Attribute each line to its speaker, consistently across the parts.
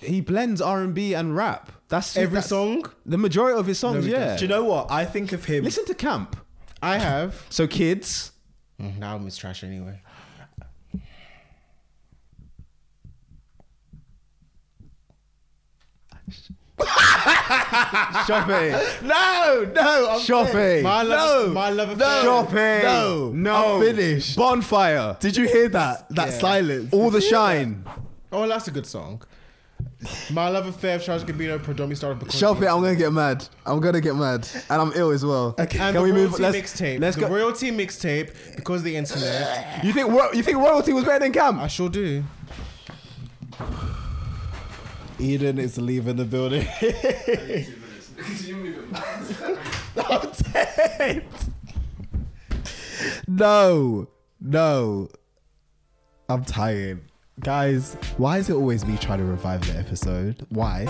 Speaker 1: he blends R and B and rap. That's
Speaker 2: Every
Speaker 1: that's-
Speaker 2: song?
Speaker 1: The majority of his songs,
Speaker 2: No, he
Speaker 1: yeah.
Speaker 2: does. Do you know what? I think of him.
Speaker 1: Listen to Camp.
Speaker 2: I have.
Speaker 1: So kids,
Speaker 2: Mm, The album is trash anyway.
Speaker 1: shopping,
Speaker 2: No, no, I'm
Speaker 1: shopping,
Speaker 2: My love, my love affair.
Speaker 1: shopping,
Speaker 2: No,
Speaker 1: no,
Speaker 2: I'm finished.
Speaker 1: bonfire,
Speaker 2: Did you hear that? That silence.
Speaker 1: all the shine.
Speaker 2: Oh, that's a good song. My love affair of Charles Gambino predominantly started because.
Speaker 3: Shop it. I'm gonna get mad. I'm gonna get mad, and I'm ill as well.
Speaker 2: Okay.
Speaker 3: Can
Speaker 2: And the
Speaker 3: we move?
Speaker 2: royalty
Speaker 3: Let's.
Speaker 2: mixtape.
Speaker 1: let's
Speaker 2: the
Speaker 1: go-
Speaker 2: royalty mixtape because of the internet.
Speaker 3: You think ro- you think royalty was better than Camp?
Speaker 2: I sure do. Eden is leaving the building. I'm dead. No, no. I'm tired. Guys, why is it always me trying to revive the episode? Why?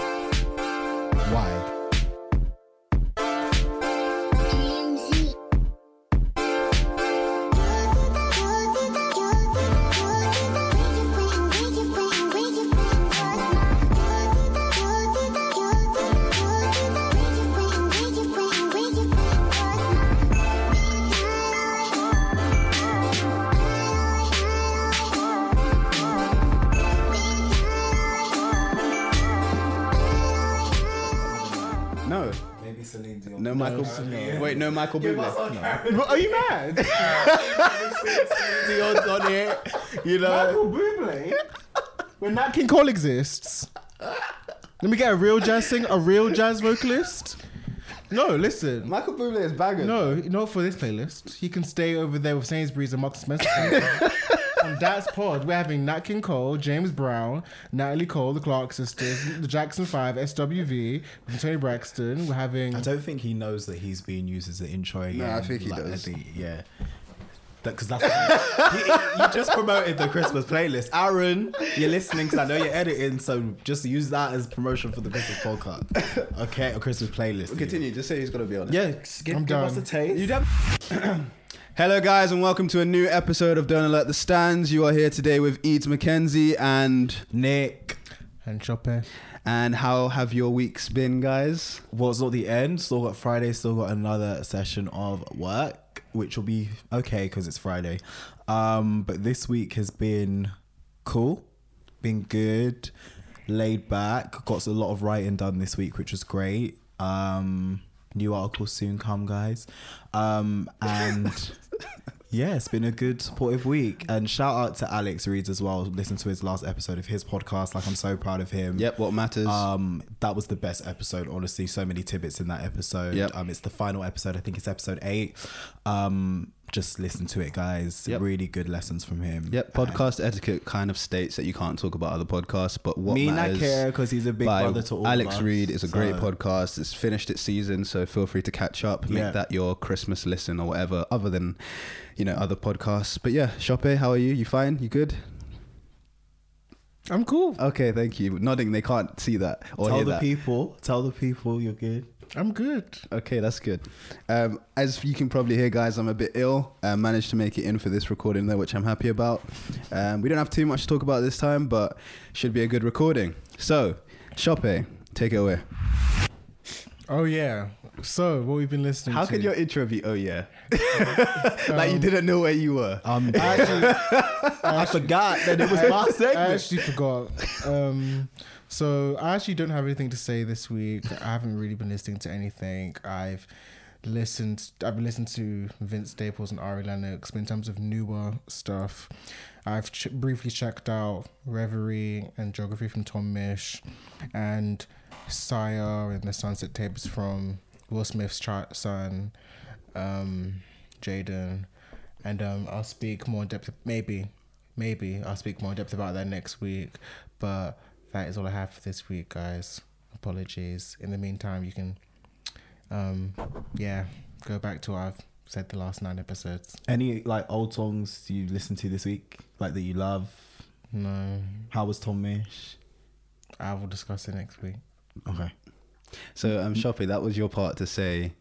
Speaker 2: Why?
Speaker 1: No,
Speaker 4: Maybe Celine Dion.
Speaker 1: no Michael. Wait, no Michael Bublé.
Speaker 2: Are you mad? Dion's on it. You know. Michael Bublé. When Nat King Cole exists. Let me get a real jazz singer, a real jazz vocalist. No, listen.
Speaker 1: Michael Bublé is bagging.
Speaker 2: No, not for this playlist. He can stay over there with Sainsbury's and Marks Spencer. On Dad's Pod, we're having Nat King Cole, James Brown, Natalie Cole, the Clark sisters, the Jackson Five, SWV, and Tony Braxton. We're having.
Speaker 4: I don't think he knows that he's being used as an intro again.
Speaker 3: I think he
Speaker 4: I
Speaker 3: does.
Speaker 4: think- yeah. Because that's you, you just promoted the Christmas playlist, Aaron. You're listening because I know you're editing, so just use that as promotion for the Christmas podcast. Okay, a Christmas playlist.
Speaker 1: Continue. Just say he's got to be honest.
Speaker 4: Yeah, just give,
Speaker 2: I'm
Speaker 4: give us
Speaker 2: done.
Speaker 4: a taste.
Speaker 1: Hello, guys, and welcome to a new episode of Don't Alert the Stands. You are here today with Eads McKenzie and
Speaker 4: Nick,
Speaker 2: And Chopper.
Speaker 1: and how have your weeks been, guys?
Speaker 4: what's not the end? Still got Friday. Still got another session of work, which will be okay because it's Friday. Um, but this week has been cool, been good, laid back. Got a lot of writing done this week, which was great. Um, new articles soon come, guys. Um, and. Yeah, it's been a good supportive week. And shout out to Alex Reed as well. Listen to his last episode of his podcast. Like I'm so proud of him.
Speaker 1: Yep, what matters?
Speaker 4: Um, that was the best episode, honestly. So many tidbits in that episode.
Speaker 1: Yep.
Speaker 4: Um, it's the final episode. I think it's episode eight. Um, just listen to it, guys.
Speaker 1: Yep.
Speaker 4: Really good lessons from him.
Speaker 1: Yep, podcast etiquette kind of states that you can't talk about other podcasts, but what
Speaker 4: Me and I
Speaker 1: matters
Speaker 4: care because he's a big
Speaker 1: by
Speaker 4: brother to all.
Speaker 1: Alex
Speaker 4: of us.
Speaker 1: Reed is a
Speaker 4: So,
Speaker 1: great podcast. It's finished its season, so feel free to catch up. Make
Speaker 4: Yeah.
Speaker 1: that your Christmas listen or whatever, other than you know other podcasts. But yeah, Shoppe, how are you? You fine? You good?
Speaker 2: I'm cool.
Speaker 1: Okay, thank you. Nodding, they can't see that or
Speaker 4: Tell
Speaker 1: hear
Speaker 4: the
Speaker 1: that.
Speaker 4: people. Tell the people you're good.
Speaker 2: I'm good.
Speaker 1: Okay, that's good. Um, as you can probably hear, guys, I'm a bit ill. I managed to make it in for this recording though, which I'm happy about. Um, we don't have too much to talk about this time, but should be a good recording. So, Shoppe, take it away.
Speaker 2: Oh, yeah. So, what we've been listening
Speaker 1: How
Speaker 2: to.
Speaker 1: could your intro be? Oh yeah, like you didn't know where you were.
Speaker 4: Um,
Speaker 2: I actually,
Speaker 4: I forgot that it was my
Speaker 2: I
Speaker 4: segment.
Speaker 2: actually forgot. Um, so I actually don't have anything to say this week. I haven't really been listening to anything. I've listened. I've been listening to Vince Staples and Ari Lennox. But in terms of newer stuff, I've ch- briefly checked out Reverie and Geography from Tom Mish, and Sire and the Sunset Tapes from Will Smith's ch- son, um, Jaden. And um, I'll speak more in depth, maybe maybe I'll speak more in depth about that next week. But that is all I have for this week, guys. Apologies. In the meantime, you can, um, yeah, go back to what I've said the last nine episodes.
Speaker 4: Any like old songs you listen to this week, like that you love?
Speaker 2: No,
Speaker 4: How was Tom Mish?
Speaker 2: I will discuss it next week.
Speaker 4: Okay.
Speaker 1: So, um, Shoppe, that was your part to say.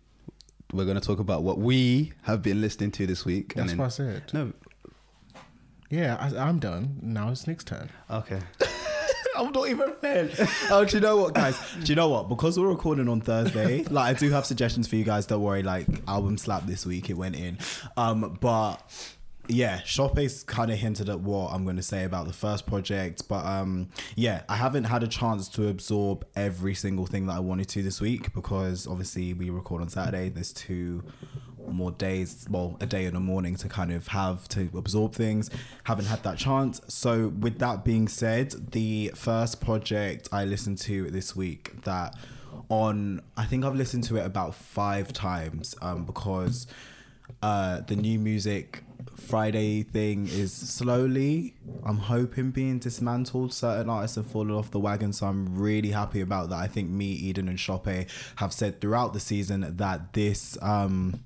Speaker 1: We're going to talk about what we have been listening to this week.
Speaker 2: That's
Speaker 1: and
Speaker 2: what I
Speaker 1: then,
Speaker 2: said.
Speaker 1: no,
Speaker 2: Yeah, I, I'm done. Now it's Nick's turn.
Speaker 1: okay.
Speaker 4: I'm not even fed. Oh, do you know what, guys? Do you know what? Because we're recording on Thursday, like I do have suggestions for you guys. Don't worry, like album slap this week, it went in. Um, but yeah, Shope's kind of hinted at what I'm going to say about the first project, but um, yeah, I haven't had a chance to absorb every single thing that I wanted to this week because obviously we record on Saturday. There's two more days, well, a day and a morning to kind of have to absorb things. Haven't had that chance. So, with that being said, the first project I listened to this week that on, I think I've listened to it about five times um, because uh, the new music Friday thing is slowly, I'm hoping, being dismantled. Certain artists have fallen off the wagon, so I'm really happy about that. I think me, Eden, and Shoppe have said throughout the season that this. Um,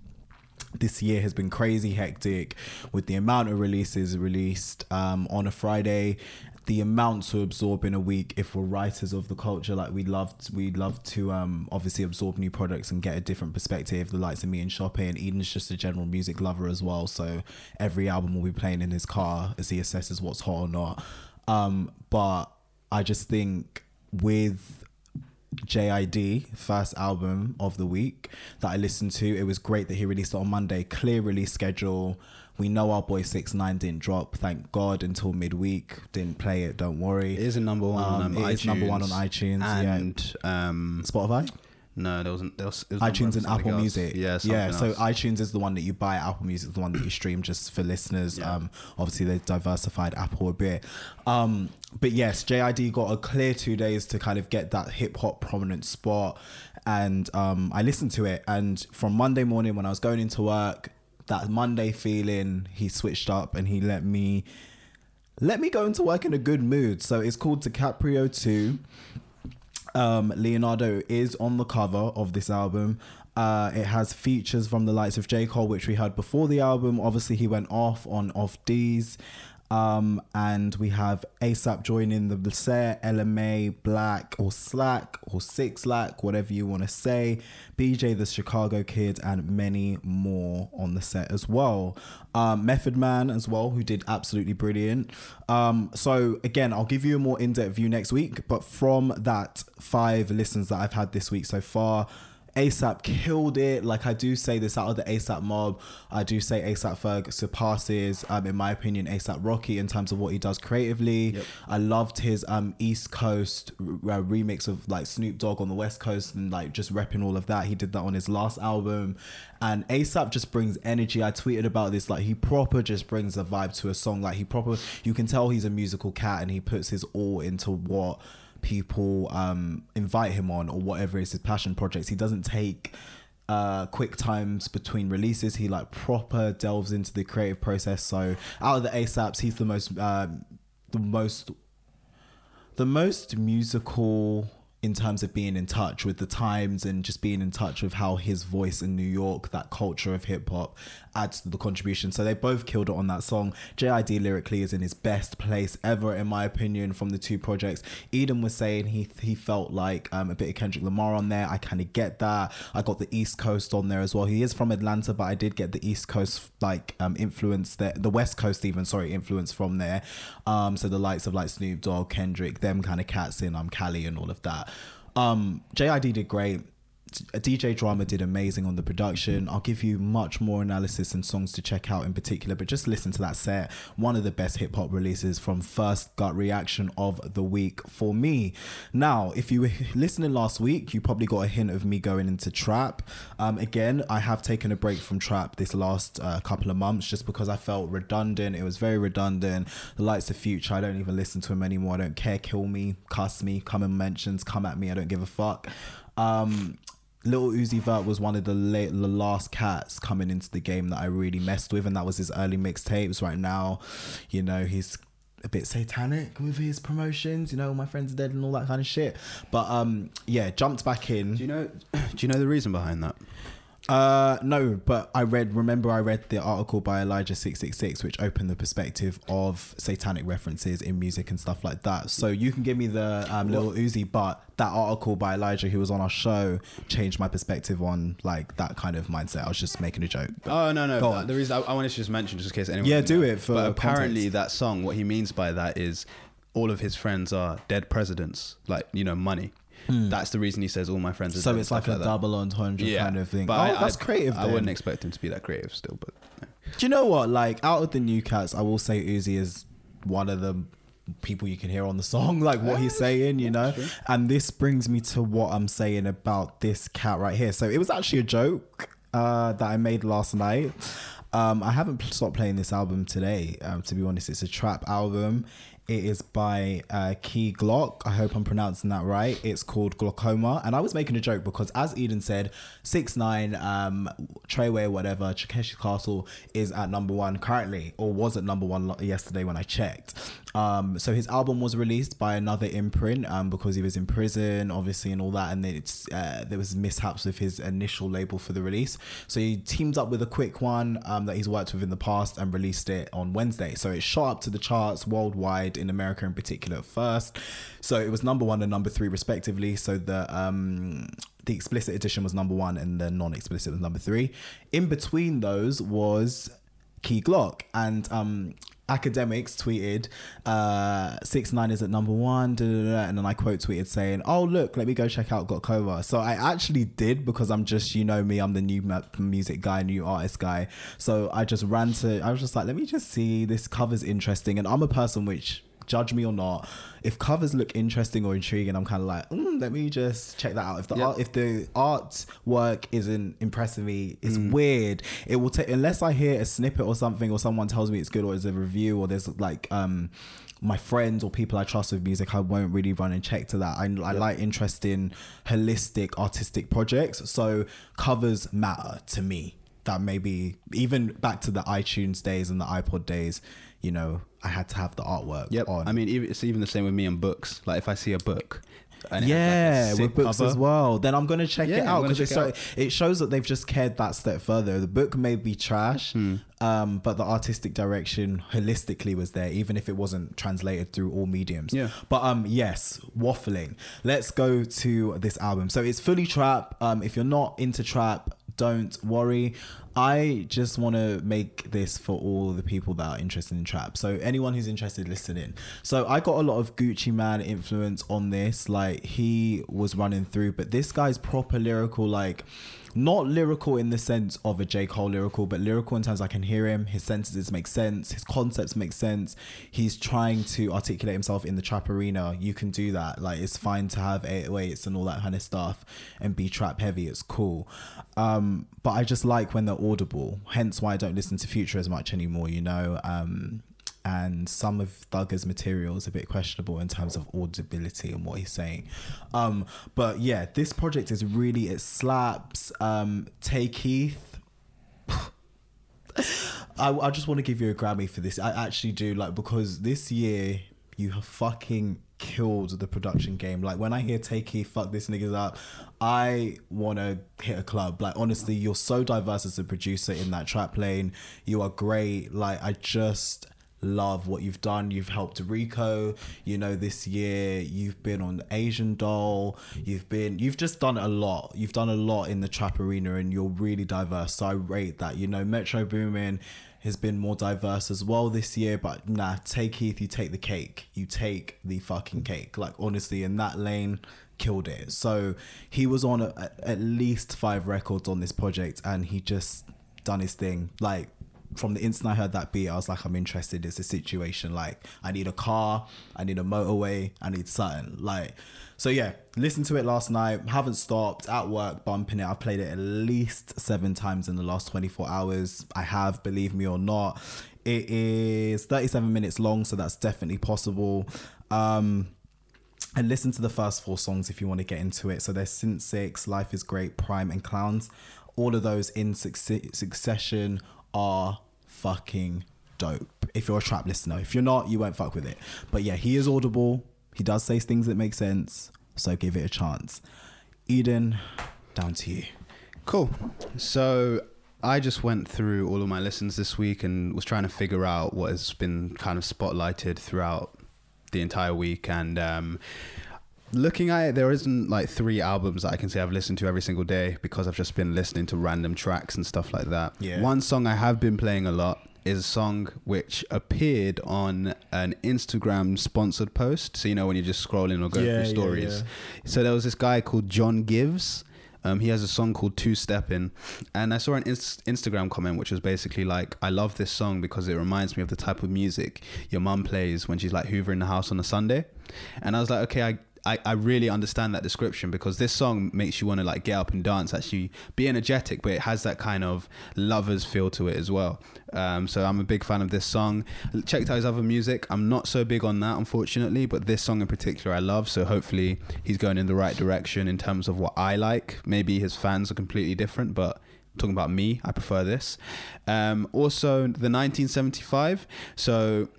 Speaker 4: this year has been crazy hectic with the amount of releases released um, on a Friday, the amount to absorb in a week. If we're writers of the culture, like we love, we love to um, obviously absorb new products and get a different perspective. The likes of me and Shoppe and Eden's just a general music lover as well. So every album will be playing in his car as he assesses what's hot or not. Um, but I just think with JID first album of the week that I listened to. It was great that he released it on Monday. Clear release schedule. We know our boy Six Nine didn't drop. Thank God until midweek. Didn't play it. Don't worry.
Speaker 1: It is a number one.
Speaker 4: Um,
Speaker 1: on, um,
Speaker 4: it is number one on iTunes, yeah.
Speaker 1: and um,
Speaker 4: Spotify.
Speaker 1: no, there wasn't. There was, it was number one
Speaker 4: iTunes
Speaker 1: for
Speaker 4: and
Speaker 1: something
Speaker 4: Apple
Speaker 1: else.
Speaker 4: Music.
Speaker 1: Yeah,
Speaker 4: yeah.
Speaker 1: something
Speaker 4: So
Speaker 1: else.
Speaker 4: iTunes is the one that you buy. Apple Music is the one that you stream. Just for listeners, um, obviously they've diversified Apple a bit. Um, but yes, JID got a clear two days to kind of get that hip hop prominent spot, and um, I listened to it. And from Monday morning when I was going into work, that Monday feeling, he switched up and he let me let me go into work in a good mood. So it's called DiCaprio Two um, Leonardo is on the cover of this album. Uh, it has features from the likes of J. Cole, which we heard before the album. Obviously, he went off on Off D's. Um, and we have ASAP joining the set, LMA, Black or Slack or Six Lack, whatever you want to say, BJ the Chicago Kid, and many more on the set as well. Um, Method Man as well, who did absolutely brilliant. Um, so again, I'll give you a more in-depth view next week. But from that five listens that I've had this week so far, ASAP killed it. Like I do say this out of the ASAP mob. I do say ASAP Ferg surpasses, um, in my opinion, ASAP Rocky in terms of what he does creatively. I loved his um East Coast uh, remix of like Snoop Dogg on the West Coast and like just repping all of that. He did that on his last album, and ASAP just brings energy. I tweeted about this like he proper just brings a vibe to a song. Like he proper, you can tell he's a musical cat and he puts his all into what people um, invite him on or whatever is his passion projects. He doesn't take uh, quick times between releases. He like proper delves into the creative process. So out of the ASAPs, he's the most um, the most the most musical in terms of being in touch with the times and just being in touch with how his voice in New York, that culture of hip hop, adds to the contribution. So they both killed it on that song. JID lyrically is in his best place ever, in my opinion, from the two projects. Eden was saying he he felt like um, a bit of Kendrick Lamar on there. I kind of get that. I got the East Coast on there as well. He is from Atlanta, but I did get the East Coast like um, influence there, the West Coast even sorry influence from there. Um, so the likes of like Snoop Dogg, Kendrick, them kind of cats in I'm Cali and all of that. Um, JID did great. DJ Drama did amazing on the production. I'll give you much more analysis and songs to check out in particular, but just listen to that set. One of the best hip hop releases from First Gut Reaction of the Week for me. Now, if you were listening last week, you probably got a hint of me going into Trap. Um, again, I have taken a break from Trap this last uh, couple of months just because I felt redundant. It was very redundant. The likes of Future, I don't even listen to him anymore. I don't care. Kill me, cuss me, come in mentions, come at me. I don't give a fuck. Um, Little Uzi Vert was one of the late, the last cats coming into the game that I really messed with, and that was his early mixtapes. Right now, you know he's a bit satanic with his promotions. You know, my friends are dead and all that kind of shit. But um, yeah, jumped back in.
Speaker 1: do you know? Do you know the reason behind that?
Speaker 4: Uh, no, but I read. Remember, I read the article by Elijah six six six, which opened the perspective of satanic references in music and stuff like that. So you can give me the um, little Uzi, but that article by Elijah, who was on our show, changed my perspective on like that kind of mindset. I was just making a joke.
Speaker 1: Oh no no!
Speaker 4: Go
Speaker 1: uh,
Speaker 4: on.
Speaker 1: The reason I, I wanted to just mention, just in case anyone.
Speaker 4: Yeah,
Speaker 1: didn't
Speaker 4: do
Speaker 1: know.
Speaker 4: it for
Speaker 1: But apparently,
Speaker 4: context.
Speaker 1: that song, what he means by that is all of his friends are dead presidents, like you know, money. That's the reason he says all my friends. Are
Speaker 4: Hmm. So
Speaker 1: dead,"
Speaker 4: it's
Speaker 1: stuff
Speaker 4: like a
Speaker 1: that.
Speaker 4: double entendre
Speaker 1: yeah.
Speaker 4: kind of thing.
Speaker 1: But
Speaker 4: oh,
Speaker 1: I,
Speaker 4: that's
Speaker 1: I-
Speaker 4: creative.
Speaker 1: I
Speaker 4: then.
Speaker 1: wouldn't expect him to be that creative still, but no.
Speaker 4: Do you know what? Like out of the new cats, I will say Uzi is one of the people you can hear on the song, like what he's saying, you know. And this brings me to what I'm saying about this cat right here. So it was actually a joke uh, that I made last night. Um, I haven't pl- stopped playing this album today. Um, to be honest, it's a trap album. It is by uh, Key Glock. I hope I'm pronouncing that right. It's called Glaucoma, and I was making a joke because, as Eden said, six nine, um, Treyway, whatever, Takeshi Castle is at number one currently, or was at number one lo- yesterday when I checked. Um, so his album was released by another imprint um, because he was in prison, obviously, and all that, and it's uh, there was mishaps with his initial label for the release. So he teamed up with a quick one um, that he's worked with in the past and released it on Wednesday. So it shot up to the charts worldwide in America in particular at first. So it was number one and number three respectively. So the um the explicit edition was number one and the non-explicit was number three. In between those was Key Glock and um academics tweeted uh six nine is at number one da, da, da, da, and then i quote tweeted saying oh look let me go check out got cover so i actually did because i'm just you know me i'm the new mu- music guy new artist guy so i just ran to i was just like let me just see this cover's interesting and i'm a person which judge me or not if covers look interesting or intriguing i'm kind of like mm, let me just check that out if the art if the art work isn't impressing me it's weird it will take unless i hear a snippet or something or someone tells me it's good or it's a review or there's like um my friends or people I trust with music, I won't really run and check to that. I, I like interesting, holistic, artistic projects. So covers matter to me. That maybe even back to the iTunes days and the iPod days, you know, I had to have the artwork
Speaker 1: Yep.
Speaker 4: on.
Speaker 1: I mean, even, it's even the same with me and books. Like if I see a book, and it
Speaker 4: yeah,
Speaker 1: has, like, a sick
Speaker 4: with books
Speaker 1: cover,
Speaker 4: as well. Then I'm gonna check it
Speaker 1: Yeah,
Speaker 4: out
Speaker 1: I'm gonna
Speaker 4: because it,
Speaker 1: check
Speaker 4: so,
Speaker 1: it
Speaker 4: it shows that they've just cared that step further. The book may be trash,
Speaker 1: Hmm.
Speaker 4: um, but the artistic direction holistically was there, even if it wasn't translated through all mediums.
Speaker 1: Yeah.
Speaker 4: But um, yes, waffling. Let's go to this album. So it's fully trap. Um, if you're not into trap, don't worry. I just want to make this for all the people that are interested in trap. So anyone who's interested, listen in. So I got a lot of Gucci Man influence on this. Like he was running through, but this guy's proper lyrical. Like not lyrical in the sense of a J Cole lyrical, but lyrical in terms I can hear him. His sentences make sense. His concepts make sense. He's trying to articulate himself in the trap arena. You can do that. Like it's fine to have 808s and all that kind of stuff and be trap heavy. It's cool. Um, but I just like when they're audible. Hence why I don't listen to Future as much anymore. You know. Um, and some of Thugger's material is a bit questionable in terms of audibility and what he's saying. Um, but yeah, this project is really it slaps. Um, Tay Keith. I, I just want to give you a Grammy for this. I actually do like because this year you have fucking killed the production game. Like when I hear Tay Keith, fuck this niggas up, I want to hit a club. Like honestly, you're so diverse as a producer in that trap lane. You are great. Like I just love what you've done. You've helped Rico, you know, this year. You've been on Asian Doll. You've been, you've just done a lot. You've done a lot in the trap arena and you're really diverse. So I rate that. You know, Metro Boomin has been more diverse as well this year, but nah, take Keith, you take the cake. You take the fucking cake. Like, honestly, in that lane, killed it. So he was on a, a- at least five records on this project and he just done his thing. Like, from the instant I heard that beat, I was like, I'm interested. It's a situation. Like, I need a car, I need a motorway, I need something. Like, so yeah, listened to it last night. Haven't stopped at work bumping it. I've played it at least seven times in the last 24 hours. I have, believe me or not. It is 37 minutes long, so that's definitely possible. Um, and listen to the first four songs if you want to get into it. So there's Sin Six, Life is Great, Prime, and Clowns. All of those in succe- succession are fucking dope. If you're a trap listener, if you're not, you won't fuck with it. But yeah, he is audible. He does say things that make sense. So give it a chance. Eden, down to you.
Speaker 1: Cool. So I just went through all of my listens this week and was trying to figure out what has been kind of spotlighted throughout the entire week. And um, looking at it, there isn't like three albums that I can say I've listened to every single day because I've just been listening to random tracks and stuff like that.
Speaker 4: Yeah.
Speaker 1: One song I have been playing a lot is a song which appeared on an Instagram sponsored post. So you know when you're just scrolling or going
Speaker 4: Yeah, yeah,
Speaker 1: through stories.
Speaker 4: yeah.
Speaker 1: So there was this guy called John Gives. Um, he has a song called Two Steppin', and I saw an inst- Instagram comment which was basically like, "I love this song because it reminds me of the type of music your mum plays when she's like hoovering the house on a Sunday," and I was like, "Okay, I." I, I really understand that description because this song makes you want to like get up and dance, actually be energetic, but it has that kind of lovers feel to it as well. Um, so I'm a big fan of this song. Checked out his other music. I'm not so big on that, unfortunately, but this song in particular I love. So hopefully he's going in the right direction in terms of what I like. Maybe his fans are completely different, but I'm talking about me, I prefer this. Um, also, the 1975. So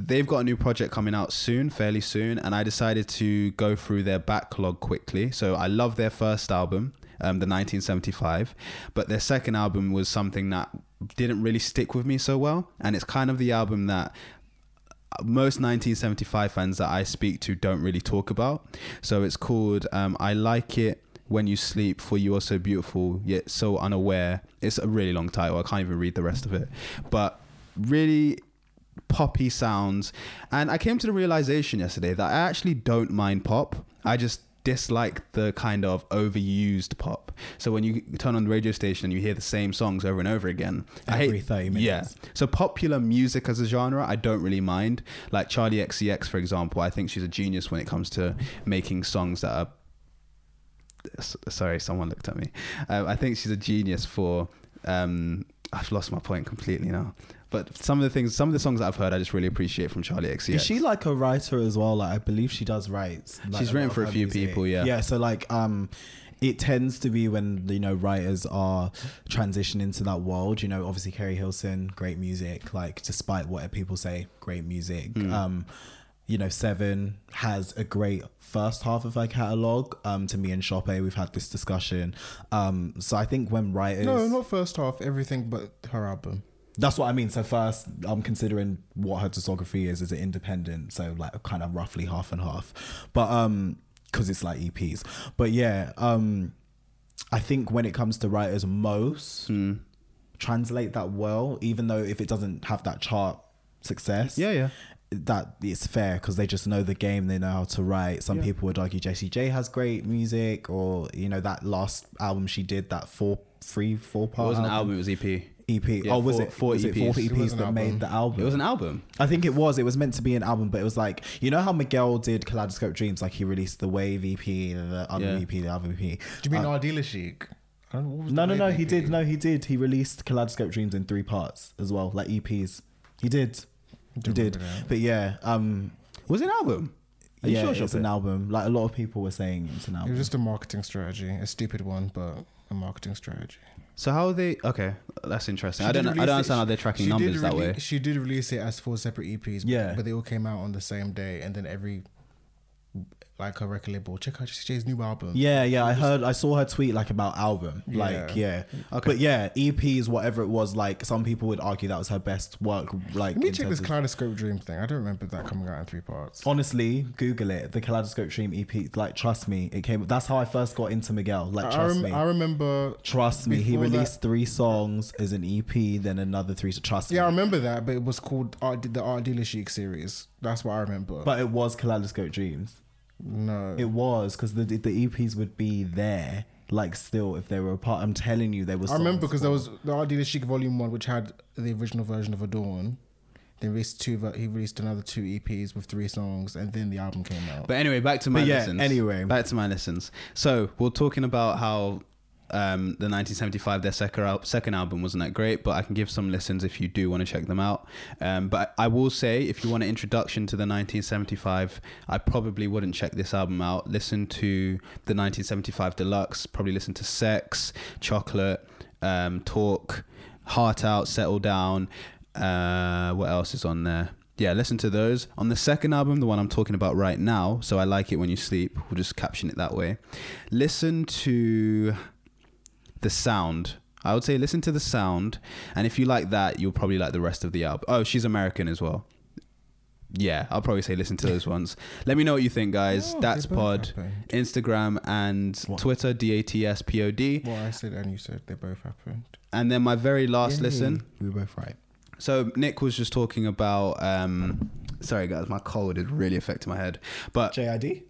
Speaker 1: they've got a new project coming out soon, fairly soon, and I decided to go through their backlog quickly. So I love their first album, um, the 1975, but their second album was something that didn't really stick with me so well, and it's kind of the album that most 1975 fans that I speak to don't really talk about. So it's called um, I Like It When You Sleep For You Are So Beautiful Yet So Unaware. It's a really long title. I can't even read the rest of it. But really poppy sounds. And I came to the realization yesterday that I actually don't mind pop. I just dislike the kind of overused pop. So when you turn on the radio station and you hear the same songs over and over again,
Speaker 4: Every 30 minutes.
Speaker 1: Yeah, so popular music as a genre, I don't really mind. Like Charlie XCX, for example, I think she's a genius when it comes to making songs that are. S- Sorry, someone looked at me. Um, I think she's a genius for. Um, I've lost my point completely now. But some of the things, some of the songs that I've heard, I just really appreciate from Charlie XCX.
Speaker 4: Is she like a writer as well? Like I believe she does write. like,
Speaker 1: She's written
Speaker 4: lot
Speaker 1: for a
Speaker 4: of her
Speaker 1: few people, yeah.
Speaker 4: Yeah. So like um it tends to be when you know writers are transitioning to that world. You know, obviously Kerry Hilson, great music. Like despite what people say, great music.
Speaker 1: Hmm.
Speaker 4: Um, you know, Seven has a great first half of her catalog. Um, to me and Shoppe, we've had this discussion. Um, so I think when writers,
Speaker 2: No, not first half. Everything but her album.
Speaker 4: that's what I mean. So first, I'm considering what her discography is. Is it independent? So like kind of roughly half and half, but um, because it's like EPs. But yeah, um, I think when it comes to writers, most
Speaker 1: Hmm.
Speaker 4: translate that well. Even though if it doesn't have that chart success,
Speaker 1: Yeah, yeah.
Speaker 4: that it's fair because they just know the game. They know how to write. Some people would argue JCJ has great music, or you know that last album she did, that four, three, four
Speaker 1: It
Speaker 4: part.
Speaker 1: wasn't an album; it was E EP.
Speaker 4: EP.
Speaker 1: Yeah,
Speaker 4: oh, was
Speaker 1: four-
Speaker 4: it
Speaker 1: four
Speaker 4: was it
Speaker 1: EPs?
Speaker 4: four
Speaker 1: It
Speaker 4: EPs
Speaker 2: was an
Speaker 4: that
Speaker 2: album.
Speaker 4: made the album?
Speaker 1: It was an album.
Speaker 4: I think it was. It was meant to be an album, but it was like you know how Miguel did Kaleidoscope Dreams, like he released the Wave EP, the other
Speaker 1: Yeah.
Speaker 4: EP, the other EP.
Speaker 2: Do you mean Ardila Chic? I don't know, what was
Speaker 4: Uh, No,
Speaker 2: the E
Speaker 4: no, no.
Speaker 2: name
Speaker 4: He
Speaker 2: of
Speaker 4: did.
Speaker 2: it?
Speaker 4: No, he did. He released Kaleidoscope Dreams in three parts as well, like EPs. He did. He
Speaker 2: Don't
Speaker 4: did.
Speaker 2: remember that.
Speaker 4: But yeah, um,
Speaker 1: Was it an album? Are you
Speaker 4: yeah,
Speaker 1: sure,
Speaker 4: it's an album. Like a lot of people were saying, it's an
Speaker 2: It
Speaker 4: album.
Speaker 2: was just a marketing strategy, a stupid one, but a marketing strategy.
Speaker 1: So how are they? Okay, that's interesting.
Speaker 2: She
Speaker 1: I don't.
Speaker 2: did
Speaker 1: know- I
Speaker 2: release
Speaker 1: don't
Speaker 2: it-
Speaker 1: understand how they're
Speaker 2: she
Speaker 1: tracking
Speaker 2: did
Speaker 1: numbers that way.
Speaker 2: rele- She did release it as four separate EPs. but-
Speaker 4: Yeah.
Speaker 2: but they all came out on the same day, and then every like her record label check out JCJ's new album.
Speaker 4: Yeah, yeah, I heard, I saw her tweet like about album, like yeah, okay. but yeah, EPs, whatever it was, like some people would argue that was her best work. Like,
Speaker 2: Let me
Speaker 4: in
Speaker 2: check
Speaker 4: terms
Speaker 2: this
Speaker 4: of-
Speaker 2: Kaleidoscope Dream thing. I don't remember that coming out in three parts.
Speaker 1: Oh,
Speaker 4: Honestly, Google it. The Kaleidoscope Dream EP. Like, trust me, it came. That's how I first got into Miguel.
Speaker 2: I,
Speaker 4: Like,
Speaker 2: I
Speaker 4: trust
Speaker 2: rem-
Speaker 4: me.
Speaker 2: I remember.
Speaker 4: Trust me, he
Speaker 2: before that-
Speaker 4: released three songs as an EP, then another three. Trust
Speaker 2: Yeah, I
Speaker 4: me.
Speaker 2: remember that, but it was called Art, the Art Dealer Chic series. That's what I remember.
Speaker 4: But it was Kaleidoscope Dreams.
Speaker 2: no,
Speaker 4: It was because the the EPs would be there, like still if they were apart. I'm telling you, they were.
Speaker 2: I remember
Speaker 4: songs.
Speaker 2: because there was the Art Dealer Chic Volume One, which had the original version of Adorn. They released two. ver- He released another two EPs with three songs, and then the album came out.
Speaker 1: But anyway, back to my
Speaker 4: But yeah,
Speaker 1: lessons.
Speaker 4: anyway.
Speaker 1: back to my lessons. So we're talking about how um, the 1975 their second al- second album wasn't that great, but I can give some listens if you do want to check them out. Um, but I will say, if you want an introduction to the 1975, I probably wouldn't check this album out. Listen to the 1975 Deluxe. Probably listen to Sex, Chocolate, um, Talk, Heart Out, Settle Down. Uh, what else is on there? yeah, listen to those. On the second album, the one I'm talking about right now, so I like it when you sleep. We'll just caption it that way. Listen to the sound. I would say listen to the sound, and if you like that, you'll probably like the rest of the album. Oh, she's American as well. Yeah, I'll probably say listen to those ones. Let me know what you think, guys.
Speaker 2: Oh,
Speaker 1: That's
Speaker 2: they both
Speaker 1: Pod,
Speaker 2: happened.
Speaker 1: Instagram and Twitter, D A T S P O D.
Speaker 2: Well, I said and you said they both happened. Mm-hmm.
Speaker 1: And then my very last
Speaker 4: Yay,
Speaker 1: listen
Speaker 4: We were both right.
Speaker 1: So Nick was just talking about. Um, sorry, guys, my cold is really affecting my head. But
Speaker 4: JID?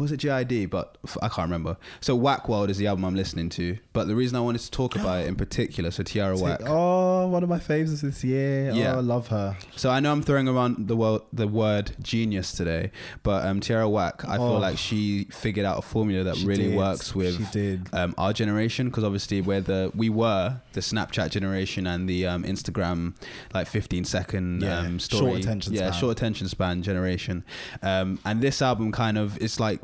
Speaker 1: was it GID? But f- I can't remember. So Whack World is the album I'm listening to. But the reason I wanted to talk about it in particular, so Tiara Whack.
Speaker 4: Oh, one of my faves this year.
Speaker 1: Yeah.
Speaker 4: Oh, I love her.
Speaker 1: So I know I'm throwing around the world the word genius today, but um, Tiara Whack, I
Speaker 4: Oh.
Speaker 1: feel like she figured out a formula that
Speaker 4: She
Speaker 1: really
Speaker 4: did.
Speaker 1: works with
Speaker 4: She did.
Speaker 1: um, our generation because obviously we're the we were the Snapchat generation and the um, Instagram like 15 second
Speaker 4: Yeah,
Speaker 1: um,
Speaker 4: short
Speaker 1: story
Speaker 4: attention
Speaker 1: yeah
Speaker 4: span.
Speaker 1: short attention span generation, um, and this album kind of it's like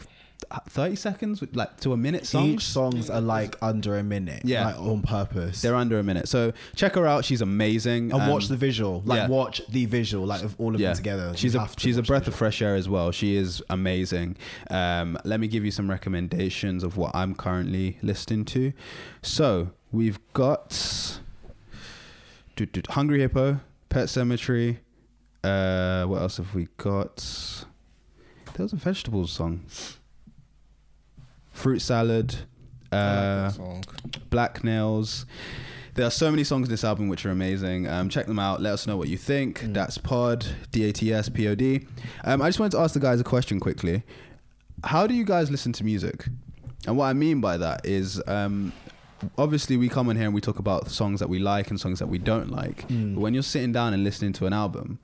Speaker 1: 30 seconds with, like to a minute songs.
Speaker 4: Each songs are like under a minute.
Speaker 1: Yeah.
Speaker 4: Like on purpose.
Speaker 1: They're under a minute, so check her out. She's amazing.
Speaker 4: and
Speaker 1: Um,
Speaker 4: watch the visual. Like
Speaker 1: yeah.
Speaker 4: watch the visual. Like of all of them together.
Speaker 1: She's
Speaker 4: You
Speaker 1: a
Speaker 4: have to
Speaker 1: she's a
Speaker 4: watch
Speaker 1: breath
Speaker 4: the
Speaker 1: of fresh air as well. She is amazing. Um, let me give you some recommendations of what I'm currently listening to. So we've got do, do, Hungry Hippo, Pet Cemetery. Uh, what else have we got? There was a vegetables song. Fruit salad.
Speaker 2: I
Speaker 1: Uh,
Speaker 2: like that song.
Speaker 1: Black Nails. There are so many songs in this album which are amazing. Um, check them out. Let us know what you think. That's Pod, D A T S P O D. Um, I just wanted to ask the guys a question quickly. How do you guys listen to music? And what I mean by that is, um, obviously, we come in here and we talk about songs that we like and songs that we don't like. But when you're sitting down and listening to an album,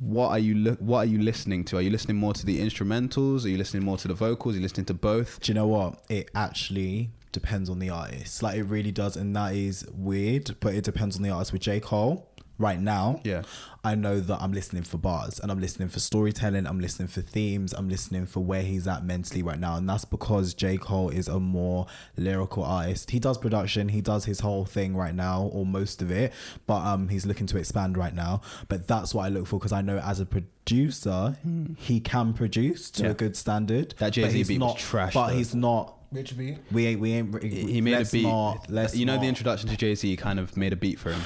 Speaker 1: what are you look? What are you listening to? Are you listening more to the instrumentals? Are you listening more to the vocals? Are you listening to both?
Speaker 4: do you know what? It actually depends on the artist. Like it really does, and that is weird, but it depends on the artist. With J. Cole, right now,
Speaker 1: Yeah.
Speaker 4: I know that I'm listening for bars and I'm listening for storytelling, I'm listening for themes, I'm listening for where he's at mentally right now. And that's because J. Cole is a more lyrical artist. He does production, he does his whole thing right now, or most of it, but um he's looking to expand right now. But that's what I look for because I know as a producer, he can produce to
Speaker 1: Yeah.
Speaker 4: a good standard.
Speaker 1: That
Speaker 4: But
Speaker 1: Jay-Z
Speaker 4: he's
Speaker 1: beat was
Speaker 4: not,
Speaker 1: trash,
Speaker 4: But
Speaker 1: though.
Speaker 4: he's not.
Speaker 2: Which beat?
Speaker 4: We ain't. We ain't. He
Speaker 1: he made
Speaker 4: let's
Speaker 1: a beat.
Speaker 4: Not, let's
Speaker 1: you know
Speaker 4: not.
Speaker 1: the introduction to Jay Z kind of made a beat for him.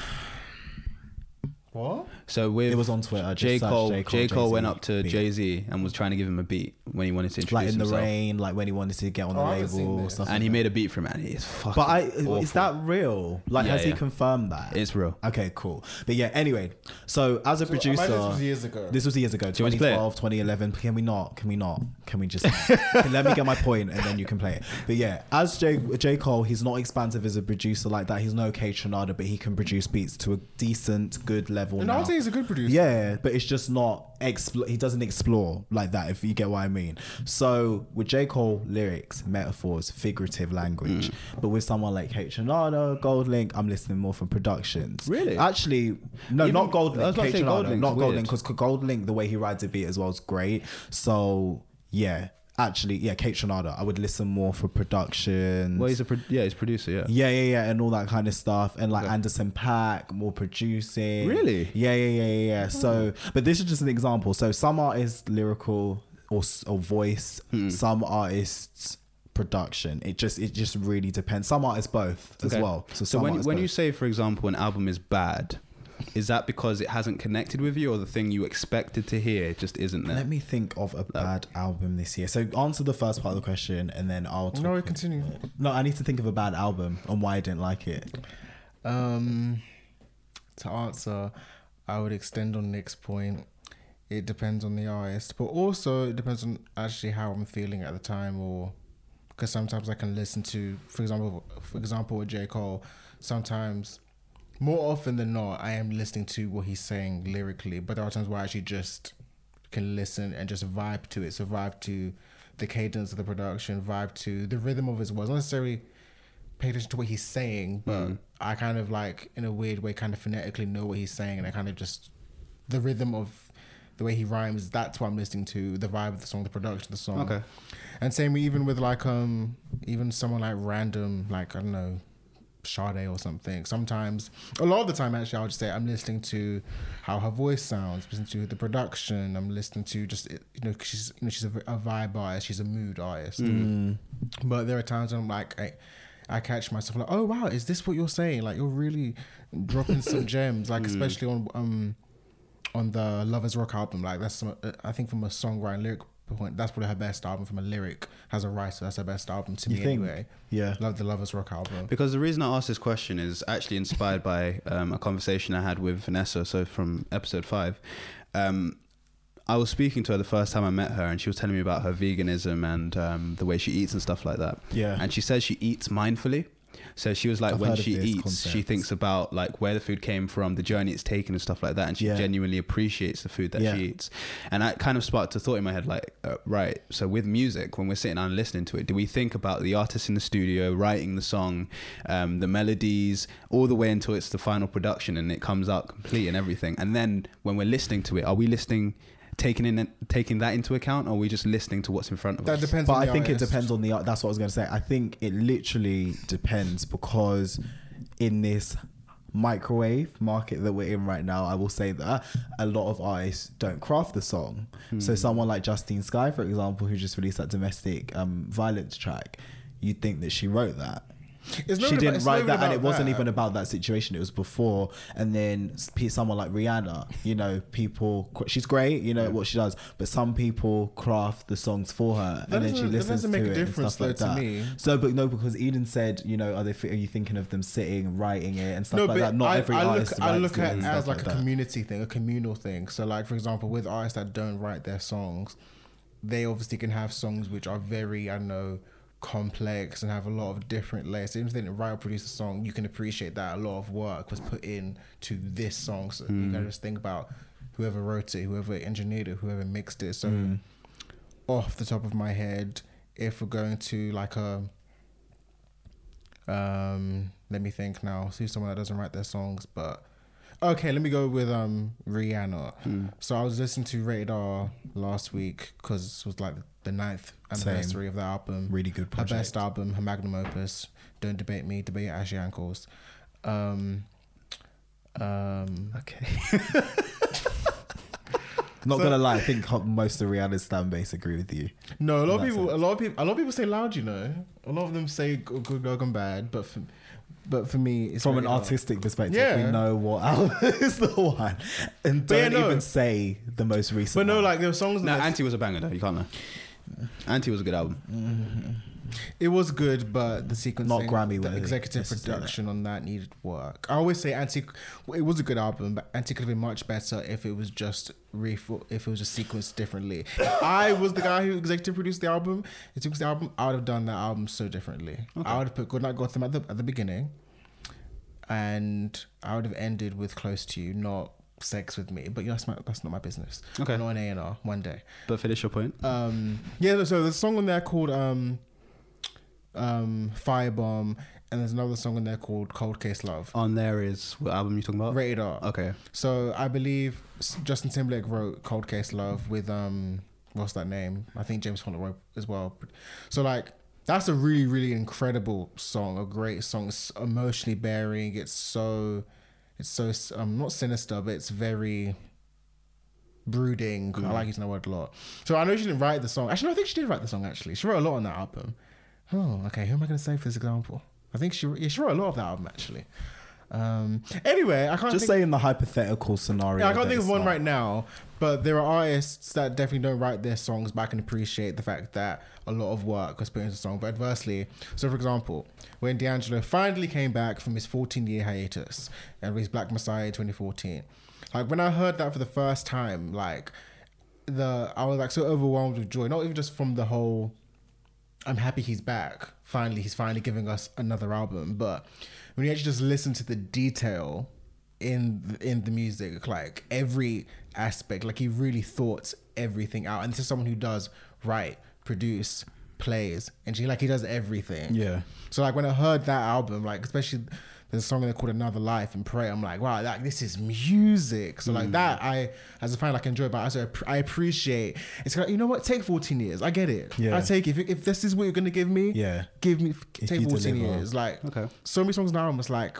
Speaker 2: What?
Speaker 1: So with
Speaker 4: It was on Twitter. just
Speaker 1: J
Speaker 4: search
Speaker 1: Cole, J
Speaker 4: J.
Speaker 1: Cole,
Speaker 4: Jay-Z
Speaker 1: went up to
Speaker 4: beat.
Speaker 1: Jay Z and was trying to give him a beat when he wanted to introduce
Speaker 4: like in the
Speaker 1: himself,
Speaker 4: rain, like when he wanted to get on
Speaker 2: Oh,
Speaker 4: the
Speaker 2: I haven't
Speaker 4: label
Speaker 2: seen
Speaker 4: or
Speaker 2: this.
Speaker 4: stuff.
Speaker 1: and he
Speaker 4: like
Speaker 1: made a beat from it. And it's fucking.
Speaker 4: that. But I
Speaker 1: awful.
Speaker 4: is that real? Like,
Speaker 1: Yeah,
Speaker 4: has he
Speaker 1: yeah.
Speaker 4: confirmed that?
Speaker 1: It's real.
Speaker 4: Okay, cool. But yeah, anyway, so as a
Speaker 2: imagine
Speaker 4: producer,
Speaker 2: this was years ago.
Speaker 4: This was years ago,
Speaker 1: you want me to play it?
Speaker 4: 2012, 2011. Can we not? Can we not? Can we just let me get my point and then you can play it? But yeah, as J, J. Cole, he's not expansive as a producer like that. He's no K. Tronada, but he can produce beats to a decent, good level.
Speaker 2: And I
Speaker 4: now.
Speaker 2: would say he's a good producer.
Speaker 4: Yeah, but it's just not expl- he doesn't explore like that if you get what I mean. So with J. Cole lyrics, metaphors, figurative language.
Speaker 1: Mm.
Speaker 4: But with someone like H Renata, Gold Link, I'm listening more from productions.
Speaker 1: Really?
Speaker 4: Actually, no,
Speaker 1: Even-
Speaker 4: not Gold
Speaker 1: I was
Speaker 4: Link,
Speaker 1: about to
Speaker 4: H
Speaker 1: say Gold
Speaker 4: Renata,
Speaker 1: Link's
Speaker 4: not Gold
Speaker 1: weird.
Speaker 4: Link, because Gold Link, the way he rides a beat as well is great. So yeah. Actually, yeah, Kate Tronada. I would listen more for productions.
Speaker 1: Well, he's a pro- yeah, he's a producer. Yeah.
Speaker 4: Yeah, yeah, yeah, and all that kind of stuff, and like Anderson Pack, more producing.
Speaker 1: Really?
Speaker 4: Yeah, yeah, yeah, yeah. yeah. So, but this is just an example. So, some artists lyrical or s- or voice,
Speaker 1: Hmm.
Speaker 4: some artists production. It just it just really depends. Some artists both as
Speaker 1: Okay.
Speaker 4: well. So,
Speaker 1: so
Speaker 4: some
Speaker 1: when
Speaker 4: artists
Speaker 1: when you
Speaker 4: both.
Speaker 1: say, for example, an album is bad, is that because it hasn't connected with you, or the thing you expected to hear just isn't there?
Speaker 4: let me think of a bad album this year. So answer the first part of the question, and then I'll talk.
Speaker 2: No, we continue.
Speaker 4: No, I need to think of a bad album and why I didn't like it.
Speaker 2: Um, to answer, I would extend on Nick's point. It depends on the artist, but also it depends on actually how I'm feeling at the time, or because sometimes I can listen to, for example, for example, with J Cole. Sometimes, more often than not, I am listening to what he's saying lyrically, but there are times where I actually just can listen and just vibe to it. So vibe to the cadence of the production, vibe to the rhythm of his words, not necessarily pay attention to what he's saying, but I kind of like in a weird way kind of phonetically know what he's saying and I kind of just the rhythm of the way he rhymes, that's what I'm listening to, the vibe of the song, the production of the song.
Speaker 1: Okay.
Speaker 2: And same even with like um even someone like random, like I don't know, Sade or something. Sometimes a lot of the time actually I'll just say I'm listening to how her voice sounds, listening to the production, I'm listening to just you know, 'cause she's you know, she's a, a vibe artist, she's a mood artist. But there are times when I'm like, I, I catch myself like, oh wow, is this what you're saying? Like you're really dropping some gems, like especially on um on the Lovers Rock album. Like that's some, I think from a songwriting lyric point. That's probably her best album from a lyric as a writer. That's her best album to
Speaker 4: You
Speaker 2: me
Speaker 4: think?
Speaker 2: anyway.
Speaker 4: Yeah.
Speaker 2: Love the Lovers Rock album.
Speaker 1: Because the reason I asked this question is actually inspired by um, a conversation I had with Vanessa, so from episode five. Um, I was speaking to her the first time I met her, and she was telling me about her veganism and um, the way she eats and stuff like that.
Speaker 4: Yeah.
Speaker 1: And she says she eats mindfully. So she was like,
Speaker 4: I've
Speaker 1: when
Speaker 4: heard of
Speaker 1: she
Speaker 4: this
Speaker 1: eats, she
Speaker 4: concept.
Speaker 1: thinks about like where the food came from, the journey it's taken, and stuff like that. And she
Speaker 4: Yeah.
Speaker 1: genuinely appreciates the food that
Speaker 4: Yeah.
Speaker 1: she eats. And that kind of sparked a thought in my head, like, uh, right. So with music, when we're sitting down and listening to it, do we think about the artist in the studio writing the song, um, the melodies, all the way until it's the final production and it comes out complete and everything? And then when we're listening to it, are we listening? Taking in taking that into account, or are we just listening to what's in front of
Speaker 2: That
Speaker 1: us?
Speaker 2: depends.
Speaker 4: But
Speaker 2: on
Speaker 4: I
Speaker 2: the
Speaker 4: think it
Speaker 2: artist.
Speaker 4: depends on the art. That's what I was going to say. I think it literally depends because in this microwave market that we're in right now, I will say that a lot of artists don't craft the song.
Speaker 2: Hmm.
Speaker 4: So someone like Justine Sky, for example, who just released that domestic um, violence track, you'd think that she wrote that.
Speaker 2: It's not even
Speaker 4: she
Speaker 2: about-
Speaker 4: didn't
Speaker 2: it's not
Speaker 4: write
Speaker 2: even
Speaker 4: that, and
Speaker 2: about
Speaker 4: it wasn't
Speaker 2: that.
Speaker 4: even about that situation. It was before, and then s- pe- someone like Rihanna, you know, people. cr- She's great, you know what she does, but some people craft the songs for her,
Speaker 2: That
Speaker 4: and then she
Speaker 2: doesn't- that
Speaker 4: listens
Speaker 2: doesn't
Speaker 4: to
Speaker 2: make a
Speaker 4: it and
Speaker 2: difference,
Speaker 4: stuff like
Speaker 2: though, to
Speaker 4: that.
Speaker 2: me.
Speaker 4: So, but no, because Eden said, you know, are they? Are you thinking of them sitting and writing it and stuff like that? Not every artist.
Speaker 2: I
Speaker 4: writes
Speaker 2: look
Speaker 4: it
Speaker 2: at
Speaker 4: and
Speaker 2: it
Speaker 4: stuff
Speaker 2: as like, a
Speaker 4: that.
Speaker 2: community thing, a communal thing. So, like for example, with artists that don't write their songs, they obviously can have songs which are very, I don't know, complex and have a lot of different layers. Even if they didn't write or produce a song, you can appreciate that a lot of work was put in to this song. So you
Speaker 4: Hmm.
Speaker 2: gotta just think about whoever wrote it, whoever engineered it, whoever mixed it. So
Speaker 4: Hmm.
Speaker 2: off the top of my head, if we're going to like a um, let me think now. See someone that doesn't write their songs, but okay, let me go with um Rihanna. So I was listening to Rated R last week because it was like the ninth anniversary of the album.
Speaker 4: Really good
Speaker 2: Her
Speaker 4: project.
Speaker 2: best album, her magnum opus. Don't debate me, debate your ashy ankles. Um, um,
Speaker 4: Okay. Not gonna lie, I think ho- most of Rihanna's fan base agree with you.
Speaker 2: No, a lot of
Speaker 4: that
Speaker 2: people, a lot of people, a lot of people say loud. You know, a lot of them say g- good dog and bad, but for, but for me, it's
Speaker 4: from
Speaker 2: really
Speaker 4: an
Speaker 2: hard.
Speaker 4: artistic perspective,
Speaker 2: Yeah.
Speaker 4: we know what album is the one, and
Speaker 2: But yeah,
Speaker 4: don't
Speaker 2: no.
Speaker 4: even say the most recent.
Speaker 2: But no,
Speaker 4: one.
Speaker 2: like there were songs.
Speaker 1: No,
Speaker 2: that
Speaker 1: Anti was a banger though. You can't lie. Anti was a good album.
Speaker 2: it was good, but the sequence,
Speaker 4: Not Grammy
Speaker 2: the
Speaker 4: worthy,
Speaker 2: executive
Speaker 4: let's just say that.
Speaker 2: production on that needed work. I always say anti. It was a good album, but anti could have been much better if it was just re if it was just sequenced differently. If I was the guy who executive produced the album. It took the album. I would have done that album so differently. I would have put Goodnight Gotham at the at the beginning. and I would have ended with close to you, not sex with me. But that's my that's not my business.
Speaker 1: Okay.
Speaker 2: I'm not an A and R one day.
Speaker 1: But finish your point.
Speaker 2: Um, yeah. no, So there's a song on there called um, um, Firebomb, and there's another song on there called Cold Case Love.
Speaker 1: On there is what album you talking about?
Speaker 2: Rated R.
Speaker 1: Okay.
Speaker 2: So I believe S- Justin Timberlake wrote Cold Case Love with um what's that name? I think James Horner wrote as well. So like that's a really really incredible song, a great song. It's emotionally bearing. It's so it's so s- um not sinister, but it's very brooding. I like using that word a lot. So I know she didn't write the song. Actually, no, I think she did write the song. Actually, she wrote a lot on that album. Oh, okay. Who am I going to say for this example? I think she yeah, she wrote a lot of that album actually. Um. Anyway, I can't
Speaker 4: just
Speaker 2: think-
Speaker 4: saying the hypothetical scenario.
Speaker 2: yeah, I can't
Speaker 4: that
Speaker 2: think of
Speaker 4: it's
Speaker 2: one
Speaker 4: not-
Speaker 2: right now, but there are artists that definitely don't write their songs, but I can appreciate the fact that a lot of work was put into the song. But adversely, so for example, when D'Angelo finally came back from his 14 year hiatus and released Black Messiah 2014, like when I heard that for the first time, like the I was like so overwhelmed with joy, not even just from the whole I'm happy he's back. Finally, he's finally giving us another album. But when you actually just listen to the detail in the, in the music, like every aspect, like he really thought everything out. And this is someone who does write, produce, plays, and she like he does everything.
Speaker 4: Yeah.
Speaker 2: So like when I heard that album, like especially there's a song in there called Another Life and Prayer. I'm like, wow, like this is music. So
Speaker 4: Mm.
Speaker 2: like that, I as a fan, like enjoy, but I also I appreciate. It's like you know what, take 14 years. I get it.
Speaker 4: Yeah.
Speaker 2: I take it. If, if this is what you're gonna give me,
Speaker 4: Yeah.
Speaker 2: give me
Speaker 4: If
Speaker 2: take
Speaker 4: you
Speaker 2: 14
Speaker 4: deliver.
Speaker 2: years. Like
Speaker 1: Okay.
Speaker 2: so many songs now, I'm just like,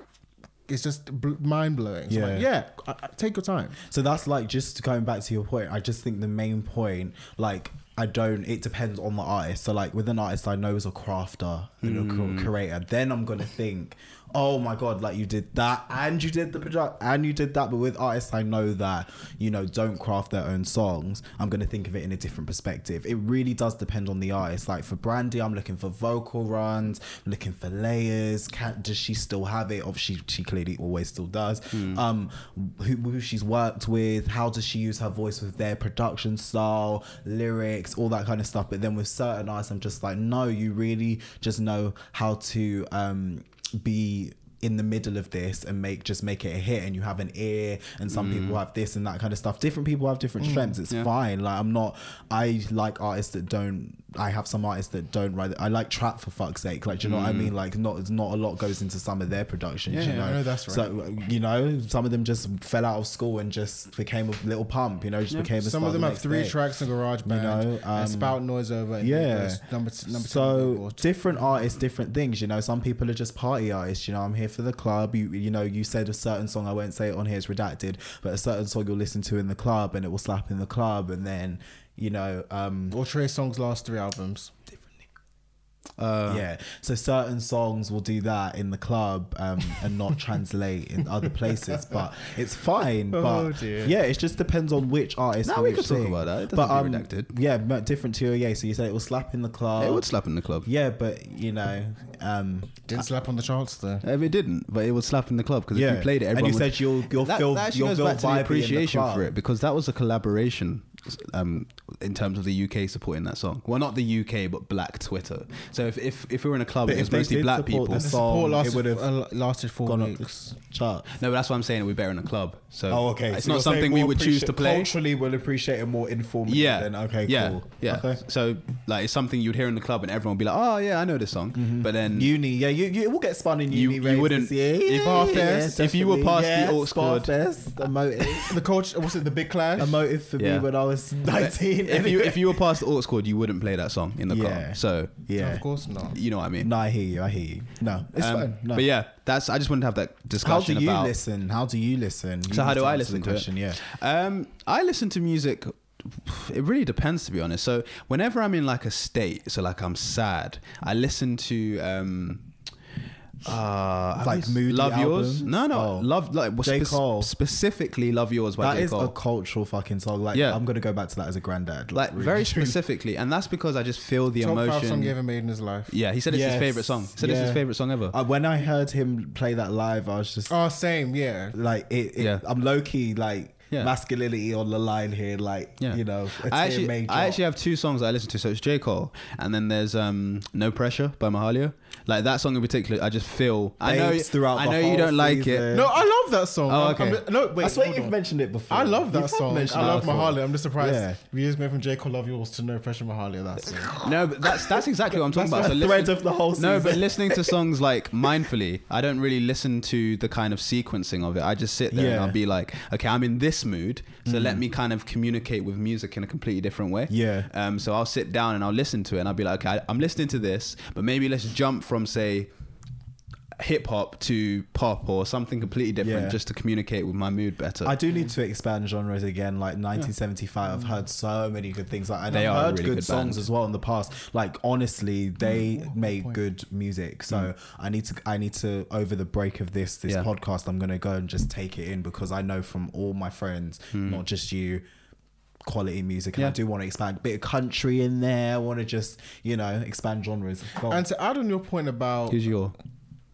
Speaker 2: it's just bl- mind blowing. So
Speaker 4: Yeah.
Speaker 2: like, yeah, I, I- take your time.
Speaker 4: So that's like just going back to your point. I just think the main point, like I don't. It depends on the artist. So like with an artist I know is a crafter and a cr- creator, then I'm gonna think, oh my god, like you did that and you did the product and you did that. But with artists I know that you know don't craft their own songs, I'm gonna think of it in a different perspective. It really does depend on the artist. Like for Brandy, I'm looking for vocal runs, I'm looking for layers. Can does she still have it? Or she she clearly always still does.
Speaker 2: Mm.
Speaker 4: Um, who, who she's worked with? How does she use her voice with their production style, lyrics, all that kind of stuff? But then with certain artists, I'm just like, no, you really just know how to um be in the middle of this and make just make it a hit and you have an ear and some
Speaker 2: Mm.
Speaker 4: people have this and that kind of stuff different people have different strengths it's fine like i'm not i like artists that don't i have some artists that don't write i like trap for fuck's sake like do you know what i mean like not not a lot goes into some of their productions
Speaker 2: Mm. Yeah,
Speaker 4: you
Speaker 2: yeah,
Speaker 4: know
Speaker 2: I know that's right.
Speaker 4: so you know some of them just fell out of school and just became a little pump you know just became a
Speaker 2: Some
Speaker 4: star
Speaker 2: of them
Speaker 4: the
Speaker 2: have
Speaker 4: next
Speaker 2: three
Speaker 4: day.
Speaker 2: tracks in GarageBand. You
Speaker 4: know, um,
Speaker 2: and spout noise over. And
Speaker 4: Yeah.
Speaker 2: it goes Number t- number two.
Speaker 4: so
Speaker 2: or t-
Speaker 4: different artists, different things. You know, some people are just party artists. You know, I'm here for the club. You you know, you said a certain song. I won't say it on here. It's redacted, but a certain song you'll listen to in the club, and it will slap in the club, and then you know, um,
Speaker 2: or Trey Song's last three albums.
Speaker 1: Uh,
Speaker 4: yeah. So certain songs will do that in the club um, and not translate in other places, but it's fine. But
Speaker 2: dear.
Speaker 4: yeah, it just depends on which artist.
Speaker 1: No,
Speaker 4: for
Speaker 1: Oh, we
Speaker 4: which
Speaker 1: could talk
Speaker 4: thing.
Speaker 1: about that. It doesn't
Speaker 4: but
Speaker 1: have to
Speaker 4: um,
Speaker 1: be redacted.
Speaker 4: yeah, but different to yeah. So you said it will slap in the club.
Speaker 1: it would slap in the club.
Speaker 4: Yeah, but you know, um,
Speaker 2: Didn't slap on the charts though.
Speaker 1: Um, it didn't, but it would slap in the club because if you played it,
Speaker 4: and
Speaker 1: everyone
Speaker 4: you
Speaker 1: would-
Speaker 4: said you'll you'll
Speaker 1: that,
Speaker 4: feel
Speaker 1: that actually
Speaker 4: you'll
Speaker 1: goes
Speaker 4: feel
Speaker 1: back to the
Speaker 4: vibey
Speaker 1: appreciation
Speaker 4: in the
Speaker 1: for it because that was a collaboration um, in terms of the UK supporting that song. Well, not the UK, but Black Twitter. So if if, if we were in a club,
Speaker 4: But
Speaker 1: it
Speaker 4: if
Speaker 1: was
Speaker 4: they
Speaker 1: mostly
Speaker 4: did
Speaker 1: black
Speaker 4: support
Speaker 1: people.
Speaker 4: the
Speaker 2: The
Speaker 4: song,
Speaker 2: support
Speaker 4: it
Speaker 2: lasted,
Speaker 4: would've
Speaker 2: uh, lasted four
Speaker 4: gone up.
Speaker 2: weeks.
Speaker 4: Chart.
Speaker 1: No, but that's what I'm saying. We're better in a club. So
Speaker 4: Oh, okay.
Speaker 1: It's
Speaker 4: So you're
Speaker 1: not
Speaker 4: saying
Speaker 1: something we
Speaker 4: we'll
Speaker 1: would choose
Speaker 4: appreciate-
Speaker 1: to play.
Speaker 4: Culturally, we'll appreciate it more informally.
Speaker 1: Yeah.
Speaker 4: Then okay,
Speaker 1: yeah,
Speaker 4: cool.
Speaker 1: Yeah.
Speaker 4: Okay.
Speaker 1: So like it's something you'd hear in the club, and everyone would be like, "Oh yeah, I know this song," but then
Speaker 4: Uni, yeah, Mm-hmm. you, you it will get spun in
Speaker 1: You-
Speaker 4: uni.
Speaker 1: you
Speaker 4: raves
Speaker 1: wouldn't-
Speaker 4: this year.
Speaker 1: if-
Speaker 4: yeah,
Speaker 1: Barfest,
Speaker 4: yeah,
Speaker 1: if you were
Speaker 4: definitely.
Speaker 1: past the
Speaker 4: yes,
Speaker 1: aux chord.
Speaker 4: Barfest, a motive,
Speaker 2: The coach was it the Big Clash?
Speaker 4: a motive for
Speaker 1: Yeah.
Speaker 4: me when I was nineteen.
Speaker 1: if you if you were past the aux chord, you wouldn't play that song in the
Speaker 4: Yeah.
Speaker 1: club. So
Speaker 4: yeah,
Speaker 2: Of course not.
Speaker 1: you know what I mean.
Speaker 4: no, I hear you. I hear you. No, it's
Speaker 1: Um,
Speaker 4: fine. No.
Speaker 1: But yeah, that's I just wanted to have that
Speaker 4: how do
Speaker 1: discussion
Speaker 4: you
Speaker 1: about
Speaker 4: listen? How do you listen? You
Speaker 1: So how
Speaker 4: need
Speaker 1: do
Speaker 4: to
Speaker 1: I
Speaker 4: answer
Speaker 1: listen
Speaker 4: the
Speaker 1: to it?
Speaker 4: question, Yeah.
Speaker 1: Um, I listen to music. It really depends, to be honest. So whenever I'm in like a state, so like I'm sad, I listen to um, uh, I
Speaker 4: Like
Speaker 1: was-
Speaker 4: moody
Speaker 1: Love Yours.
Speaker 4: albums?
Speaker 1: No, no,
Speaker 4: Oh.
Speaker 1: Love like
Speaker 4: J. Cole.
Speaker 1: specifically Love Yours by
Speaker 4: That
Speaker 1: J
Speaker 4: is
Speaker 1: Cole.
Speaker 4: a cultural fucking song. Like,
Speaker 1: Yeah.
Speaker 4: I'm gonna go back to that as a granddad.
Speaker 1: like very specifically, and that's because I just feel the
Speaker 2: Top five song he
Speaker 1: emotion.
Speaker 2: ever made in his life.
Speaker 1: Yeah, he said it's
Speaker 4: Yes.
Speaker 1: his favorite song. He said it's his
Speaker 4: Yeah.
Speaker 1: favorite song ever.
Speaker 4: Uh, when I heard him play that live, I was just
Speaker 2: Oh, same. Yeah.
Speaker 4: like, it, it-
Speaker 1: Yeah.
Speaker 4: I'm low key like
Speaker 1: Yeah.
Speaker 4: masculinity on the line here. Like,
Speaker 1: Yeah.
Speaker 4: you know, a
Speaker 1: I
Speaker 4: tear
Speaker 1: actually,
Speaker 4: may
Speaker 1: I
Speaker 4: drop.
Speaker 1: actually have two songs that I listen to. So it's J. Cole, and then there's um, No Pressure by Mahalia. Like that song in particular, I just feel. I know,
Speaker 4: Babes throughout
Speaker 1: I
Speaker 4: the
Speaker 1: know you
Speaker 4: whole
Speaker 1: don't like
Speaker 4: season.
Speaker 1: it.
Speaker 2: No, I love that song.
Speaker 1: Oh,
Speaker 2: I'm-
Speaker 1: okay.
Speaker 2: I'm- no, wait.
Speaker 4: I swear
Speaker 2: hold
Speaker 4: you've
Speaker 2: on.
Speaker 4: mentioned it before.
Speaker 2: I love
Speaker 4: You've
Speaker 2: that
Speaker 4: had
Speaker 2: song.
Speaker 4: mentioned
Speaker 2: I
Speaker 4: that
Speaker 2: love
Speaker 4: before.
Speaker 2: Mahalia. I'm just surprised
Speaker 4: Yeah.
Speaker 2: we just went from J. Cole Love Yours to No Pressure Mahalia. That's it.
Speaker 1: No, but that's that's exactly what I'm talking about. So
Speaker 4: The
Speaker 1: listen-
Speaker 4: thread of the whole season.
Speaker 1: no, but listening to songs like mindfully, I don't really listen to the kind of sequencing of it. I just sit there and
Speaker 4: Yeah. Mm.
Speaker 1: I'll be like, okay, I'm in this mood, so let me kind of communicate with music in a completely different way.
Speaker 4: Yeah.
Speaker 1: Um, so I'll sit down and I'll listen to it, and I'll be like, okay, I- I'm listening to this, but maybe let's jump from say hip hop to pop or something completely different,
Speaker 4: Yeah.
Speaker 1: just to communicate with my mood better.
Speaker 4: I do need to expand genres again. Like 1975, I've heard so many good things. Like and
Speaker 1: They
Speaker 4: I've
Speaker 1: are a
Speaker 4: heard
Speaker 1: really
Speaker 4: good,
Speaker 1: good
Speaker 4: songs
Speaker 1: band.
Speaker 4: as well in the past. Like honestly, they make good music. So I need to, I need to over the break of this this
Speaker 1: Mm. Yeah.
Speaker 4: podcast, I'm gonna go and just take it in because I know from all my friends, not just you. Quality music, and I
Speaker 1: Mm. Yeah.
Speaker 4: do want to expand a bit of country in there. I want to just, you know, expand genres. Go on.
Speaker 2: And to add on your point about
Speaker 1: Who's your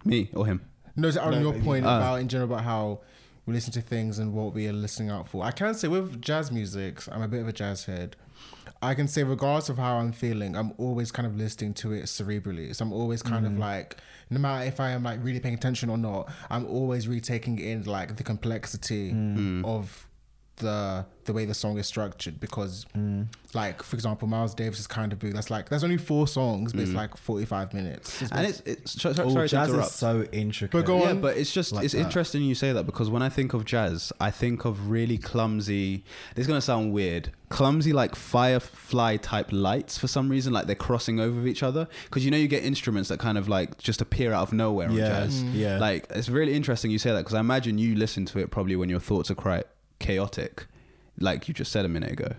Speaker 1: me or him?
Speaker 2: No, so on your point
Speaker 1: Ah.
Speaker 2: about in general about how we listen to things and what we are listening out for. I can say with jazz music, I'm a bit of a jazz head. I can say regardless of how I'm feeling, I'm always kind of listening to it cerebrally. So I'm always kind
Speaker 4: Mm.
Speaker 2: of like, no matter if I am like really paying attention or not, I'm always retaking in like the complexity
Speaker 4: Mm.
Speaker 2: of the the way the song is structured because
Speaker 4: Mm.
Speaker 2: like for example Miles Davis is kind of big that's like there's only four songs
Speaker 4: Mm.
Speaker 2: but it's like 45 minutes It's
Speaker 1: And it's, it's so- so-
Speaker 4: Oh,
Speaker 1: sorry to
Speaker 4: jazz
Speaker 1: interrupt.
Speaker 4: is so intricate.
Speaker 2: But go on.
Speaker 1: Yeah, but it's just
Speaker 4: like
Speaker 1: it's
Speaker 4: that.
Speaker 1: interesting you say that because when I think of jazz, I think of really clumsy. This is gonna sound weird. Clumsy like firefly type lights for some reason, like they're crossing over each other. Because you know you get instruments that kind of like just appear out of nowhere in
Speaker 4: Yeah,
Speaker 1: jazz.
Speaker 4: mm. yeah.
Speaker 1: like it's really interesting you say that because I imagine you listen to it probably when your thoughts are quite chaotic, like you just said a minute ago.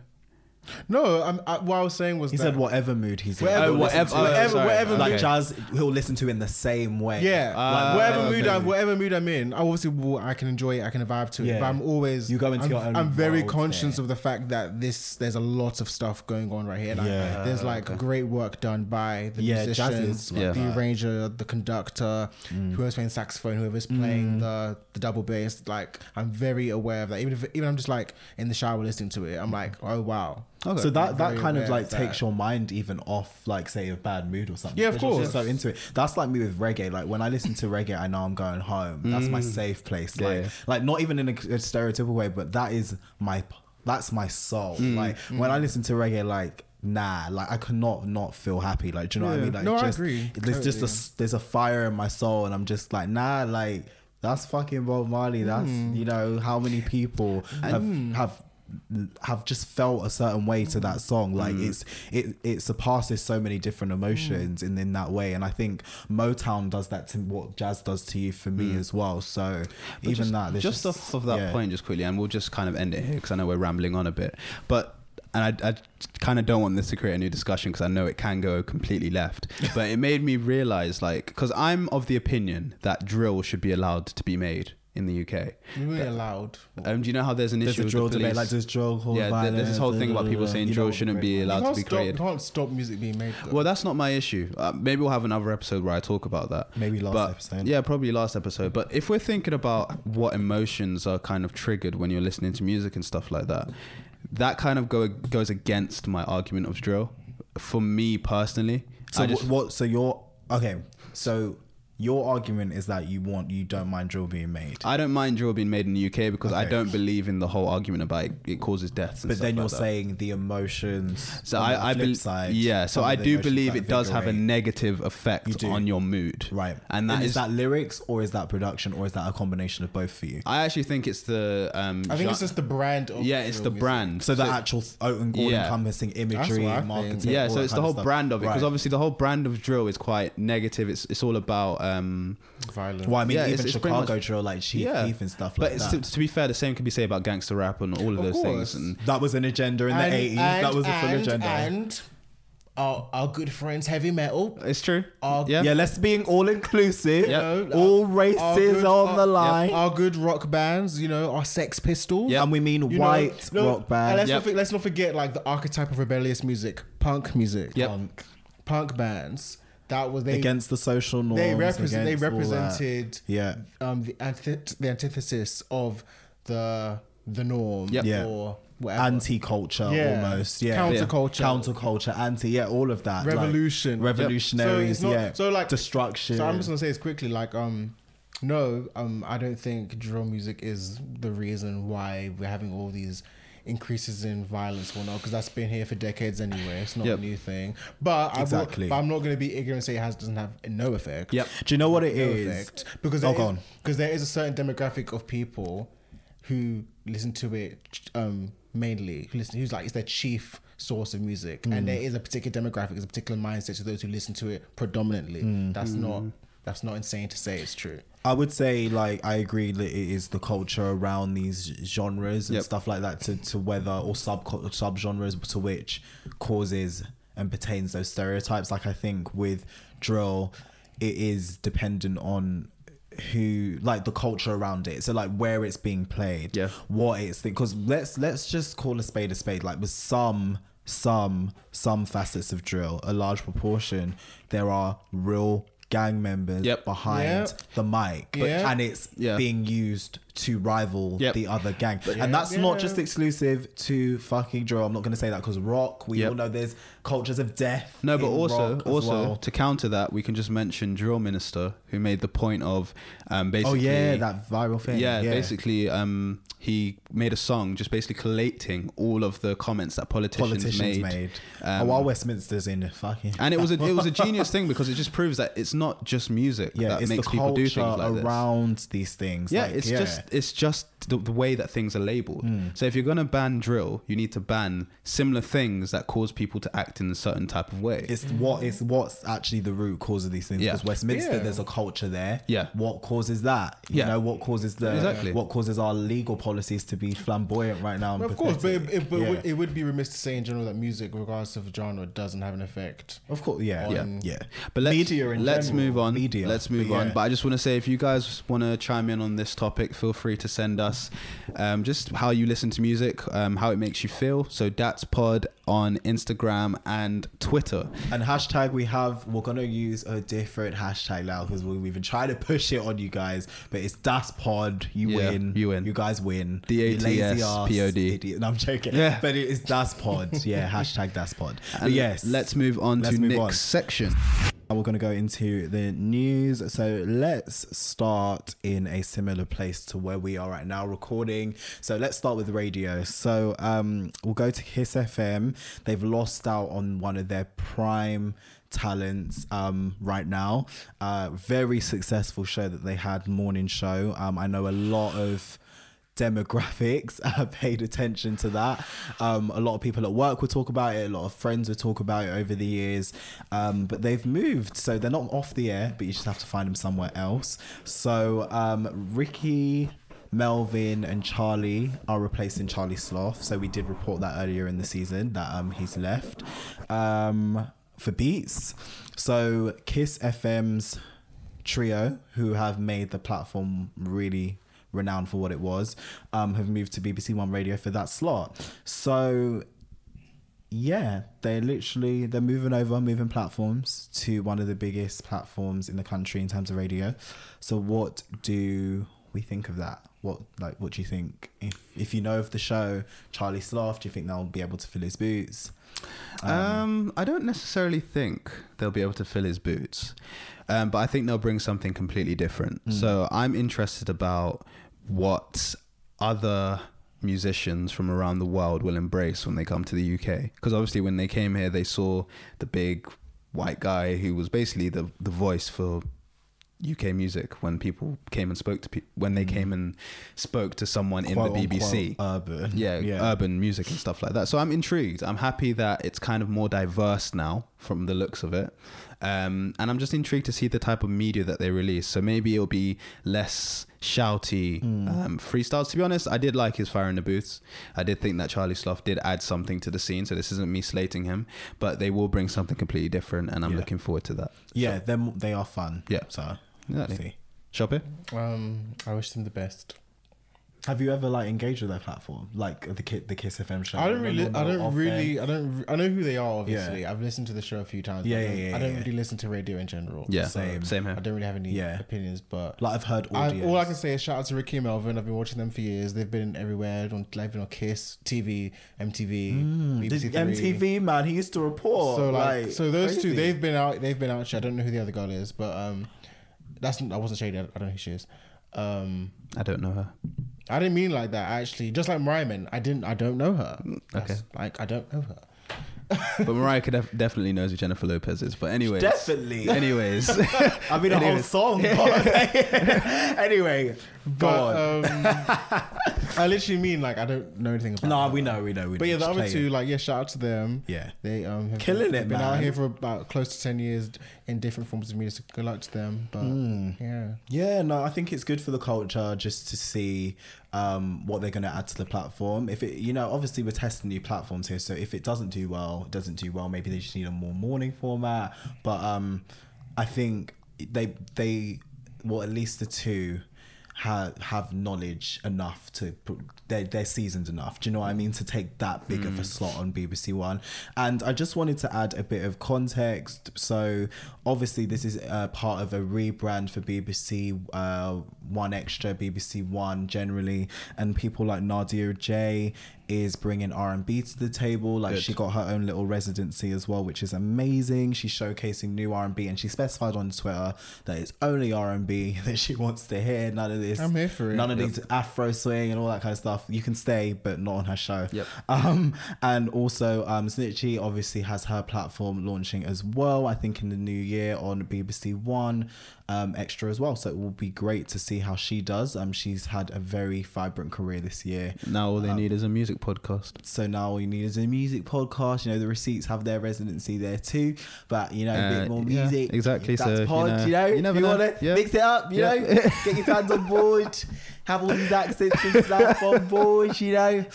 Speaker 2: No, I'm, I, what I was saying was
Speaker 4: He
Speaker 2: that,
Speaker 4: said whatever mood he's
Speaker 2: Whatever-
Speaker 4: in.
Speaker 2: Oh,
Speaker 5: whatever- oh,
Speaker 4: whatever,
Speaker 5: sorry.
Speaker 4: whatever
Speaker 5: Okay.
Speaker 4: mood jazz he'll listen to in the same way.
Speaker 2: Yeah, Uh,
Speaker 5: Ah,
Speaker 2: whatever
Speaker 5: okay.
Speaker 2: mood I'm, whatever mood I'm in, I obviously will, I can enjoy it, I can vibe to it.
Speaker 4: Yeah.
Speaker 2: But I'm always
Speaker 4: You go into
Speaker 2: I'm,
Speaker 4: your own
Speaker 2: I'm very
Speaker 4: world
Speaker 2: conscious
Speaker 4: there.
Speaker 2: of the fact that this there's a lot of stuff going on right here. Like,
Speaker 4: Yeah.
Speaker 2: there's like great work done by the
Speaker 4: Yeah, Mm. jazz
Speaker 2: musicians,
Speaker 4: is
Speaker 1: like
Speaker 2: the
Speaker 1: that.
Speaker 2: arranger, the conductor, whoever's playing saxophone, whoever's playing
Speaker 4: Mm.
Speaker 2: the the double bass. Like I'm very aware of that. Even if even I'm just like in the shower listening to it, I'm like,
Speaker 4: Mm.
Speaker 2: oh wow.
Speaker 1: Okay.
Speaker 4: So that that
Speaker 2: Very
Speaker 4: kind of
Speaker 2: aware
Speaker 4: like
Speaker 2: of that.
Speaker 4: takes your mind even off like say a bad mood or something.
Speaker 2: Yeah, of
Speaker 4: Because you're just
Speaker 2: course.
Speaker 4: So into it. That's like me with reggae. Like when I listen to reggae, I know I'm going home. That's my
Speaker 2: Mm.
Speaker 4: safe place. Like
Speaker 1: Yeah.
Speaker 4: like not even in a, a stereotypical way, but that is my that's my soul.
Speaker 2: Mm,
Speaker 4: Like when I listen to reggae, like nah, like I cannot not feel happy. Like do you know what I mean? Like
Speaker 2: No, I
Speaker 4: just,
Speaker 2: agree.
Speaker 4: There's just a s- there's a fire in my soul, and I'm just like nah, like. That's fucking Bob Marley. That's
Speaker 1: Hmm.
Speaker 4: you know how many people have, have have just felt a certain way to that song like
Speaker 1: Hmm.
Speaker 4: it's it it surpasses so many different emotions in in that way and i think motown does that to what jazz does to you for me as well so
Speaker 1: Hmm. But
Speaker 4: even
Speaker 1: just,
Speaker 4: that there's
Speaker 1: just off of that
Speaker 4: yeah.
Speaker 1: point, just quickly, and we'll just kind of end it here because I know we're rambling on a bit. But and I, I kind of don't want this to create a new discussion because I know it can go completely left. but it made me realize, like, because I'm of the opinion that drill should be allowed to be made in the UK.
Speaker 2: We were allowed.
Speaker 1: Um, do you know how there's an
Speaker 4: there's
Speaker 1: issue
Speaker 4: a
Speaker 1: with
Speaker 4: drill
Speaker 1: the
Speaker 4: debate
Speaker 1: police?
Speaker 4: like there's drill whole
Speaker 1: yeah, there- there's this whole thing about people saying drill shouldn't be
Speaker 2: You
Speaker 1: allowed to
Speaker 2: can't
Speaker 1: be
Speaker 2: stop, you
Speaker 1: created.
Speaker 2: can't stop music being made. Though.
Speaker 1: Well, that's not my issue. Uh, maybe we'll have another episode where I talk about that.
Speaker 4: Maybe last
Speaker 1: But-
Speaker 4: episode.
Speaker 1: Yeah, probably last episode. But if we're thinking about what emotions are kind of triggered when you're listening to music and stuff like that, that kind of go, goes against my argument of drill. For me personally,
Speaker 4: so
Speaker 1: I just
Speaker 4: what, what so your okay so your argument is that you want you don't mind drill being made
Speaker 1: I don't mind drill being made in the UK because I
Speaker 4: Okay.
Speaker 1: don't believe in the whole argument about it, it causes deaths. And
Speaker 4: but
Speaker 1: stuff
Speaker 4: then
Speaker 1: like
Speaker 4: you're
Speaker 1: that.
Speaker 4: saying the emotions
Speaker 1: So
Speaker 4: on the
Speaker 1: I, I
Speaker 4: flip
Speaker 1: bel-
Speaker 4: side
Speaker 1: yeah. So
Speaker 4: some
Speaker 1: I
Speaker 4: of the
Speaker 1: do
Speaker 4: emotions
Speaker 1: believe
Speaker 4: that
Speaker 1: it does have a
Speaker 4: invigorate.
Speaker 1: negative
Speaker 4: You
Speaker 1: effect
Speaker 4: do.
Speaker 1: on your mood,
Speaker 4: Right.
Speaker 1: And that is,
Speaker 4: that lyrics or is that production or is that a combination of both for you?
Speaker 1: I actually think it's the. Um,
Speaker 2: I think
Speaker 1: gen-
Speaker 2: it's just the brand. Of
Speaker 1: yeah, it's
Speaker 2: drill
Speaker 1: the
Speaker 2: music.
Speaker 1: brand.
Speaker 4: So the actual th- all
Speaker 1: Yeah.
Speaker 4: encompassing
Speaker 2: That's
Speaker 4: imagery,
Speaker 2: what I think.
Speaker 4: marketing.
Speaker 1: yeah,
Speaker 4: all
Speaker 1: so
Speaker 4: that
Speaker 1: it's the
Speaker 4: kind
Speaker 1: whole
Speaker 4: stuff.
Speaker 1: brand of it because
Speaker 4: Right.
Speaker 1: obviously the whole brand of drill is quite negative. It's it's all about um,
Speaker 2: Violent.
Speaker 4: Well, I mean,
Speaker 1: Yeah,
Speaker 4: even
Speaker 1: it's- it's pretty
Speaker 4: Chicago
Speaker 1: much-
Speaker 4: drill, like Chief
Speaker 1: yeah,
Speaker 4: Keef and stuff
Speaker 1: but
Speaker 4: like
Speaker 1: it's-
Speaker 4: that.
Speaker 1: To, to be fair, the same could be said about gangster rap and all of,
Speaker 2: Of
Speaker 1: those
Speaker 2: course.
Speaker 1: things. And
Speaker 4: that was an agenda in
Speaker 2: And-
Speaker 4: the eighties.
Speaker 2: and-
Speaker 4: That was a full
Speaker 2: and-
Speaker 4: agenda.
Speaker 2: And our, our good friends, heavy metal.
Speaker 1: it's true.
Speaker 2: Our-
Speaker 1: yeah.
Speaker 4: yeah, let's being all inclusive.
Speaker 1: Yep.
Speaker 2: you know,
Speaker 4: All
Speaker 2: our-
Speaker 4: races
Speaker 2: our good-
Speaker 4: on
Speaker 2: our-
Speaker 4: the line.
Speaker 2: Our good rock bands, you know, our Sex Pistols.
Speaker 4: And we mean
Speaker 2: you know,
Speaker 4: white
Speaker 2: no,
Speaker 4: rock
Speaker 2: And
Speaker 4: band.
Speaker 2: let's,
Speaker 1: Yep.
Speaker 2: not, for- let's not forget like the archetype of rebellious music, punk music,
Speaker 1: Yep.
Speaker 4: Punk.
Speaker 2: punk bands. That was they.
Speaker 4: against the social norms.
Speaker 2: they represent. They
Speaker 4: against all that.
Speaker 2: represented.
Speaker 4: Yeah.
Speaker 2: Um, the antith- the antithesis of the the norm.
Speaker 1: Yep.
Speaker 4: Yeah.
Speaker 2: Or whatever.
Speaker 4: Anti-culture
Speaker 2: Yeah.
Speaker 4: almost, yeah.
Speaker 2: Counterculture.
Speaker 4: counterculture, anti, yeah, all of that, like,
Speaker 2: Revolution. So
Speaker 4: revolutionaries,
Speaker 2: it's not-
Speaker 4: yeah,
Speaker 2: so, like-
Speaker 4: destruction.
Speaker 2: So I'm just gonna say this quickly, like um. No, um, I don't think drill music is the reason why we're having all these increases in violence or not, because that's been here for decades anyway. It's not
Speaker 1: Yep.
Speaker 2: a new thing. But I
Speaker 4: Exactly.
Speaker 2: will, but I'm not going to be ignorant and say it has doesn't have no effect.
Speaker 1: Yep.
Speaker 4: Do you know what it
Speaker 2: No
Speaker 4: is?
Speaker 2: effect because
Speaker 4: Oh,
Speaker 2: there
Speaker 4: go
Speaker 2: is-
Speaker 4: on.
Speaker 2: because there is a certain demographic of people who listen to it um, mainly who listen who's like it's their chief source of music,
Speaker 4: Mm.
Speaker 2: and there is a particular demographic, there's a particular mindset to those who listen to it predominantly.
Speaker 4: Mm.
Speaker 2: That's not that's not insane to say it's true.
Speaker 4: I would say like I agree that it is the culture around these genres and
Speaker 1: Yep.
Speaker 4: stuff like that to, to whether or sub subgenres to which causes and pertains those stereotypes. Like I think with drill, it is dependent on who like the culture around it. So like where it's being played,
Speaker 1: Yeah.
Speaker 4: what it's because let's let's just call a spade a spade. Like with some some some facets of drill, a large proportion there are real gang members
Speaker 1: Yep.
Speaker 4: behind
Speaker 2: Yep.
Speaker 4: the mic
Speaker 2: Yeah.
Speaker 4: and it's
Speaker 1: Yeah.
Speaker 4: being used to rival
Speaker 1: Yep.
Speaker 4: the other gang and that's not just exclusive to fucking drill i'm not going to say that because rock we
Speaker 1: Yep.
Speaker 4: all know there's cultures of death
Speaker 1: No, but
Speaker 4: in
Speaker 1: also,
Speaker 4: rock as
Speaker 1: also
Speaker 4: well.
Speaker 1: to counter that, we can just mention drill minister who made the point of um,
Speaker 4: oh
Speaker 1: basically.
Speaker 4: yeah that viral thing
Speaker 1: Yeah, basically, um, he made a song just basically collating all of the comments that politicians,
Speaker 4: politicians made,
Speaker 1: Um,
Speaker 4: oh, our westminster's in the fucking
Speaker 1: and it was a, it was a genius thing because it just proves that it's not just music
Speaker 4: yeah
Speaker 1: that
Speaker 4: it's
Speaker 1: makes
Speaker 4: the
Speaker 1: people
Speaker 4: culture
Speaker 1: do things like this.
Speaker 4: around these things
Speaker 1: Yeah,
Speaker 4: like, Hmm.
Speaker 1: it's just it's just the, the way that things are labeled. So if you're gonna ban drill, you need to ban similar things that cause people to act in a certain type of way.
Speaker 4: It's what it's what's actually the root cause of these things.
Speaker 1: Yeah.
Speaker 4: Because Westminster,
Speaker 2: Yeah.
Speaker 4: there's a culture there.
Speaker 1: Yeah.
Speaker 4: What causes that? You
Speaker 1: Yeah.
Speaker 4: know, what causes the
Speaker 1: Exactly.
Speaker 4: what causes our legal policies to be flamboyant right now? and
Speaker 2: Of course, but, it,
Speaker 4: pathetic?
Speaker 2: it, but
Speaker 4: Yeah.
Speaker 2: it would- it would be remiss to say in general that music, regardless of genre, doesn't have an effect.
Speaker 4: of course, yeah, yeah,
Speaker 2: on-
Speaker 4: yeah.
Speaker 1: But let's,
Speaker 4: Media in
Speaker 1: let's
Speaker 4: general.
Speaker 1: move on.
Speaker 4: Media.
Speaker 1: Let's move
Speaker 4: But
Speaker 1: on.
Speaker 4: yeah.
Speaker 1: But I just want to say, if you guys want to chime in on this topic, feel free to send us um, just how you listen to music, um, how it makes you feel. So that's pod on Instagram and Twitter.
Speaker 4: And hashtag we have we're gonna use a different hashtag now because we, we've been trying to push it on you guys, but it's Das Pod. You
Speaker 1: Yeah,
Speaker 4: win.
Speaker 1: you win.
Speaker 4: You guys win.
Speaker 1: D A
Speaker 4: You
Speaker 1: T
Speaker 4: lazy
Speaker 1: S
Speaker 4: ass
Speaker 1: P O D.
Speaker 4: idiot. No, I'm joking.
Speaker 1: Yeah.
Speaker 4: But it is Das Pod. Yeah. hashtag Das Pod. But
Speaker 1: And
Speaker 4: yes.
Speaker 1: let's move on
Speaker 4: Let's
Speaker 1: to
Speaker 4: move
Speaker 1: Nick's
Speaker 4: on.
Speaker 1: section.
Speaker 4: And we're going to go into the news. So let's start in a similar place to where we are right now recording. So let's start with radio. So um, we'll go to Kiss FM. They've lost out on one of their prime talents um, right now. Uh, very successful show that they had, morning show. Um, I know a lot of demographics I paid attention to that um, a lot of people at work will talk about it a lot of friends will talk about it over the years um, but they've moved so they're not off the air but you just have to find them somewhere else so um, ricky Melvin and Charlie are replacing Charlie Sloth. So we did report that earlier in the season that um he's left um for Beats. So Kiss FM's trio who have made the platform really renowned for what it was um, have moved to BBC One Radio for that slot. So yeah, they literally they're moving over, moving platforms to one of the biggest platforms in the country in terms of radio. So what do we think of that? What like what do you think? If if you know of the show Charlie Sloth, do you think they'll be able to fill his boots?
Speaker 1: Um, I don't necessarily think they'll be able to fill his boots, um, but I think they'll bring something completely different.
Speaker 4: Hmm.
Speaker 1: So I'm interested about what other musicians from around the world will embrace when they come to the UK. Because obviously, when they came here, they saw the big white guy who was basically the the voice for UK music when people came and spoke to pe- when they came and spoke to someone
Speaker 4: Hmm. Quote,
Speaker 1: in the
Speaker 4: unquote,
Speaker 1: BBC
Speaker 4: urban.
Speaker 1: yeah, urban music and stuff like that. So I'm intrigued. I'm happy that it's kind of more diverse now from the looks of it. Um, and I'm just intrigued to see the type of media that they release. So maybe it'll be less shouty um, freestyles. To be honest, I did like his Fire in the Booths. I did think that Charlie Slough did add something to the scene. So this isn't me slating him, but they will bring something completely different. And I'm
Speaker 4: Yeah.
Speaker 1: looking forward to that.
Speaker 4: Yeah, them they are fun.
Speaker 1: Yeah.
Speaker 4: So
Speaker 1: Exactly.
Speaker 4: see.
Speaker 1: Shopee?
Speaker 2: Um, I wish them the best.
Speaker 4: Have you ever like engaged with their platform, like the Ki- the Kiss FM show?
Speaker 2: I don't really, I
Speaker 4: Off
Speaker 2: don't
Speaker 4: them.
Speaker 2: really, I don't, re- I know who they are. Obviously, I've listened to the show a few times. but
Speaker 4: Yeah,
Speaker 2: I
Speaker 4: yeah,
Speaker 2: don't,
Speaker 4: yeah,
Speaker 2: I don't
Speaker 4: yeah.
Speaker 2: really listen to radio in general.
Speaker 1: Yeah.
Speaker 2: so
Speaker 1: Same. Same
Speaker 2: I
Speaker 1: here.
Speaker 2: don't really have any
Speaker 4: Yeah.
Speaker 2: opinions, but
Speaker 4: Like I've heard
Speaker 2: I,
Speaker 4: audio.
Speaker 2: all I can say is shout out to Ricky and Melvin. I've been watching them for years. They've been everywhere. On like been on Kiss TV, MTV,
Speaker 4: Mm,
Speaker 2: BBC Three.
Speaker 4: MTV man, he used to report.
Speaker 2: So like, so those two,
Speaker 4: crazy.
Speaker 2: they've been out. They've been out. Actually, I don't know who the other girl is, but um, that's I wasn't shady. I don't know who she is. Um,
Speaker 1: I don't know her.
Speaker 2: I didn't mean like that. Actually, just like Ryman, I didn't. I don't know her. That's- like I don't know her.
Speaker 1: But Mariah could def- definitely knows who Jennifer Lopez is. But anyways.
Speaker 4: definitely.
Speaker 1: Anyways.
Speaker 4: I mean, a whole
Speaker 1: Anyways.
Speaker 4: song. but- anyway, go on.
Speaker 2: But um, I literally mean like I don't know anything about.
Speaker 4: no,
Speaker 2: her.
Speaker 4: we know, we know, we know.
Speaker 2: But yeah, the
Speaker 4: Just
Speaker 2: other
Speaker 4: play
Speaker 2: two,
Speaker 4: it.
Speaker 2: like yeah, shout out to them.
Speaker 4: Yeah.
Speaker 2: They um have
Speaker 4: Killing
Speaker 2: been,
Speaker 4: it,
Speaker 2: Been out
Speaker 4: man.
Speaker 2: here for about close to ten years in different forms of music. Good luck to them. But
Speaker 4: Hmm.
Speaker 2: yeah,
Speaker 4: Yeah, no, I think it's good for the culture just to see um, what they're going to add to the platform. If it, you know, obviously we're testing new platforms here, so if it doesn't do well, it doesn't do well. Maybe they just need a more morning format. But um, I think they they well at least the two have have knowledge enough to pr- they're, they're seasoned enough do you know what i mean to take that big of a slot on bbc one and i just wanted to add a bit of context so obviously this is uh, part of a rebrand for bbc uh, one extra bbc one generally and people like nadia j is bringing R&B to the table. Like
Speaker 1: Good.
Speaker 4: she got her own little residency as well, which is amazing. She's showcasing new R&B and she specified on Twitter that it's only R&B that she wants to hear. None of this.
Speaker 2: I'm here for it.
Speaker 4: None of these Afro swing and all that kind of stuff. You can stay, but not on her show.
Speaker 1: Yep.
Speaker 4: Um, and also, um, Snitchy obviously has her platform launching as well. I think in the new year on BBC One um, Extra as well. So it will be great to see how she does. Um, she's had a very vibrant career this year.
Speaker 1: Now
Speaker 4: Uh,
Speaker 1: all they need is a music podcast.
Speaker 4: So now all you need is a music podcast. You know, the receipts have their residency there too. But you know, a
Speaker 1: Uh,
Speaker 4: bit more
Speaker 1: yeah,
Speaker 4: music.
Speaker 1: exactly,
Speaker 4: That's
Speaker 1: so, you
Speaker 4: pod,
Speaker 1: know,
Speaker 4: you know,
Speaker 1: you never
Speaker 4: if you
Speaker 1: know,
Speaker 4: want to
Speaker 1: yeah.
Speaker 4: mix it up, you
Speaker 1: Yeah.
Speaker 4: know, get your fans on board, have all these accents and stuff on board, you know,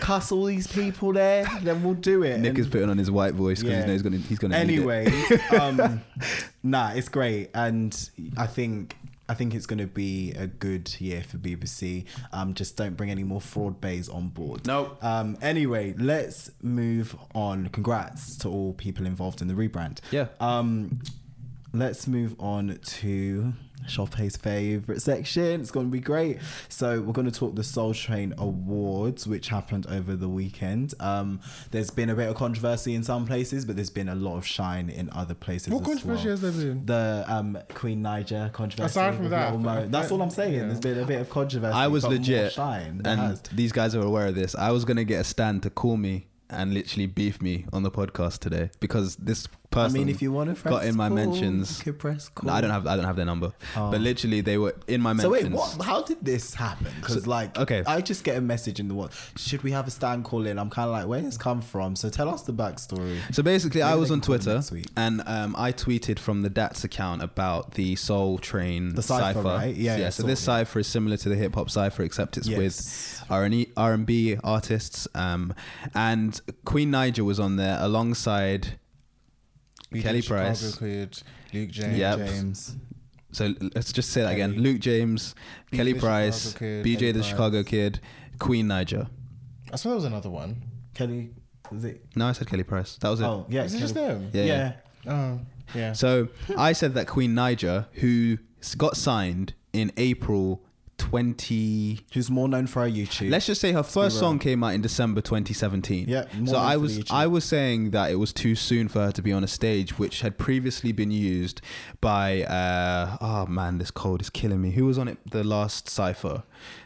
Speaker 4: cuss all these people there, then we'll do it.
Speaker 1: Nick
Speaker 4: And-
Speaker 1: is putting on his white voice because
Speaker 4: Yeah.
Speaker 1: he knows he's gonna he's gonna need it.
Speaker 4: Anyway, um, nah, it's great, and I think I think it's going to be a good year for BBC. Um, just don't bring any more fraud bays on board.
Speaker 1: Nope.
Speaker 4: Um, anyway, let's move on. Congrats to all people involved in the rebrand.
Speaker 1: Yeah.
Speaker 4: Um, let's move on to Shopey's favorite section. It's going to be great. So we're going to talk the Soul Train Awards, which happened over the weekend. Um, there's been a bit of controversy in some places, but there's been a lot of shine in other places.
Speaker 2: What
Speaker 4: as
Speaker 2: controversy
Speaker 4: well.
Speaker 2: has there been?
Speaker 4: The um, Queen Niger controversy.
Speaker 2: Aside from
Speaker 4: with
Speaker 2: that,
Speaker 4: Lil Mo.
Speaker 2: I- I-
Speaker 4: that's all I'm saying.
Speaker 2: yeah.
Speaker 4: There's been a bit of controversy.
Speaker 1: I was
Speaker 4: but more
Speaker 1: legit,
Speaker 4: shine. There
Speaker 1: and
Speaker 4: has.
Speaker 1: these guys are aware of this. I was gonna get a stand to call me and literally beef me on the podcast today because this
Speaker 4: I
Speaker 1: person.
Speaker 4: mean, if you want to press
Speaker 1: got in my
Speaker 4: call,
Speaker 1: mentions.
Speaker 4: you could press
Speaker 1: No, I don't have I don't have their number,
Speaker 4: Oh.
Speaker 1: but literally they were in my
Speaker 4: So
Speaker 1: mentions.
Speaker 4: wait, what? How did this happen? Because
Speaker 1: So-
Speaker 4: like,
Speaker 1: okay.
Speaker 4: I just get a message in the what? Should we have a stand call in? I'm kind of like, where this come from? So tell us the backstory.
Speaker 1: So basically, I
Speaker 4: Maybe
Speaker 1: was
Speaker 4: they
Speaker 1: on
Speaker 4: can call me
Speaker 1: Twitter
Speaker 4: next week.
Speaker 1: and um, I tweeted from the Dats account about the Soul Train
Speaker 4: The cypher, right? Yeah,
Speaker 1: Yeah,
Speaker 4: yeah,
Speaker 1: So
Speaker 4: sort
Speaker 1: this
Speaker 4: of.
Speaker 1: cipher is similar to the hip hop cipher, except it's
Speaker 4: Yes.
Speaker 1: with R and E, R and B artists. Um, and Queen Niger was on there alongside
Speaker 2: We
Speaker 1: Kelly
Speaker 2: did Chicago
Speaker 1: Price.
Speaker 2: Quid, Luke James.
Speaker 1: Yep.
Speaker 4: James.
Speaker 1: So l- let's just say that again:
Speaker 2: Kelly.
Speaker 1: Luke James,
Speaker 2: BJ
Speaker 1: Kelly
Speaker 2: the
Speaker 1: Price,
Speaker 2: Chicago Kid,
Speaker 1: BJ
Speaker 2: Kelly
Speaker 1: the
Speaker 2: Price.
Speaker 1: Chicago Kid, Queen Niger.
Speaker 2: I saw there was another one.
Speaker 4: Kelly. Is it?
Speaker 1: No, I said Kelly Price. That was it.
Speaker 4: Oh, yeah.
Speaker 2: Is it just
Speaker 4: Kelly-
Speaker 2: them?
Speaker 1: Yeah, yeah.
Speaker 4: yeah.
Speaker 2: Oh, yeah.
Speaker 1: So I said that Queen Niger, who s- got signed in April 20.
Speaker 4: Who's more known for our YouTube?
Speaker 1: Let's just say her first
Speaker 4: real.
Speaker 1: song came out in December 2017.
Speaker 4: Yeah, more
Speaker 1: So
Speaker 4: than
Speaker 1: I
Speaker 4: for
Speaker 1: was
Speaker 4: the YouTube.
Speaker 1: I was saying that it was too soon for her to be on a stage, which had previously been used by uh, oh man, this cold is killing me. Who was on it? The last cipher.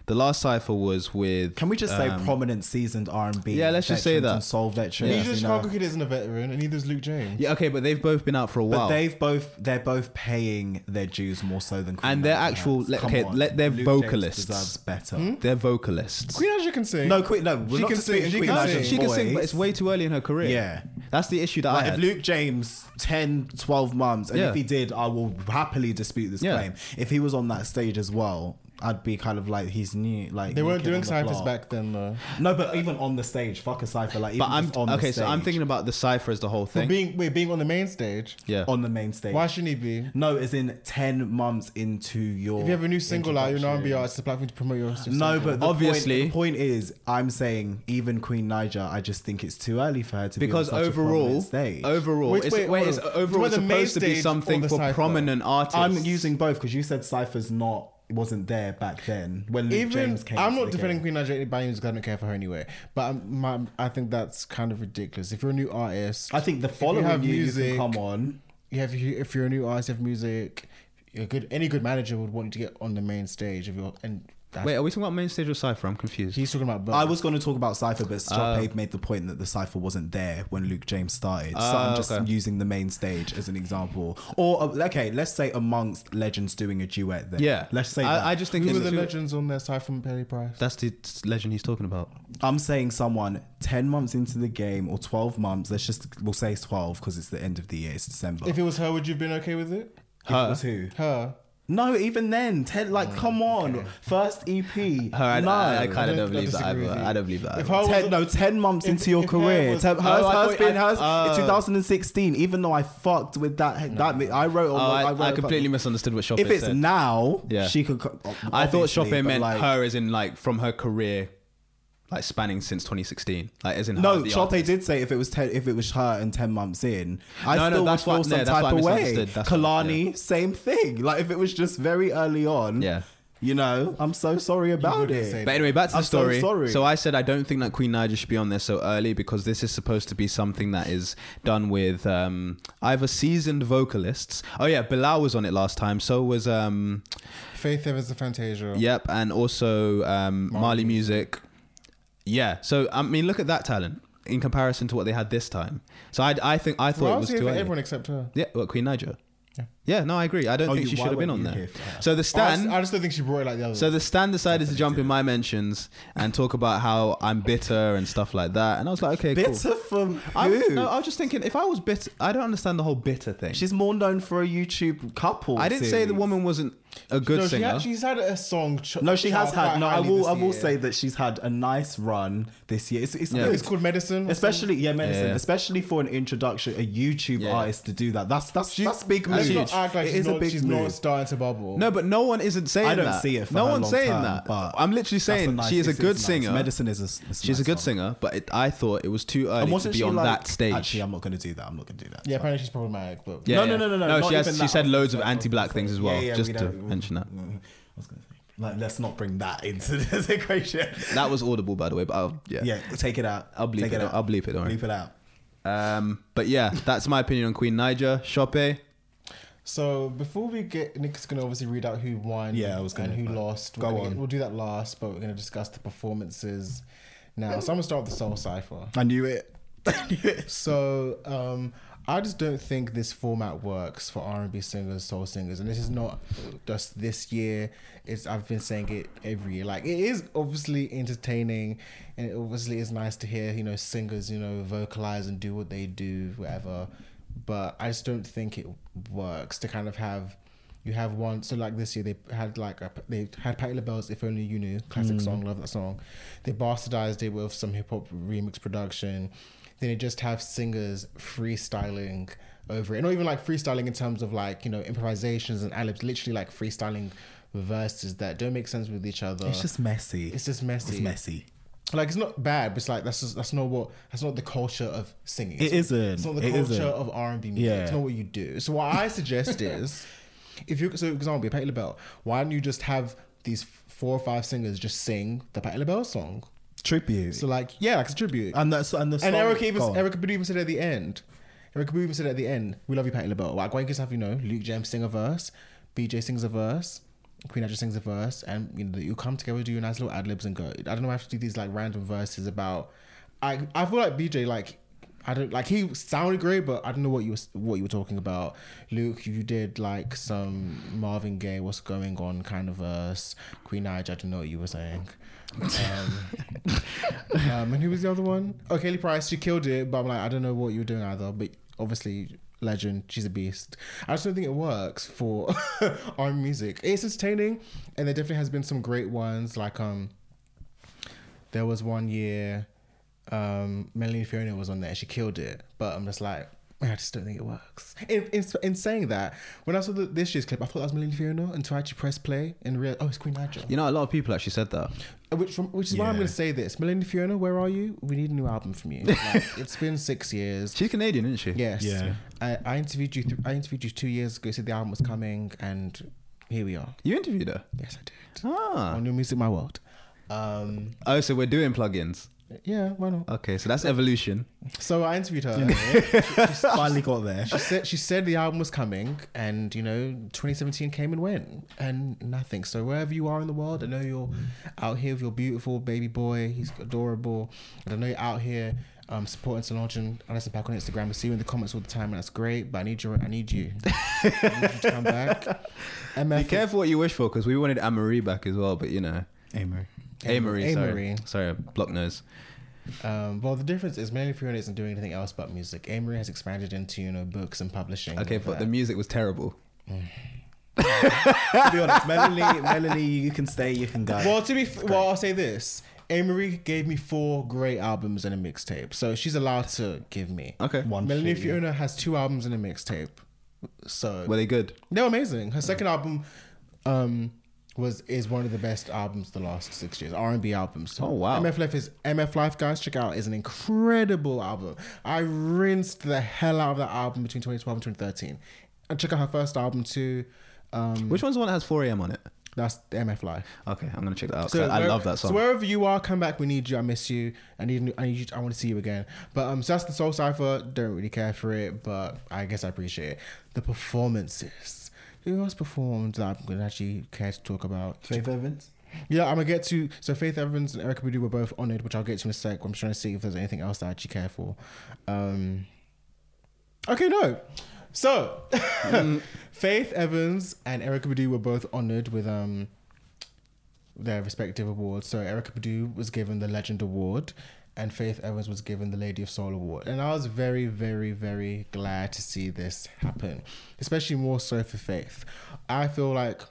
Speaker 1: The last cipher was with.
Speaker 4: Can we just
Speaker 1: um,
Speaker 4: say prominent, seasoned R and B?
Speaker 1: Yeah, let's just say that.
Speaker 4: Soul veterans.
Speaker 2: Neither
Speaker 4: you know.
Speaker 2: Chicago Kid isn't a veteran, and neither is Luke James.
Speaker 1: Yeah, okay, but they've both been out for a
Speaker 4: But
Speaker 1: while.
Speaker 4: they've both they're both paying their dues more so than Queen
Speaker 1: And their
Speaker 4: Niger
Speaker 1: actual-
Speaker 4: has.
Speaker 1: let-
Speaker 4: Come
Speaker 1: okay,
Speaker 4: on.
Speaker 1: let their
Speaker 4: Luke James
Speaker 1: vocalists-
Speaker 4: deserves better.
Speaker 1: They're vocalists.
Speaker 2: Queen Aja can sing.
Speaker 4: No, Queen. No, we're
Speaker 2: Hmm? She
Speaker 4: not
Speaker 2: can
Speaker 4: disputing
Speaker 2: sing, she
Speaker 4: Queen
Speaker 2: can
Speaker 4: Niger's
Speaker 2: sing.
Speaker 1: she can sing, but
Speaker 4: voice.
Speaker 1: it's way too early in her career.
Speaker 4: Yeah.
Speaker 1: That's the issue that I
Speaker 4: Like if
Speaker 1: had.
Speaker 4: Luke James 10, 12 months, and
Speaker 1: Yeah.
Speaker 4: if he did, I will happily dispute this
Speaker 1: Yeah.
Speaker 4: claim. If he was on that stage as well, I'd be kind of like he's new. Like
Speaker 2: they
Speaker 4: new
Speaker 2: weren't
Speaker 4: kid
Speaker 2: doing
Speaker 4: on the
Speaker 2: ciphers
Speaker 4: block.
Speaker 2: back then, though.
Speaker 4: No, but even on the stage, fuck a cipher. Like even
Speaker 1: But I'm
Speaker 4: just on
Speaker 1: okay.
Speaker 4: the stage,
Speaker 1: So I'm thinking about the cipher as the whole
Speaker 2: For
Speaker 1: thing.
Speaker 2: being wait, being on the main stage.
Speaker 1: yeah.
Speaker 4: on the main stage.
Speaker 2: Why shouldn't he be?
Speaker 4: no, as in ten months into your.
Speaker 2: If you have a new single out, you're an R&B
Speaker 4: introduction.
Speaker 2: artist. It's a platform to promote your. your
Speaker 4: No,
Speaker 2: single.
Speaker 4: but the
Speaker 1: Obviously-
Speaker 4: point, the point is, I'm saying even Queen Niger, I just think it's too early for her to
Speaker 1: because
Speaker 4: be on such a
Speaker 1: overall,
Speaker 4: prominent stage.
Speaker 1: overall,
Speaker 2: Which-
Speaker 1: it's,
Speaker 2: wait,
Speaker 1: wait,
Speaker 2: hold
Speaker 1: it's
Speaker 2: on.
Speaker 1: overall
Speaker 2: Whether main
Speaker 1: supposed to be
Speaker 2: stage or
Speaker 1: something
Speaker 2: the
Speaker 1: for
Speaker 2: cypher?
Speaker 1: prominent artists.
Speaker 4: I'm using both because you said Cypher's not wasn't there back then when Luke
Speaker 2: even
Speaker 4: James came.
Speaker 2: I'm
Speaker 4: to
Speaker 2: not
Speaker 4: the
Speaker 2: defending
Speaker 4: game.
Speaker 2: Queen Nigeria by any means. 'cause I don't care for her anyway. But I'm, my, I think that's kind of ridiculous. If you're a new artist,
Speaker 4: I think the
Speaker 2: you
Speaker 4: following
Speaker 2: have
Speaker 4: year you
Speaker 2: music-
Speaker 4: can come on.
Speaker 2: you have if you're a new artist, you have music. You're good. Any good manager would want you to get on the main stage. If you're and that's,
Speaker 1: Wait, are we talking about main stage or cipher? I'm confused.
Speaker 2: he's talking about. Both.
Speaker 4: I was going to talk about Cypher, but
Speaker 2: Uh,
Speaker 4: Sharpay made the point that the Cypher wasn't there when Luke James started. so
Speaker 1: Ah,
Speaker 4: I'm just
Speaker 1: okay.
Speaker 4: using the main stage as an example. Or, uh, okay, let's say amongst legends doing a duet then.
Speaker 1: yeah,
Speaker 4: Let's say
Speaker 1: I,
Speaker 4: that.
Speaker 1: I just think
Speaker 2: Who were
Speaker 1: it's
Speaker 2: the
Speaker 1: too-
Speaker 2: legends on there aside from Penny Price?
Speaker 1: that's the legend he's talking about.
Speaker 4: I'm saying someone 10 months into the game or 12 months, let's just, we'll say it's 12 because it's the end of the year, it's December.
Speaker 2: If it was her, would you have been okay with it?
Speaker 4: If it was who?
Speaker 2: Her.
Speaker 4: No, even then, ten, like,
Speaker 1: Oh,
Speaker 4: come on, first EP.
Speaker 1: Her, I,
Speaker 4: no,
Speaker 1: I, I kind of don't
Speaker 2: don't- I
Speaker 1: believe that.
Speaker 2: disagree
Speaker 1: either.
Speaker 2: with you.
Speaker 1: I don't believe that. either.
Speaker 2: If her was
Speaker 4: Ten,
Speaker 2: a-
Speaker 4: no, ten months
Speaker 2: if-
Speaker 4: into your
Speaker 2: if her
Speaker 4: career.
Speaker 2: was-
Speaker 4: ten,
Speaker 1: Oh,
Speaker 4: hers,
Speaker 1: I
Speaker 4: hers
Speaker 1: thought-
Speaker 4: been
Speaker 1: I-
Speaker 4: hers.
Speaker 1: oh.
Speaker 4: in 2016, even though I fucked with that, that I wrote.
Speaker 1: oh,
Speaker 4: on
Speaker 1: I,
Speaker 4: I,
Speaker 1: I,
Speaker 4: wrote
Speaker 1: completely misunderstood what Shoppe
Speaker 4: If it's
Speaker 1: said.
Speaker 4: now,
Speaker 1: Yeah.
Speaker 4: she could. co-
Speaker 1: I thought
Speaker 4: obviously,
Speaker 1: Shoppe
Speaker 4: but
Speaker 1: meant
Speaker 4: like-
Speaker 1: her as in like from her career, like spanning since 2016, like as in her,
Speaker 4: No,
Speaker 1: the
Speaker 4: Shoppe
Speaker 1: artist.
Speaker 4: did say if it was ten, if it was her and ten months in, I
Speaker 1: No, no,
Speaker 4: still would
Speaker 1: that's what-
Speaker 4: feel
Speaker 1: no,
Speaker 4: some
Speaker 1: that's
Speaker 4: type
Speaker 1: what I
Speaker 4: of way.
Speaker 1: misunderstood. That's what-
Speaker 4: Kalani, same thing. Like if it was just very early on,
Speaker 1: Yeah.
Speaker 4: You know, I'm so sorry about
Speaker 2: wouldn't say
Speaker 4: it.
Speaker 1: But anyway, back to the
Speaker 4: I'm so
Speaker 1: story.
Speaker 4: sorry.
Speaker 1: I said I don't think that Queen Naja should be on there so early because this is supposed to be something that is done with um, either seasoned vocalists. Oh yeah, Bilal was on it last time. So was um,
Speaker 2: Faith Evans and Fantasia.
Speaker 1: yep, and also um, Marley Music. Yeah. So I mean, look at that talent in comparison to what they had this time. So I, I think I thought
Speaker 2: Well, I
Speaker 1: it was
Speaker 2: was here
Speaker 1: too
Speaker 2: for
Speaker 1: early.
Speaker 2: everyone except her.
Speaker 1: Yeah, well, Queen Naja.
Speaker 2: Yeah. Oh,
Speaker 1: Yeah, no, I agree. I don't
Speaker 4: Oh,
Speaker 1: think
Speaker 4: you-
Speaker 1: she
Speaker 4: why
Speaker 1: should have been on
Speaker 4: weren't you
Speaker 1: there.
Speaker 4: here for that?
Speaker 1: So the
Speaker 2: I just,
Speaker 1: stand.
Speaker 2: I just don't think she brought it like the other.
Speaker 1: So the Stan decided to jump in my mentions and talk about how I'm bitter and stuff like that, and I was like, okay, cool.
Speaker 4: Bitter from
Speaker 1: I,
Speaker 4: who?
Speaker 1: no, I was just thinking if I was bitter, I don't understand the whole bitter thing.
Speaker 4: She's more known for a YouTube couple.
Speaker 1: I didn't say the
Speaker 4: series.
Speaker 1: woman wasn't a good
Speaker 2: no, she
Speaker 1: singer.
Speaker 2: had, she's had a song. ch-
Speaker 4: No, she has
Speaker 2: chart
Speaker 4: had.
Speaker 2: quite
Speaker 4: No, I
Speaker 2: highly
Speaker 4: will.
Speaker 2: this
Speaker 4: I will
Speaker 2: year.
Speaker 4: say that she's had a nice run this year. It's it's,
Speaker 1: Yeah.
Speaker 4: good.
Speaker 2: It's called medicine. or
Speaker 4: especially yeah, medicine.
Speaker 1: Yeah.
Speaker 4: Especially for an introduction, a YouTube
Speaker 1: Yeah.
Speaker 4: artist to do that. That's that's that's big
Speaker 2: something. Let's
Speaker 4: move.
Speaker 2: not act like
Speaker 4: It
Speaker 2: she's,
Speaker 4: is
Speaker 2: not,
Speaker 4: a big
Speaker 2: she's not
Speaker 4: move.
Speaker 2: starting to bubble.
Speaker 1: no, but no one isn't saying
Speaker 4: I don't
Speaker 1: that.
Speaker 4: see it. For
Speaker 1: no
Speaker 4: her
Speaker 1: one's
Speaker 4: long
Speaker 1: saying
Speaker 4: term,
Speaker 1: that.
Speaker 4: but
Speaker 1: I'm literally saying
Speaker 4: that's
Speaker 1: she is a
Speaker 4: it's-
Speaker 1: good
Speaker 4: it's nice.
Speaker 1: singer.
Speaker 4: Medicine is a. s- it's
Speaker 1: She's a
Speaker 4: nice
Speaker 1: good
Speaker 4: song.
Speaker 1: singer, but it, I thought it was too early
Speaker 4: And
Speaker 1: to
Speaker 4: wasn't
Speaker 1: be
Speaker 4: she
Speaker 1: on
Speaker 4: like,
Speaker 1: that stage.
Speaker 4: Actually, um, I'm not going to do that. I'm not going to do that.
Speaker 2: Yeah, apparently she's problematic, but
Speaker 1: yeah,
Speaker 4: No,
Speaker 1: yeah.
Speaker 4: no, no, no, no, not
Speaker 1: she, has,
Speaker 4: even
Speaker 1: she
Speaker 4: that.
Speaker 1: said loads of
Speaker 4: Sorry, I was
Speaker 1: anti-black
Speaker 4: gonna
Speaker 1: things
Speaker 4: say.
Speaker 1: as well.
Speaker 4: Yeah, yeah,
Speaker 1: just
Speaker 4: we
Speaker 1: to
Speaker 4: don't-
Speaker 1: mention that.
Speaker 4: Mm, I was going to say, like, let's not bring that into this equation.
Speaker 1: That was audible, by the way. But I'll, yeah,
Speaker 4: Yeah, take it out.
Speaker 1: I'll bleep
Speaker 4: Take
Speaker 1: it. out. I'll bleep it. Don't worry.
Speaker 4: Bleep it out.
Speaker 1: Um, but yeah, that's my opinion on Queen Niger. Shoppe.
Speaker 2: So before we get, Nick's gonna obviously read out who won,
Speaker 4: Yeah, I was gonna-
Speaker 2: and who lost. We're
Speaker 4: Go
Speaker 2: gonna
Speaker 4: on.
Speaker 2: get- we'll do that last, but we're gonna discuss the performances now. So I'm gonna start with the Soul Cipher.
Speaker 4: I knew it. I knew it.
Speaker 2: So um, I just don't think this format works for R and B singers, soul singers, and this is not just this year. It's I've been saying it every year. Like it is obviously entertaining, and it obviously is nice to hear you know singers you know vocalize and do what they do, whatever. But I just don't think it works to kind of have. You have one, so like this year they had like a, they had Patti LaBelle's "If Only You Knew" classic
Speaker 4: Mm.
Speaker 2: song, love that song. They bastardized it with some hip hop remix production then you just have singers freestyling over it. And not even like freestyling in terms of like, you know, improvisations and alibs, literally like freestyling verses that don't make sense with each other.
Speaker 4: It's just messy.
Speaker 2: it's just messy.
Speaker 4: It's messy.
Speaker 2: Like it's not bad, but it's like that's just, that's not what that's not the culture of singing.
Speaker 4: It isn't.
Speaker 2: It's not the
Speaker 4: It
Speaker 2: culture
Speaker 4: isn't.
Speaker 2: of R and B music.
Speaker 4: Yeah.
Speaker 2: It's not what you do. So what I suggest is, if you so for example, you're Patti LaBelle, why don't you just have these four or five singers just sing the Patti LaBelle song?
Speaker 4: Tribute.
Speaker 2: So like yeah, like it's a tribute.
Speaker 4: and that's and the song,
Speaker 2: And Eric
Speaker 4: go
Speaker 2: even
Speaker 4: on.
Speaker 2: Eric Badu even said at the end. Eric Badu even said at the end, "We love you, Patty LaBelle." Like, why don't you just have you know Luke James sing a verse, BJ sings a verse, Queen Aja sings a verse, and you know you come together, do your nice little ad libs, and go. I don't know, I have to do these like random verses about. I I feel like BJ like. I don't like he sounded great, but I don't know what you were what you were talking about, Luke. You did like some Marvin Gaye, "What's Going On" kind of verse. Queen Aja, I don't know what you were saying. Um, um, and who was the other one? Oh, Kelly Price. She killed it, but I'm like, I don't know what you're doing either. But obviously, legend. She's a beast. I just don't think it works for our music. It's entertaining, and there definitely has been some great ones. Like um, there was one year, um, Melanie Fiona was on there. She killed it, but I'm just like. I just don't think it works. In, in, in saying that, when I saw the, this year's clip, I thought that was Melanie Fiona until I actually pressed play and realized, oh, it's Queen Nigel.
Speaker 1: You know, a lot of people actually said that.
Speaker 2: Which, from, which is why I'm
Speaker 4: Yeah.
Speaker 2: going to say this, Melinda Fiona, where are you? We need a new album from you. Like, it's been six years.
Speaker 1: She's Canadian, isn't she?
Speaker 2: Yes.
Speaker 4: Yeah.
Speaker 2: I, I interviewed you. Th- I interviewed you two years ago. Said the album was coming, and here we are.
Speaker 1: You interviewed her.
Speaker 2: Yes, I did.
Speaker 1: Ah.
Speaker 2: On New Music, My World. Um,
Speaker 1: Oh, so we're doing plugins.
Speaker 2: yeah, why not?
Speaker 1: Okay, so that's evolution.
Speaker 2: So I interviewed her.
Speaker 4: finally got there.
Speaker 2: she said she said the album was coming, and you know, 2017 came and went, and nothing. So wherever you are in the world, I know you're out here with your beautiful baby boy. He's adorable, and I know you're out here um, supporting Solange and Alison Pack on Instagram. I see you in the comments all the time, and that's great. But I need you. I need you. I need you to come back. MF
Speaker 1: Be careful what you wish for, because we wanted Anne-Marie back as well, but you know.
Speaker 4: Amory.
Speaker 1: Anne-Marie, sorry.
Speaker 2: Anne-Marie.
Speaker 1: Sorry, block nose.
Speaker 2: Um, well, the difference is Melanie Fiona isn't doing anything else but music. Amory has expanded into you know books and publishing. and
Speaker 1: Okay,
Speaker 2: all
Speaker 1: but
Speaker 2: that.
Speaker 1: the music was terrible.
Speaker 4: to be honest, Melanie, Melanie, you can stay, you can go.
Speaker 2: Well, to be f- well, I'll say this: Amory gave me four great albums and a mixtape, so she's allowed to give me.
Speaker 1: Okay.
Speaker 4: One
Speaker 2: Melanie
Speaker 4: shit, yeah.
Speaker 2: Fiona has two albums and a mixtape, so
Speaker 1: Were they good?
Speaker 2: they're amazing. Her second album, um, was is one of the best albums the last six years R and B albums.
Speaker 1: Oh, wow.
Speaker 2: MF Life is MF Life, guys. Check out is an incredible album. I rinsed the hell out of that album between 2012 and 2013, and check out her first album too. Um,
Speaker 1: Which one's the one that has 4 a.m. on it?
Speaker 2: That's MF Life.
Speaker 1: Okay, I'm gonna check that out. 'cause I I
Speaker 2: where-
Speaker 1: love that
Speaker 2: So
Speaker 1: song.
Speaker 2: wherever you are, come back. We need you. I miss you. I need. I need you. I want to see you again. But um, so that's the Soul Cipher. Don't really care for it, but I guess I appreciate it. The performances. Who else performed that I'm gonna actually care to talk about?
Speaker 4: Faith Evans.
Speaker 2: Yeah, I'm gonna get to. So Faith Evans and Erica Badu were both honored, which I'll get to in a sec. I'm trying to see if there's anything else that I actually care for. Um, okay, no. So Faith Evans and Erica Badu were both honored with um their respective awards. So Erica Badu was given the Legend Award, and Faith Evans was given the Lady of Soul Award. And I was very, very, very glad to see this happen, especially more so for Faith. I feel like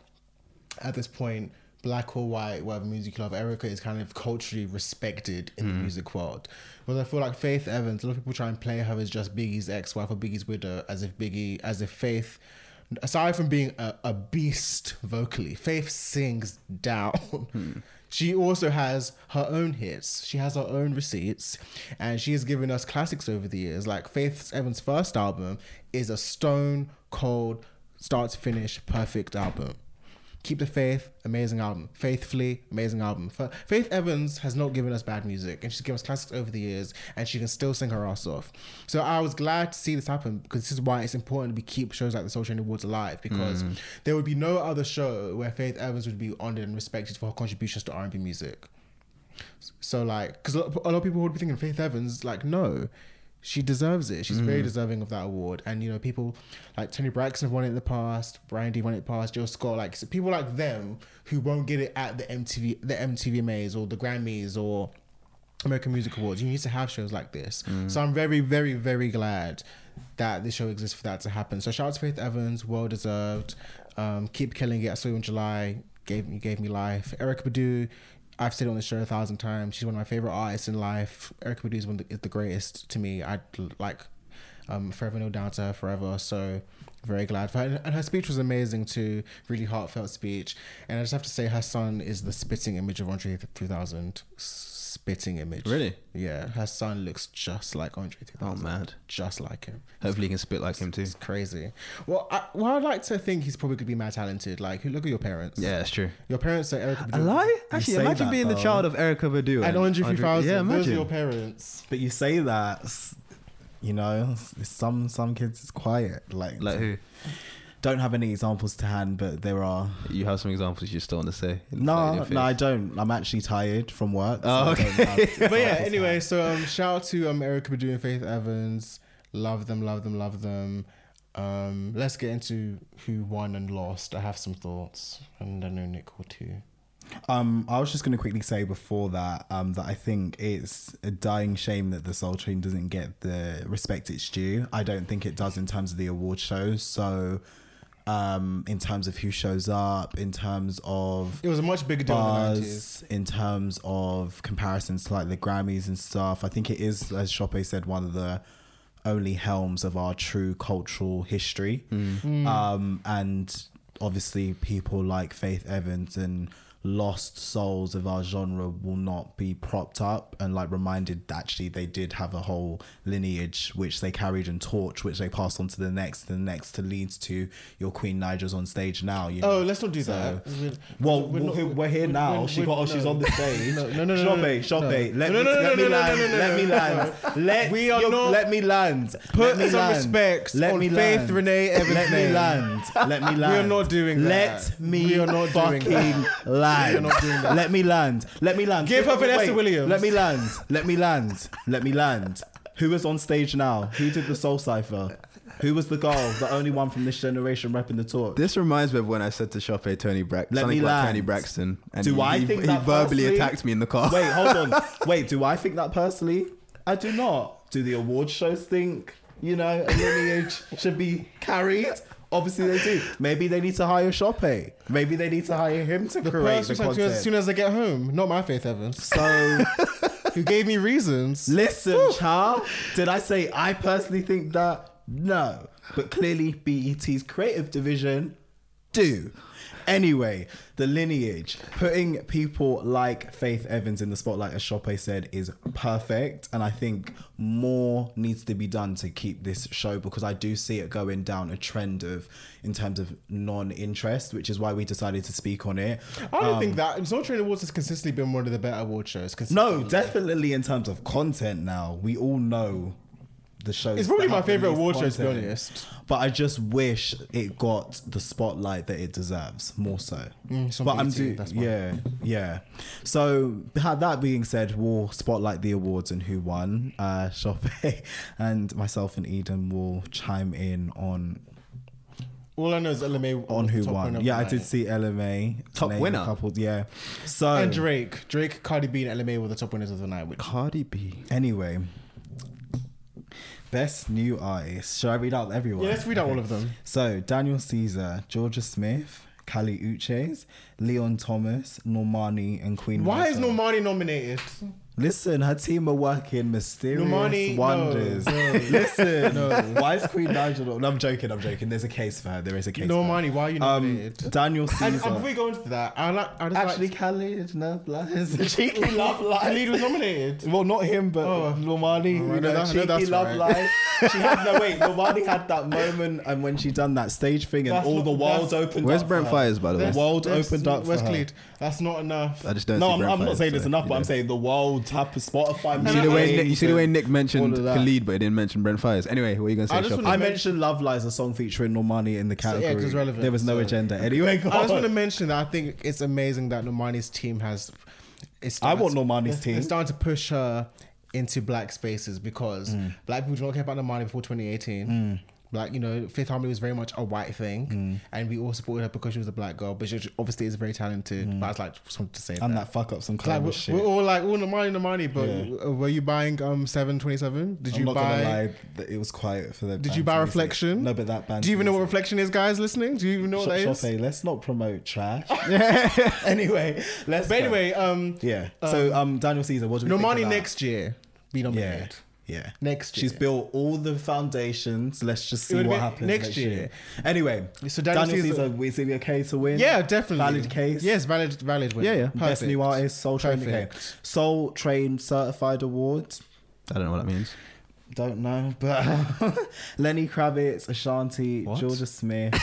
Speaker 2: at this point, black or white, whatever music you love, Erica is kind of culturally respected in the music world. But I feel like Faith Evans, a lot of people try and play her as just Biggie's ex-wife or Biggie's widow, as if Biggie, as if Faith. Aside from being a, a beast vocally, Faith sings down. She also has her own hits. She has her own receipts, and she has given us classics over the years. Like Faith Evans' first album is a stone cold, start to finish, perfect album. Keep the Faith, amazing album. Faithfully, amazing album. Fa- Faith Evans has not given us bad music, and she's given us classics over the years, and she can still sing her ass off. So I was glad to see this happen because this is why it's important we keep shows like the Soul Train Awards alive because there would be no other show where Faith Evans would be honored and respected for her contributions to R and B music. So like, because a lot of people would be thinking Faith Evans, like, no, she deserves it. She's very deserving of that award. And you know, people like Tony Braxton have won it in the past. Brandy won it past. Jill Scott, like so people like them who won't get it at the MTV, the MTV Maze or the Grammys or American Music Awards. You need to have shows like this. So I'm very, very, very glad that this show exists for that to happen. So shout out to Faith Evans, well deserved. Um, keep killing it. I saw you in July. Gave you gave me life. Erica Badu. I've said it on the show a thousand times. She's one of my favorite artists in life. Erica Badu is one of the, is the greatest to me. I like um, forever no down to her forever. So very glad for her. And her speech was amazing too. Really heartfelt speech. And I just have to say, her son is the spitting image of Andre 3000. Spitting image.
Speaker 1: Really?
Speaker 2: Yeah. Her son looks just like Andre 3000.
Speaker 1: Oh mad.
Speaker 2: Just like him.
Speaker 1: Hopefully he can spit like him too.
Speaker 2: It's crazy. Well, I, well, I'd like to think he's probably going to be mad talented. Like, look at your parents.
Speaker 1: Yeah, that's true.
Speaker 2: Your parents are Erica
Speaker 1: A
Speaker 2: Badu
Speaker 1: lie? Actually,
Speaker 4: say
Speaker 1: imagine
Speaker 4: that,
Speaker 1: being the
Speaker 4: though.
Speaker 1: child of Erica Badu
Speaker 2: and Andre 3000.
Speaker 1: Yeah,
Speaker 2: Those are your
Speaker 1: imagine.
Speaker 2: parents.
Speaker 4: But you say that, s- you know, s- some some kids is quiet. Like,
Speaker 1: Like who?
Speaker 4: don't have any examples to hand, but there are.
Speaker 1: You have some examples you still want to say?
Speaker 4: No,
Speaker 1: Say your
Speaker 4: no, I
Speaker 1: face.
Speaker 4: don't. I'm actually tired from work. so
Speaker 1: Oh,
Speaker 4: I don't have
Speaker 2: but yeah,
Speaker 4: examples to
Speaker 2: anyway, so um, shout out to um, Erica Badu and Faith Evans. Love them, love them, love them. Um, let's get into who won and lost. I have some thoughts, and I know Nick will too.
Speaker 4: Um, I was just going to quickly say before that um, that I think it's a dying shame that the Soul Train doesn't get the respect it's due. I don't think it does in terms of the award shows. So, um, in terms of who shows up, in terms of
Speaker 2: It was a much bigger deal in the 90s.
Speaker 4: buzz, in terms of comparisons to like the Grammys and stuff, I think it is, as Shoppe said, one of the only helms of our true cultural history.
Speaker 2: Hmm.
Speaker 4: Um, and obviously, people like Faith Evans and lost souls of our genre will not be propped up and like reminded that actually they did have a whole lineage which they carried and torch which they passed on to the next the next to leads to your queen nigel's on stage now you
Speaker 2: Oh,
Speaker 4: know.
Speaker 2: let's not do
Speaker 4: So-
Speaker 2: that. We're-
Speaker 4: well,
Speaker 2: we're
Speaker 4: we're,
Speaker 2: not-
Speaker 4: we're, here
Speaker 2: we're-
Speaker 4: now.
Speaker 2: we're-
Speaker 4: she
Speaker 2: we're-
Speaker 4: got. oh, She's
Speaker 2: no.
Speaker 4: on the stage.
Speaker 2: No, no, no, no,
Speaker 4: Shoppe,
Speaker 2: no.
Speaker 4: Shoppe.
Speaker 2: No.
Speaker 4: Let
Speaker 2: No, no,
Speaker 4: me
Speaker 2: no,
Speaker 4: let
Speaker 2: no,
Speaker 4: me
Speaker 2: no,
Speaker 4: land.
Speaker 2: no, no, no,
Speaker 4: Let me
Speaker 2: no.
Speaker 4: land. Let
Speaker 2: We are
Speaker 4: you-
Speaker 2: not-
Speaker 4: Let me land.
Speaker 2: Put
Speaker 4: Let me
Speaker 2: some
Speaker 4: land.
Speaker 2: respect
Speaker 4: Let
Speaker 2: on
Speaker 4: me
Speaker 2: Faith
Speaker 4: land.
Speaker 2: Renee Evans'
Speaker 4: Let me
Speaker 2: name.
Speaker 4: land. Let me land.
Speaker 2: not doing
Speaker 4: Let
Speaker 2: that.
Speaker 4: me
Speaker 2: We are not doing
Speaker 4: fucking land.
Speaker 2: We are not doing that.
Speaker 4: Let me land. Let me land.
Speaker 2: Give her
Speaker 4: Wait,
Speaker 2: Vanessa
Speaker 4: wait.
Speaker 2: Williams.
Speaker 4: Let me land. Let me land. Let me land. Who is on stage now? Who did the soul cipher? Who was the girl, the only one from this generation repping the talk?
Speaker 1: This reminds me of when I said to Shoppe Tony Braxton,
Speaker 4: Let
Speaker 1: something
Speaker 4: me
Speaker 1: about
Speaker 4: land.
Speaker 1: Tony Braxton, and
Speaker 4: Do
Speaker 1: he,
Speaker 4: I
Speaker 1: he-
Speaker 4: think
Speaker 1: he
Speaker 4: that
Speaker 1: verbally
Speaker 4: personally?
Speaker 1: attacked me in the car.
Speaker 4: Wait, hold on. Wait, do I think that personally? I do not. Do the award shows think, you know, a lineage should be carried? Obviously they do. Maybe they need to hire Shoppe. Maybe they need to hire him to
Speaker 2: The
Speaker 4: create
Speaker 2: first
Speaker 4: the
Speaker 2: response
Speaker 4: content.
Speaker 2: as soon as I get home, not my Faith Evans,
Speaker 4: so
Speaker 2: who gave me reasons.
Speaker 4: listen, child. Did I say I personally think that? No. But clearly BET's creative E division do. Anyway, the lineage. Putting people like Faith Evans in the spotlight, as Chope said, is perfect. And I think more needs to be done to keep this show because I do see it going down a trend of, in terms of non interest, which is why we decided to speak on it.
Speaker 2: I don't
Speaker 4: Um,
Speaker 2: think that Soul Train Awards has consistently been one of the better award shows.
Speaker 4: No, definitely in terms of content now. We all know the show.
Speaker 2: It's probably my favourite award show, to be honest.
Speaker 4: But I just wish it got the spotlight that it deserves more so.
Speaker 2: Mm, some
Speaker 4: but I'm
Speaker 2: BT,
Speaker 4: do-
Speaker 2: that's why.
Speaker 4: yeah, yeah. So ha- that being said, we'll spotlight the awards and who won. Uh Shoppe and myself and Eden will chime in on
Speaker 2: all I know is LMA
Speaker 4: on
Speaker 2: was
Speaker 4: who
Speaker 2: top winner
Speaker 4: won.
Speaker 2: of
Speaker 4: Yeah,
Speaker 2: the
Speaker 4: I
Speaker 2: night.
Speaker 4: did see LMA
Speaker 1: Top
Speaker 4: name
Speaker 1: winner.
Speaker 4: Coupled, yeah. So
Speaker 2: And Drake, Drake, Cardi B, and LMA were the top winners of the night. Which
Speaker 1: Cardi B.
Speaker 4: Anyway, best new artist. Should I read out everyone?
Speaker 2: yeah, let's read out all of them.
Speaker 4: So Daniel Caesar, Georgia Smith, Kali Uchez, Leon Thomas, Normani, and Queen.
Speaker 2: Why is
Speaker 4: Latifah.
Speaker 2: Normani nominated?
Speaker 4: Listen, her team are working mysterious
Speaker 2: Normani, no,
Speaker 4: wonders.
Speaker 2: no.
Speaker 4: Listen, why is Queen Nigel? not- No, I'm joking. I'm joking. There's a case for her. There is a case.
Speaker 2: Normani, why are you
Speaker 4: for her. Um,
Speaker 2: nominated?
Speaker 4: Daniel
Speaker 2: and,
Speaker 4: Caesar.
Speaker 2: and before we go into that, I like I just
Speaker 4: Actually,
Speaker 2: like,
Speaker 4: Kali is no lies. Cheeky love
Speaker 2: Khalid
Speaker 4: lies.
Speaker 2: was nominated.
Speaker 4: Well, not him, but
Speaker 2: Oh.
Speaker 4: Normani.
Speaker 2: Oh, I
Speaker 4: you
Speaker 2: know
Speaker 4: know,
Speaker 2: that- I know
Speaker 4: cheeky
Speaker 2: that's
Speaker 4: love
Speaker 2: right.
Speaker 4: life. She had no wait. Normani had that moment, and when she done that stage thing, and
Speaker 2: That's
Speaker 4: all
Speaker 2: not-
Speaker 4: the world
Speaker 2: that's-
Speaker 4: opened.
Speaker 1: Where's
Speaker 4: up
Speaker 1: Brent
Speaker 4: for her.
Speaker 1: Fires, by the way?
Speaker 4: That's- world opened up for
Speaker 2: West
Speaker 4: her.
Speaker 2: Khalid. That's not enough.
Speaker 1: I just don't.
Speaker 4: No,
Speaker 1: see
Speaker 4: I'm,
Speaker 1: Brent
Speaker 4: I'm not
Speaker 1: Fires,
Speaker 4: saying this
Speaker 1: so,
Speaker 4: enough, but
Speaker 1: you
Speaker 4: I'm
Speaker 1: know.
Speaker 4: saying the world type of Spotify.
Speaker 1: You see the way Nick, you see the way Nick mentioned
Speaker 4: all of that.
Speaker 1: Khalid, but he didn't mention Brent Fires. Anyway, what are you gonna say?
Speaker 2: I just
Speaker 1: Shoppe?
Speaker 2: wanna-
Speaker 4: I mentioned Love Lies, a song featuring Normani in the
Speaker 2: yeah, 'cause
Speaker 4: category.
Speaker 2: it's relevant,
Speaker 4: There was no
Speaker 2: so-
Speaker 4: agenda. Anyway, go
Speaker 2: I just
Speaker 4: on.
Speaker 2: want to mention that I think it's amazing that Normani's team has. It's
Speaker 4: I want Normani's team.
Speaker 2: It's starting to push her into black spaces because
Speaker 4: Mm.
Speaker 2: black people do not care about Normani before 2018. Like you know, Fifth Harmony was very much a white thing,
Speaker 4: Mm.
Speaker 2: and we all supported her because she was a black girl. But she obviously is very talented.
Speaker 4: Mm.
Speaker 2: But I was like, just wanted to say
Speaker 4: and
Speaker 2: that.
Speaker 4: that fuck up some
Speaker 2: Like,
Speaker 4: climate
Speaker 2: we're,
Speaker 4: shit.
Speaker 2: we're all like, oh, Normani, Normani, but
Speaker 4: Yeah.
Speaker 2: w- were you buying um seven twenty seven? Did
Speaker 4: I'm
Speaker 2: you
Speaker 4: not
Speaker 2: buy?
Speaker 4: gonna lie, th- it was quiet for them.
Speaker 2: Did you buy Reflection?
Speaker 4: No, but that band.
Speaker 2: Do you even know what
Speaker 4: music-
Speaker 2: reflection is, guys? Listening? Do you even know what that
Speaker 4: Sh-
Speaker 2: is?
Speaker 4: Shoppe, let's not promote trash. anyway, let's.
Speaker 2: But
Speaker 4: go.
Speaker 2: anyway, um,
Speaker 4: yeah. so um, Daniel Caesar, what do we think of
Speaker 2: Normani
Speaker 4: that?
Speaker 2: next year be nominated.
Speaker 4: Yeah, yeah.
Speaker 2: Next
Speaker 4: She's
Speaker 2: year.
Speaker 4: built all the foundations. Let's just see
Speaker 2: It would
Speaker 4: what
Speaker 2: be
Speaker 4: happens
Speaker 2: next
Speaker 4: next,
Speaker 2: year.
Speaker 4: year. Anyway,
Speaker 2: So
Speaker 4: so
Speaker 2: Daniel
Speaker 4: Daniel, Caesar,
Speaker 2: Caesar-
Speaker 4: is it okay to win?
Speaker 2: Yeah, definitely.
Speaker 4: Valid case.
Speaker 2: Yes, valid, valid. Win.
Speaker 4: yeah, yeah.
Speaker 2: Perfect.
Speaker 4: Best new artist, Soul Train. Okay.
Speaker 2: Perfect.
Speaker 4: Soul Train Certified Awards.
Speaker 1: I don't know what that means.
Speaker 4: Don't know, but Lenny Kravitz, Ashanti,
Speaker 2: What?
Speaker 4: Georgia Smith,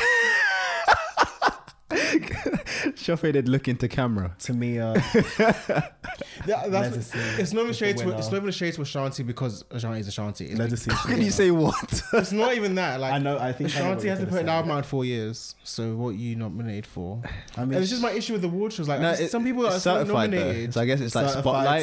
Speaker 1: Shoppe did look into camera.
Speaker 4: Tamia.
Speaker 2: That- that's-
Speaker 4: Legacy
Speaker 2: it's no
Speaker 4: is the
Speaker 2: shade to
Speaker 4: winner.
Speaker 2: it's no shade to Ashanti because Ashanti is Ashanti. It's,
Speaker 4: Legacy.
Speaker 1: How can you say what?
Speaker 2: it's not even that. Like
Speaker 4: I know. I think I know what
Speaker 2: Ashanti
Speaker 4: you're
Speaker 2: hasn't put
Speaker 4: gonna
Speaker 2: an
Speaker 4: say.
Speaker 2: album out in four years. So what you nominated for?
Speaker 4: I mean,
Speaker 2: And it's just my issue with the award shows. Like
Speaker 1: No,
Speaker 2: just
Speaker 1: it-
Speaker 2: some people
Speaker 1: it's
Speaker 2: are still
Speaker 1: certified though.
Speaker 2: nominated.
Speaker 1: So I guess it's like
Speaker 4: Certified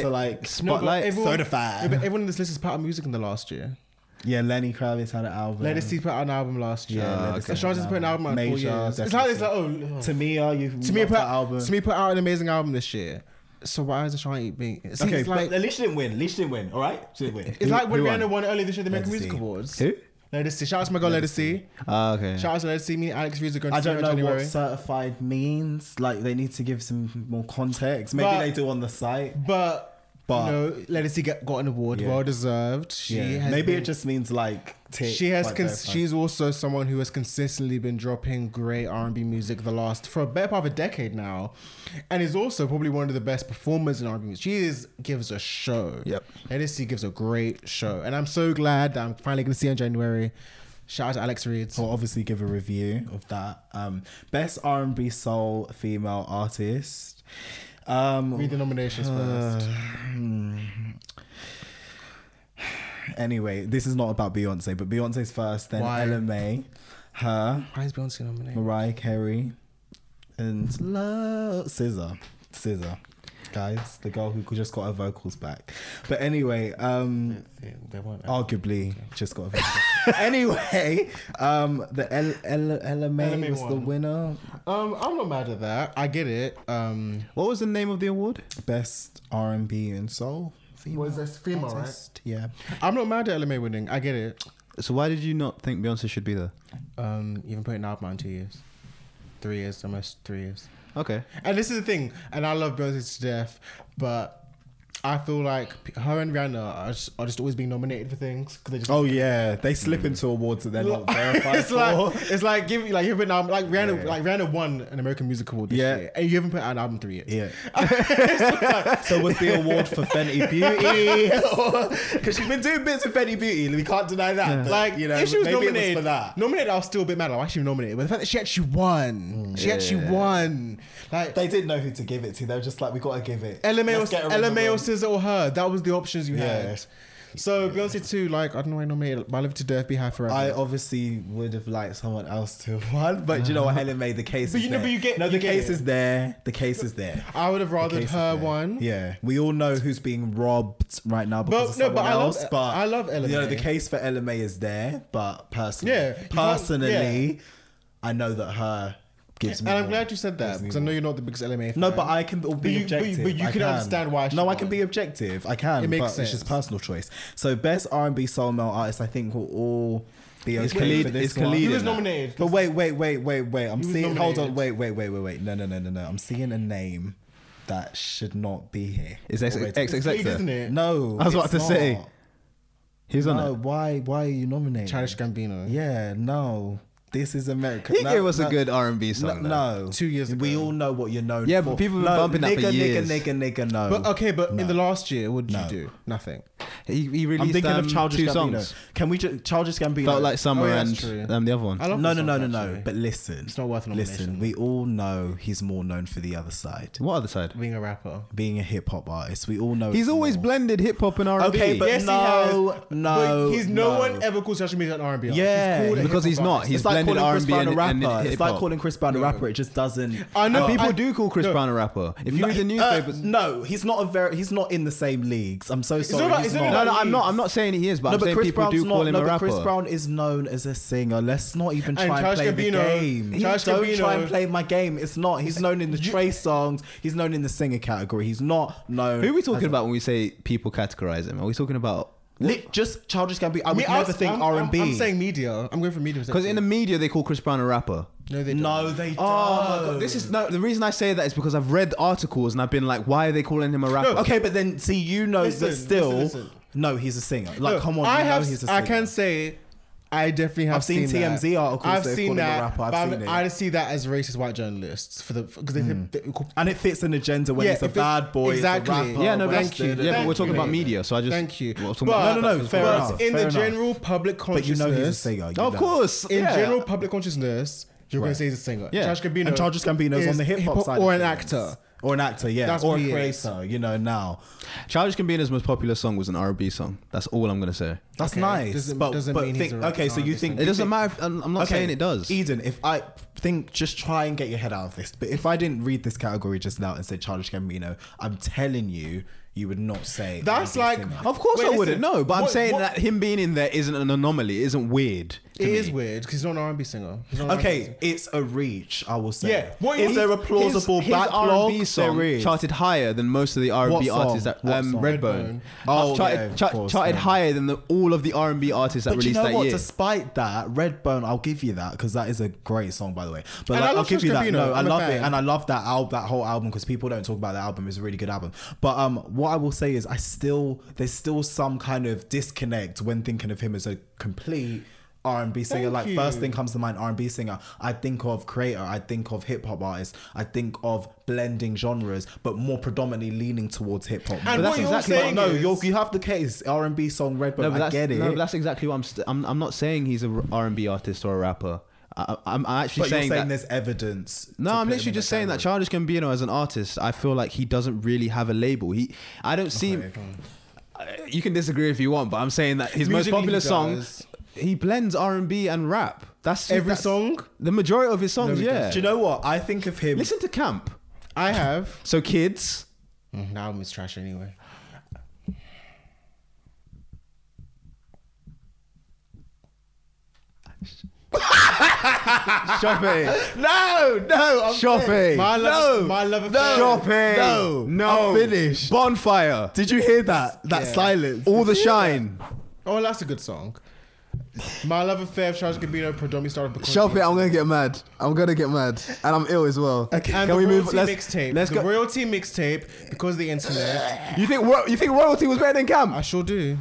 Speaker 1: spotlight.
Speaker 4: to, like-
Speaker 2: No, but
Speaker 1: spotlight.
Speaker 2: everyone-
Speaker 4: Certified.
Speaker 2: yeah, but everyone in this list is part of music in the last year.
Speaker 4: yeah, Lenny Kravitz had an album.
Speaker 2: Legacy put out an album last year.
Speaker 4: Yeah, Legacy had
Speaker 2: Ashanti's
Speaker 4: an
Speaker 2: put an album
Speaker 4: album.
Speaker 2: out in four
Speaker 4: Major,
Speaker 2: years. It's like it's like oh, oh.
Speaker 4: Tamia, you
Speaker 2: To
Speaker 4: to
Speaker 2: me,
Speaker 4: me
Speaker 2: put,
Speaker 4: that album.
Speaker 2: To me, put out an amazing album this year. So why is Ashanti being? It seems
Speaker 4: okay,
Speaker 2: like
Speaker 4: but at least she didn't win. At least she didn't win. All right, she didn't win.
Speaker 2: it's like when
Speaker 1: who
Speaker 2: Rihanna won earlier this year the American
Speaker 4: Legacy.
Speaker 2: Music Awards.
Speaker 1: Who?
Speaker 2: Legacy. Shout out to my girl Legacy.
Speaker 1: Ah, okay.
Speaker 2: Shout out to Legacy. Me and Alex Views are going to
Speaker 4: I
Speaker 2: see her
Speaker 4: don't
Speaker 2: in
Speaker 4: know
Speaker 2: January.
Speaker 4: what certified means. Like they need to give some more context. Maybe
Speaker 2: But-
Speaker 4: they do on the site.
Speaker 2: but
Speaker 4: But-
Speaker 2: you know, Legacy get, got an award,
Speaker 4: Yeah.
Speaker 2: well deserved. She
Speaker 4: Yeah.
Speaker 2: has
Speaker 4: Maybe
Speaker 2: been-
Speaker 4: it just means like tick,
Speaker 2: She has.
Speaker 4: like,
Speaker 2: Cons-
Speaker 4: verified.
Speaker 2: she's also someone who has consistently been dropping great R and B music the last for a better part of a decade now, and is also probably one of the best performers in R and B music. She is gives a show.
Speaker 1: Yep.
Speaker 2: Hennessy gives a great show, and I'm so glad that I'm finally going to see her in January. Shout out to Alex Reed.
Speaker 4: We'll obviously give a review of that. Um, best R and B soul female artist. Um,
Speaker 2: Read the nominations first.
Speaker 4: Anyway, this is not about Beyonce, but Beyonce's first, then
Speaker 2: Why?
Speaker 4: LMA, her,
Speaker 2: Why is Beyonce nominated?
Speaker 4: Mariah Carey, and Love Scissor. Scissor. Guys, the girl who just got her vocals back. But anyway, um
Speaker 2: They weren't.
Speaker 4: arguably just got her vocals back. anyway, um the L- L- LMA,
Speaker 2: LMA
Speaker 4: was the
Speaker 2: won.
Speaker 4: winner.
Speaker 2: Um, I'm not mad at that. I get it. Um,
Speaker 1: What was the name of the award?
Speaker 4: Best R and B and soul. Female
Speaker 2: Was this female, right?
Speaker 4: artist. Yeah.
Speaker 2: I'm not mad at LMA winning. I get it.
Speaker 1: So why did you not think Beyonce should be there?
Speaker 2: Um, you've been putting an album out in two years, three years, almost three years.
Speaker 1: Okay.
Speaker 2: And this is the thing, and I love Beyonce to death, but I feel like p- her and Rihanna are just, are just always being nominated for things because they just.
Speaker 4: Oh yeah, they slip into awards that they're not Oh. verified
Speaker 2: it's
Speaker 4: for.
Speaker 2: like it's like give like you haven't um, like Rihanna
Speaker 4: Yeah.
Speaker 2: like Rihanna won an American Music Award this
Speaker 4: Yeah.
Speaker 2: year and you haven't put out an album three years
Speaker 4: yeah. so was the award for Fenty Beauty? Because she's been doing bits with Fenty Beauty. We can't deny that.
Speaker 2: like you know if she was
Speaker 4: maybe it was
Speaker 2: nominated
Speaker 4: for that.
Speaker 2: nominated I was still a bit mad like why she was nominated but the fact that she actually won she actually won like
Speaker 4: They didn't know who to give it to. They were just like, we gotta give it.
Speaker 2: LMAO,
Speaker 4: Let's get rid of
Speaker 2: LMAO
Speaker 4: them.
Speaker 2: SZA or her. That was the options you
Speaker 4: Yeah.
Speaker 2: had. So Beyonce too, like I don't know why I nominated, but I live to death, be high forever.
Speaker 4: I obviously would have liked someone else to have won, but you know what? Helen made the case.
Speaker 2: But
Speaker 4: is
Speaker 2: you know-
Speaker 4: there.
Speaker 2: but you get-
Speaker 4: no. The
Speaker 2: you get
Speaker 4: case
Speaker 2: it.
Speaker 4: is there. The case is there.
Speaker 2: I would have rathered
Speaker 4: case is
Speaker 2: her
Speaker 4: there.
Speaker 2: one.
Speaker 4: Yeah, we all know who's being robbed right now because
Speaker 2: But-
Speaker 4: of
Speaker 2: no,
Speaker 4: someone
Speaker 2: but I love-
Speaker 4: else. but
Speaker 2: I love LMA.
Speaker 4: You know, the case for LMA is there, but personally,
Speaker 2: Yeah, you can't-
Speaker 4: personally, I know that her gives
Speaker 2: And
Speaker 4: me.
Speaker 2: I'm
Speaker 4: more.
Speaker 2: glad you said that
Speaker 4: Gives me
Speaker 2: because I know you're not the biggest LMA. Fan.
Speaker 4: No, but I can be
Speaker 2: you- but you-
Speaker 4: objective.
Speaker 2: but you
Speaker 4: I
Speaker 2: can understand why she
Speaker 4: No, I
Speaker 2: won.
Speaker 4: can be objective. I can.
Speaker 2: It makes
Speaker 4: but It's
Speaker 2: sense.
Speaker 4: just personal choice. So best R and B soul male artist, I think will all be okay
Speaker 1: Is
Speaker 4: for
Speaker 1: Khalid-
Speaker 4: this
Speaker 1: is
Speaker 4: one.
Speaker 1: Khalid
Speaker 2: He was
Speaker 1: in that?
Speaker 2: nominated.
Speaker 4: But wait, wait, wait, wait, wait. I'm
Speaker 2: He was
Speaker 4: seeing. Hold on.
Speaker 2: nominated.
Speaker 4: Wait, wait, wait, wait, wait. No, no, no, no, no. I'm seeing a name that should not be here.
Speaker 1: Is X
Speaker 4: Already.
Speaker 1: X X
Speaker 2: Khalid, isn't
Speaker 1: X?
Speaker 2: it?
Speaker 4: No,
Speaker 1: I was about
Speaker 4: it's
Speaker 1: to say.
Speaker 4: not.
Speaker 1: He's on
Speaker 4: No,
Speaker 1: it.
Speaker 4: why? Why are you nominated?
Speaker 2: Childish Gambino.
Speaker 4: Yeah, no. This is America.
Speaker 1: He
Speaker 4: No,
Speaker 1: gave us
Speaker 4: no.
Speaker 1: a good R and B
Speaker 4: No,
Speaker 1: song. though.
Speaker 4: no,
Speaker 2: Two years ago.
Speaker 4: We all know what you're known
Speaker 1: Yeah,
Speaker 4: for.
Speaker 1: but people have been bumping that for
Speaker 4: nigga,
Speaker 1: years.
Speaker 4: Nigga, nigga, nigga, no.
Speaker 2: But okay, but in the last year, what did
Speaker 4: No.
Speaker 2: you do? Nothing.
Speaker 1: He, he released
Speaker 4: I'm thinking
Speaker 1: um,
Speaker 4: of Childish
Speaker 1: two
Speaker 4: Gambino.
Speaker 1: songs.
Speaker 4: Can we just Childish Gambino?
Speaker 1: Felt like summer
Speaker 2: Oh, yeah, that's true.
Speaker 1: and um, the other one.
Speaker 2: I love
Speaker 4: no,
Speaker 2: this
Speaker 4: no, no, no,
Speaker 2: song,
Speaker 4: no.
Speaker 2: actually.
Speaker 4: But listen,
Speaker 2: It's not worth a nomination.
Speaker 4: listen. We all know he's more known for the other side,
Speaker 1: What other side?
Speaker 2: being a rapper.
Speaker 4: being a hip hop artist. We all know
Speaker 1: He's
Speaker 4: it's
Speaker 1: always
Speaker 4: more.
Speaker 1: blended hip hop and R and B.
Speaker 4: Okay, but-
Speaker 2: yes,
Speaker 4: no,
Speaker 2: he has.
Speaker 4: no,
Speaker 2: but he's no,
Speaker 4: no.
Speaker 2: one ever calls social media an R&B. artist.
Speaker 4: Yeah,
Speaker 2: He's called a
Speaker 1: because
Speaker 2: hip-hop
Speaker 1: he's not.
Speaker 2: artist.
Speaker 1: He's
Speaker 4: it's like
Speaker 1: blended
Speaker 4: calling
Speaker 1: R
Speaker 4: Chris
Speaker 1: and B
Speaker 4: Brown
Speaker 1: and
Speaker 4: a
Speaker 1: and
Speaker 4: rapper. It's
Speaker 1: hip
Speaker 4: like
Speaker 1: hop.
Speaker 4: calling Chris Brown a rapper. It just doesn't.
Speaker 2: I know
Speaker 1: And people
Speaker 2: I-
Speaker 1: do call Chris
Speaker 2: no.
Speaker 1: Brown a rapper. If you read the
Speaker 4: he-
Speaker 1: newspapers,
Speaker 4: uh, no, he's not a very. He's not in the same leagues. I'm so sorry.
Speaker 2: about-
Speaker 4: he's
Speaker 2: it's not
Speaker 1: no, no, I'm not. I'm not saying he is, but
Speaker 4: no,
Speaker 1: I'm
Speaker 4: but
Speaker 1: saying
Speaker 4: Chris
Speaker 1: people
Speaker 4: Brown's
Speaker 1: do call
Speaker 4: not,
Speaker 1: him
Speaker 4: no,
Speaker 1: a
Speaker 4: but
Speaker 1: rapper.
Speaker 4: Chris Brown is known as a singer. Let's not even try
Speaker 2: And
Speaker 4: and,
Speaker 2: Childish
Speaker 4: play the
Speaker 2: Gambino-
Speaker 4: game.
Speaker 2: Childish
Speaker 4: Don't try
Speaker 2: Gambino-
Speaker 4: and play my game. It's not. He's known in the Trey songs. He's known in the singer category. He's not known.
Speaker 1: Who are we
Speaker 4: as
Speaker 1: talking
Speaker 4: a-
Speaker 1: about when we say people categorize him? Are we talking about
Speaker 4: Li- just Childish Gambino. I would
Speaker 2: Me- I
Speaker 4: never
Speaker 2: was-
Speaker 4: think
Speaker 2: I'm-
Speaker 4: R and B.
Speaker 2: I'm, I'm saying media. I'm going for media.
Speaker 1: because in the media they call Chris Brown a rapper?
Speaker 2: no, they don't. Oh,
Speaker 4: no, they. Don't. Oh.
Speaker 1: this is no. The reason I say that is because I've read articles and I've been like, why are they calling him a rapper?
Speaker 4: okay, but then see, you know
Speaker 2: Listen,
Speaker 4: that still.
Speaker 2: listen, listen.
Speaker 4: No, he's a singer. Like,
Speaker 2: Look,
Speaker 4: come on,
Speaker 2: I
Speaker 4: you know
Speaker 2: have.
Speaker 4: he's a singer.
Speaker 2: I can say, I definitely have.
Speaker 4: I've seen TMZ
Speaker 2: that.
Speaker 4: articles
Speaker 2: I've
Speaker 4: that
Speaker 2: seen
Speaker 4: call him a
Speaker 2: that.
Speaker 4: rapper, I've
Speaker 2: but
Speaker 4: seen it. Hmm.
Speaker 2: I see that as racist white journalists for the because they, they, they call-
Speaker 4: and it fits an agenda when
Speaker 2: Yeah,
Speaker 4: it's a
Speaker 2: if it's-
Speaker 4: bad boy,
Speaker 2: exactly.
Speaker 4: It's a rapper,
Speaker 1: Yeah, no,
Speaker 4: when
Speaker 1: thank
Speaker 4: it's
Speaker 1: you.
Speaker 4: the-
Speaker 1: Yeah, but
Speaker 2: Thank
Speaker 1: we're talking
Speaker 2: you.
Speaker 1: about media, so I just
Speaker 2: Thank you.
Speaker 1: We're talking
Speaker 2: But,
Speaker 1: about-
Speaker 4: No, no, no, fair
Speaker 2: but
Speaker 4: enough,
Speaker 2: in
Speaker 4: fair
Speaker 2: the
Speaker 4: enough.
Speaker 2: general public
Speaker 4: But you
Speaker 2: consciousness,
Speaker 4: know he's a singer. you
Speaker 1: Of
Speaker 4: know.
Speaker 1: course,
Speaker 2: in
Speaker 1: yeah.
Speaker 2: general public consciousness, you're
Speaker 4: Right.
Speaker 2: going to say he's a singer.
Speaker 1: Yeah.
Speaker 2: Childish Gambino
Speaker 4: And Childish Gambino's
Speaker 2: is
Speaker 4: on the hip hop side,
Speaker 2: or
Speaker 4: of
Speaker 2: an
Speaker 4: things.
Speaker 2: actor.
Speaker 4: or an actor, yeah,
Speaker 2: That's
Speaker 4: or a
Speaker 2: weird.
Speaker 4: creator. You know now.
Speaker 1: Childish Gambino's most popular song was an R&B song. That's all I'm gonna say.
Speaker 4: That's
Speaker 2: Okay,
Speaker 4: nice.
Speaker 2: doesn't-
Speaker 4: but
Speaker 2: doesn't
Speaker 4: but
Speaker 2: mean he's
Speaker 4: think,
Speaker 2: a
Speaker 4: okay, so
Speaker 2: rapper,
Speaker 4: you think
Speaker 1: It doesn't matter. If, I'm I'm not
Speaker 4: okay,
Speaker 1: saying it does.
Speaker 4: Eden, if I think, just try and get your head out of this. But if I didn't read this category just now and said Childish Gambino, I'm telling you, you would not say
Speaker 2: That's
Speaker 4: R&B
Speaker 2: like-
Speaker 4: singer.
Speaker 1: Of course
Speaker 2: Wait,
Speaker 1: I wouldn't.
Speaker 2: listen,
Speaker 1: No, but I'm
Speaker 2: what-
Speaker 1: saying
Speaker 2: what-
Speaker 1: that him being in there isn't an anomaly. It isn't weird. to
Speaker 2: It
Speaker 1: me.
Speaker 2: is weird because he's not an R&B singer. He's not an R&B
Speaker 4: Okay,
Speaker 2: singer.
Speaker 4: it's a reach. I will say.
Speaker 2: Yeah, what
Speaker 4: is
Speaker 2: he-
Speaker 4: there a plausible
Speaker 1: his,
Speaker 4: backlog?
Speaker 1: His R&B song
Speaker 4: there is.
Speaker 1: charted higher than most of the R&B
Speaker 4: What song?
Speaker 1: artists that
Speaker 4: What
Speaker 1: um,
Speaker 4: song?
Speaker 1: Redbone.
Speaker 2: Redbone.
Speaker 4: Oh,
Speaker 1: charted,
Speaker 4: yeah, of
Speaker 1: chart-
Speaker 4: course,
Speaker 1: charted
Speaker 4: yeah.
Speaker 1: higher than the, all of the R&B artists that
Speaker 4: But you
Speaker 1: released
Speaker 4: know
Speaker 1: that
Speaker 4: what?
Speaker 1: year.
Speaker 4: Despite that, Redbone, I'll give you that because that is a great song, by the way. But
Speaker 2: And
Speaker 4: like,
Speaker 2: I love
Speaker 4: I'll give you that.
Speaker 2: Childish
Speaker 4: No,
Speaker 2: Gambino.
Speaker 4: I
Speaker 2: I'm a
Speaker 4: love it,
Speaker 2: fan.
Speaker 4: and I love that album, that whole album, because people don't talk about that album. It's a really good album. But um, what I will say is, I still there's still some kind of disconnect when thinking of him as a complete. R and B singer,
Speaker 2: Thank
Speaker 4: like
Speaker 2: you.
Speaker 4: first thing comes to mind, R and B singer. I think of creator, I think of hip hop artist, I think of blending genres, but more predominantly leaning towards hip hop.
Speaker 2: And
Speaker 1: But that's
Speaker 2: what you're
Speaker 1: exactly what-
Speaker 2: saying
Speaker 4: no,
Speaker 2: is,
Speaker 4: you're, you have the case R and B song Redbone.
Speaker 1: no, but
Speaker 4: I
Speaker 1: that's,
Speaker 4: get it.
Speaker 1: no, but that's exactly what I'm, st- I'm. I'm not saying he's a R&B artist or a rapper. I, I'm I'm actually
Speaker 4: but
Speaker 1: saying,
Speaker 4: you're
Speaker 1: that.
Speaker 4: saying there's evidence.
Speaker 1: No,
Speaker 4: to
Speaker 1: I'm
Speaker 4: put
Speaker 1: literally
Speaker 4: him in
Speaker 1: just saying that
Speaker 4: category.
Speaker 1: Childish Gambino as an artist, I feel like he doesn't really have a label. He, I don't see.
Speaker 4: Okay, fine.
Speaker 1: Uh, You can disagree if you want, but I'm saying that his most
Speaker 2: Musically,
Speaker 1: popular
Speaker 2: he
Speaker 1: song,
Speaker 2: does.
Speaker 1: he blends R and B and rap. That's
Speaker 2: Every
Speaker 1: that's-
Speaker 2: song?
Speaker 1: the majority of his songs.
Speaker 2: he
Speaker 1: yeah,
Speaker 4: Do you know what? I think of him.
Speaker 1: listen to Camp.
Speaker 2: I have.
Speaker 1: So kids,
Speaker 2: Mm, the album is trash anyway.
Speaker 1: shopping,
Speaker 4: no, no, I'm
Speaker 1: shopping,
Speaker 2: My love, my love affair.
Speaker 1: shopping,
Speaker 4: No,
Speaker 1: no,
Speaker 4: I'm finished.
Speaker 1: bonfire,
Speaker 4: Did you hear that? That
Speaker 2: Yeah.
Speaker 4: silence.
Speaker 1: all the shine.
Speaker 2: Oh, that's a good song. My love affair of Charles Gambino predominantly started because.
Speaker 3: Shelf it. I'm gonna get mad. I'm gonna get mad, and I'm ill as well.
Speaker 4: Okay.
Speaker 2: And
Speaker 4: Can
Speaker 2: the
Speaker 4: we move-
Speaker 2: royalty
Speaker 4: let's-
Speaker 2: mixtape.
Speaker 4: let's
Speaker 2: the
Speaker 4: go-
Speaker 2: royalty mixtape because of the internet.
Speaker 3: You think ro- you think royalty was better than Cam?
Speaker 2: I sure do.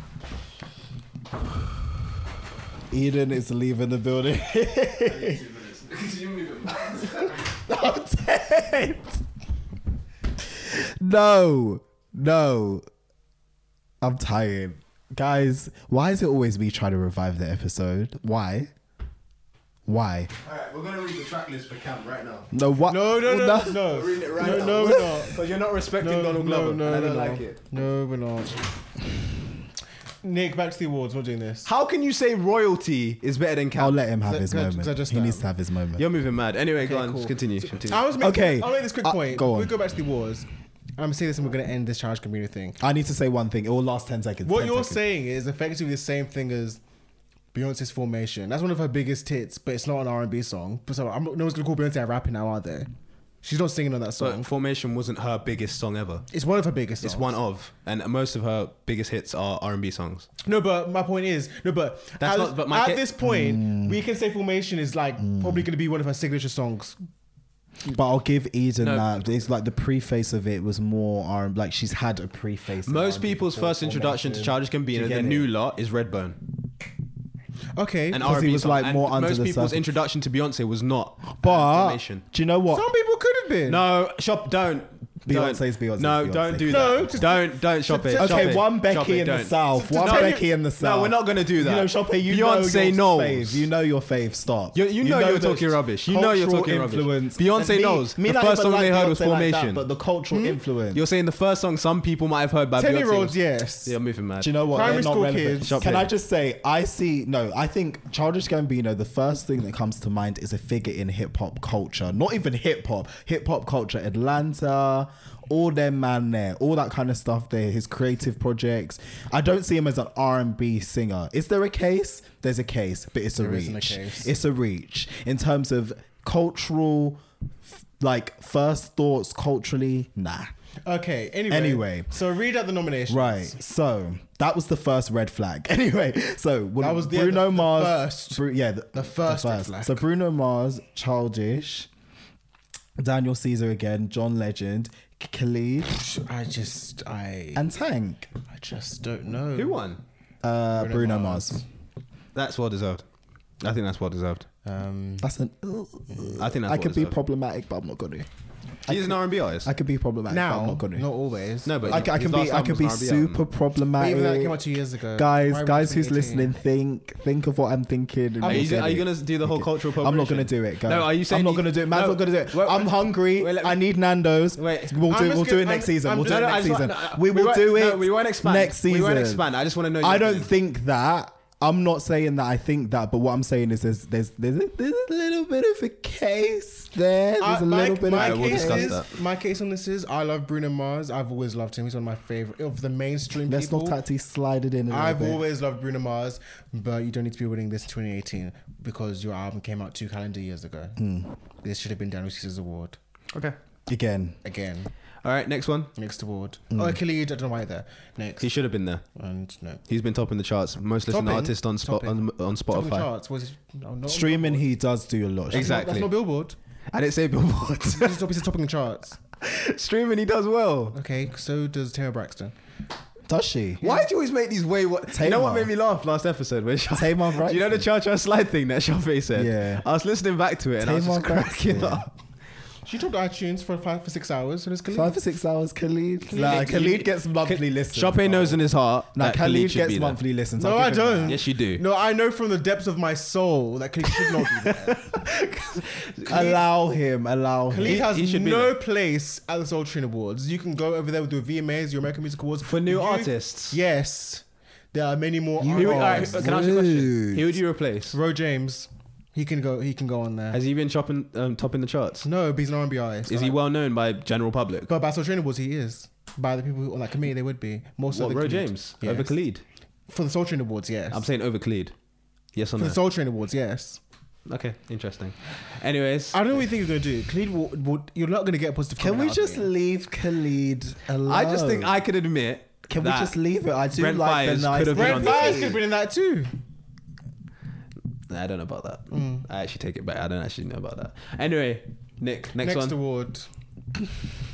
Speaker 4: Eden is leaving the building. I'm dead. No, no. I'm tired. Guys, why is it always me trying to revive the episode? Why? Why?
Speaker 1: Alright, we're gonna read the track list for Cam right now.
Speaker 4: No, what?
Speaker 2: No, no, no, no.
Speaker 1: We're reading it right
Speaker 2: no,
Speaker 1: now.
Speaker 2: no, we're not.
Speaker 1: Because you're not respecting
Speaker 2: No,
Speaker 1: Donald
Speaker 2: no,
Speaker 1: Glover.
Speaker 2: no,
Speaker 1: and I don't
Speaker 2: no.
Speaker 1: like it.
Speaker 2: No, we're not. Nick, back to the awards. We're not doing this.
Speaker 1: How can you say royalty is better than Cam?
Speaker 4: I'll let him have his
Speaker 2: Can I-
Speaker 4: moment.
Speaker 2: can I just,
Speaker 4: he
Speaker 2: um,
Speaker 4: needs to have his moment.
Speaker 1: You're moving mad. Anyway, go
Speaker 2: Okay,
Speaker 1: on.
Speaker 2: cool.
Speaker 1: Just continue. continue.
Speaker 2: I was making,
Speaker 4: Okay,
Speaker 2: I'll make this quick
Speaker 4: uh,
Speaker 2: point.
Speaker 4: go
Speaker 2: Before We
Speaker 4: on.
Speaker 2: go back to the awards. I'm gonna say this, and we're gonna end this Charles Gambino thing.
Speaker 4: I need to say one thing. It will last 10 seconds.
Speaker 2: What
Speaker 4: 10
Speaker 2: you're
Speaker 4: seconds.
Speaker 2: saying is effectively the same thing as Beyonce's Formation. That's one of her biggest hits, but it's not an R&B song. But so I'm, no one's gonna call Beyonce a rapper now, are they? She's not singing on that
Speaker 1: So
Speaker 2: song.
Speaker 1: Formation wasn't her biggest song ever.
Speaker 2: it's one of her biggest.
Speaker 1: It's
Speaker 2: songs.
Speaker 1: one of, and most of her biggest hits are R and B songs.
Speaker 2: No, but my point is no, but
Speaker 1: That's
Speaker 2: at,
Speaker 1: not-
Speaker 2: this-
Speaker 1: but my
Speaker 2: at
Speaker 1: ca-
Speaker 2: this point,
Speaker 4: Mm.
Speaker 2: we can say Formation is like probably gonna be one of her signature songs.
Speaker 4: But I'll give Eden
Speaker 1: No.
Speaker 4: that. It's like the preface of it was more um, like she's had a preface. of
Speaker 1: Most
Speaker 4: R&B
Speaker 1: people's
Speaker 4: before
Speaker 1: first introduction to
Speaker 4: Formation.
Speaker 1: Childish
Speaker 4: Do
Speaker 1: Gambino,
Speaker 4: you
Speaker 1: the
Speaker 4: get it?
Speaker 1: new lot, is Redbone.
Speaker 2: Okay,
Speaker 1: And
Speaker 4: Because he
Speaker 1: R&B
Speaker 4: was,
Speaker 1: song.
Speaker 4: like,
Speaker 1: And
Speaker 4: more under
Speaker 1: most
Speaker 4: the
Speaker 1: people's
Speaker 4: surface.
Speaker 1: introduction to Beyonce was not uh,
Speaker 4: But
Speaker 1: Formation.
Speaker 4: do you know what?
Speaker 2: some people could have been.
Speaker 1: No, shop. Don't. don't.
Speaker 4: Beyonce's Beyonce.
Speaker 1: No,
Speaker 4: Beyonce.
Speaker 1: don't do that.
Speaker 2: No,
Speaker 1: No,
Speaker 2: to-
Speaker 1: don't don't shop it.
Speaker 2: to-
Speaker 1: Shop
Speaker 4: okay,
Speaker 1: it.
Speaker 4: one Becky
Speaker 1: Shop it,
Speaker 4: in the
Speaker 1: don't.
Speaker 4: south,
Speaker 2: to
Speaker 4: one
Speaker 2: tell
Speaker 4: Becky
Speaker 2: you-
Speaker 4: in the south.
Speaker 1: No, we're not gonna do that.
Speaker 4: You know, Shoppe, you
Speaker 1: Beyonce
Speaker 4: know your
Speaker 1: knows.
Speaker 4: fave. You know your fave. Stop.
Speaker 1: You- you know you're
Speaker 4: those
Speaker 1: talking rubbish. You know you're
Speaker 4: cultural
Speaker 1: talking rubbish.
Speaker 4: influence.
Speaker 1: Beyonce
Speaker 4: And me-
Speaker 1: knows.
Speaker 4: Me
Speaker 1: The
Speaker 4: not
Speaker 1: first
Speaker 4: even
Speaker 1: song they
Speaker 4: like
Speaker 1: heard was
Speaker 4: Beyonce like that,
Speaker 1: Formation. Hmm?
Speaker 4: but the cultural influence.
Speaker 1: You're saying the first song some people might have heard by
Speaker 2: ten
Speaker 1: Beyonce.
Speaker 2: year olds,
Speaker 1: was-
Speaker 2: yes.
Speaker 1: Yeah, I'm moving mad.
Speaker 4: Do you know what?
Speaker 2: Primary
Speaker 4: They're not
Speaker 2: school
Speaker 4: relevant.
Speaker 2: kids.
Speaker 1: Shop
Speaker 4: Can
Speaker 1: it.
Speaker 4: I just say, I see, no, I think Childish Gambino, the first thing that comes to mind is a figure in hip hop culture. Not even hip hop, hip hop culture, Atlanta, all them man there, all that kind of stuff there, his creative projects. I don't see him as an R&B singer. Is there a case? There's a case, but it's a
Speaker 2: There
Speaker 4: reach.
Speaker 2: isn't a case.
Speaker 4: It's a reach in terms of cultural, f- like first thoughts culturally, nah.
Speaker 2: Okay. Anyway.
Speaker 4: Anyway.
Speaker 2: So read out the nominations.
Speaker 4: Right. So that was the first red flag. Anyway, so
Speaker 2: That was the-
Speaker 4: Bruno
Speaker 2: the- the
Speaker 4: Mars.
Speaker 2: first.
Speaker 4: Bru- yeah, the,
Speaker 2: first red flag.
Speaker 4: So Bruno Mars, Childish, Daniel Caesar again, John Legend, K- Khalid,
Speaker 2: I just, I,
Speaker 4: and Tank.
Speaker 2: I just don't know.
Speaker 1: who won?
Speaker 4: Uh, Bruno,
Speaker 2: Bruno
Speaker 4: Mars.
Speaker 2: Mars.
Speaker 1: That's well deserved. I think that's well deserved.
Speaker 2: Um,
Speaker 4: That's an.
Speaker 1: I think that's
Speaker 4: I
Speaker 1: well
Speaker 4: could be
Speaker 1: deserved.
Speaker 4: problematic, but I'm not gonna.
Speaker 1: He's an R&B artist.
Speaker 4: I could be problematic, but
Speaker 2: now,
Speaker 4: I'm
Speaker 2: not,
Speaker 4: not gonna.
Speaker 2: always.
Speaker 1: No, but
Speaker 4: I, c- I
Speaker 1: his
Speaker 4: can
Speaker 1: last
Speaker 4: be. I
Speaker 1: album
Speaker 4: can
Speaker 1: was
Speaker 4: be
Speaker 1: an R&B album.
Speaker 4: super
Speaker 2: But
Speaker 4: problematic.
Speaker 2: even though it came out two years ago.
Speaker 4: guys,
Speaker 2: Why
Speaker 4: guys, who's
Speaker 2: 2018?
Speaker 4: listening? Think, think of what I'm thinking.
Speaker 1: Are you,
Speaker 4: Listen.
Speaker 1: are you gonna do the whole cultural?
Speaker 4: I'm not gonna
Speaker 1: appropriation?
Speaker 4: do it, guys.
Speaker 1: No, are you saying
Speaker 4: I'm not
Speaker 1: you-
Speaker 4: gonna do it? Man's
Speaker 1: No.
Speaker 4: not gonna do it.
Speaker 1: Wait,
Speaker 4: I'm
Speaker 1: wait.
Speaker 4: hungry.
Speaker 1: Wait, let
Speaker 4: I
Speaker 1: me-
Speaker 4: need Nando's.
Speaker 1: Wait.
Speaker 4: we'll
Speaker 2: I'm
Speaker 4: do it.
Speaker 2: just
Speaker 4: We'll do
Speaker 2: gonna-
Speaker 4: it next
Speaker 2: I'm-
Speaker 4: season.
Speaker 2: I'm
Speaker 4: we'll do
Speaker 2: just-
Speaker 4: it
Speaker 2: No, no,
Speaker 4: next
Speaker 1: I just
Speaker 4: season.
Speaker 1: want- no,
Speaker 4: we
Speaker 1: we
Speaker 4: will
Speaker 1: won't-
Speaker 4: do
Speaker 1: no,
Speaker 4: it.
Speaker 1: we won't expand.
Speaker 4: next
Speaker 1: We
Speaker 4: season.
Speaker 1: won't expand. I just wanna know your
Speaker 4: I don't
Speaker 1: opinion.
Speaker 4: think that. I'm not saying that. I think that. But what I'm saying is, there's there's there's a, there's a little bit of a case there. There's
Speaker 2: I-
Speaker 4: a
Speaker 2: my,
Speaker 4: little bit
Speaker 2: my
Speaker 4: of a
Speaker 1: we'll
Speaker 2: case
Speaker 4: case.
Speaker 1: discuss
Speaker 2: is,
Speaker 1: that.
Speaker 2: My case on this is I love Bruno Mars. I've always loved him. He's one of my favorite of the mainstream
Speaker 4: Let's
Speaker 2: people.
Speaker 4: not actually slide it in. A little
Speaker 2: I've
Speaker 4: bit.
Speaker 2: always loved Bruno Mars, but you don't need to be winning this 2018 because your album came out two calendar years ago.
Speaker 4: Hmm.
Speaker 2: This should have been Daniel Caesar's award
Speaker 1: Okay.
Speaker 4: again.
Speaker 2: again.
Speaker 1: All right. Next one.
Speaker 2: Next award.
Speaker 4: Hmm.
Speaker 2: Oh, Khalid, I don't know why there. Next
Speaker 1: He should have been there.
Speaker 2: and no.
Speaker 1: He's been topping the charts, most listened
Speaker 2: Topping?
Speaker 1: artist on spot on, on
Speaker 2: Top of the
Speaker 1: Spotify.
Speaker 2: charts was no, not
Speaker 4: Streaming, he does do a lot.
Speaker 1: Exactly.
Speaker 2: That's not Billboard.
Speaker 1: I didn't say Billboard.
Speaker 2: This is obviously topping the charts.
Speaker 1: Streaming, he does well.
Speaker 2: Okay, so does Taylor Braxton.
Speaker 4: Does she?
Speaker 1: Why do you always make these way? What you know? What
Speaker 4: Tamar.
Speaker 1: made me laugh last episode? When Sha-
Speaker 4: Tamar
Speaker 1: do you know the
Speaker 4: Braxton.
Speaker 1: Cha Cha Slide thing that Shafe said?
Speaker 4: Yeah.
Speaker 1: I was listening back to it and I was just
Speaker 4: Tamar
Speaker 1: cracking
Speaker 4: Braxton.
Speaker 1: up.
Speaker 2: She talked iTunes for five for six hours. So does Khalid.
Speaker 4: Five or six hours, Khalid. Nah, Khalid gets monthly listens.
Speaker 1: Shafe knows in his heart
Speaker 4: Nah,
Speaker 1: that
Speaker 4: Khalid,
Speaker 1: should
Speaker 4: gets
Speaker 1: be there.
Speaker 4: monthly listens.
Speaker 2: No,
Speaker 4: I'll
Speaker 2: I
Speaker 4: give him
Speaker 2: don't.
Speaker 4: that.
Speaker 1: Yes, you do.
Speaker 2: No, I know from the depths of my soul that Khalid should not be there.
Speaker 4: Allow him. Allow him.
Speaker 2: Khalid
Speaker 1: He-
Speaker 2: has
Speaker 1: he should be
Speaker 2: no
Speaker 1: there.
Speaker 2: place at the Soul Train Awards. You can go over there with your VMAs, your American Music Awards
Speaker 1: For new
Speaker 2: You-
Speaker 1: artists.
Speaker 2: Yes, there are many more.
Speaker 1: Who, all right,
Speaker 2: artists.
Speaker 1: can I ask you a question?
Speaker 4: Rude.
Speaker 1: Who would you replace?
Speaker 2: Ro James, he can go. He can go on there.
Speaker 1: Has he been chopping, um, topping the charts?
Speaker 2: no, but he's an R&B artist.
Speaker 1: Is he
Speaker 2: Like,
Speaker 1: well known by general public?
Speaker 2: But by Soul Train Awards, he is. By the people who are like committee, they would be more so.
Speaker 1: What,
Speaker 2: than
Speaker 1: Ro
Speaker 2: Khalid.
Speaker 1: James?
Speaker 2: Yes.
Speaker 1: Over Khalid?
Speaker 2: for the Soul Train Awards, yes.
Speaker 1: I'm saying over Khalid. Yes or
Speaker 2: for
Speaker 1: no?
Speaker 2: the Soul Train Awards, yes.
Speaker 1: Okay, interesting. Anyways,
Speaker 2: I don't know what you think he's gonna do. Khalid, will, will, you're not gonna get a positive.
Speaker 4: Can
Speaker 2: comment
Speaker 4: we
Speaker 2: out of
Speaker 4: just
Speaker 2: him.
Speaker 4: leave Khalid alone?
Speaker 1: I just think I could admit.
Speaker 4: Can we
Speaker 1: that
Speaker 4: just leave it? I do
Speaker 1: Brent
Speaker 4: like
Speaker 1: Fires
Speaker 4: the nice.
Speaker 1: could have been
Speaker 2: Brent
Speaker 1: on
Speaker 2: Fires
Speaker 1: this.
Speaker 2: could have been in that too.
Speaker 1: Nah, I don't know about that.
Speaker 4: Mm.
Speaker 1: I actually take it back. I don't actually know about that. Anyway, Nick, next,
Speaker 2: Next,
Speaker 1: one.
Speaker 2: award.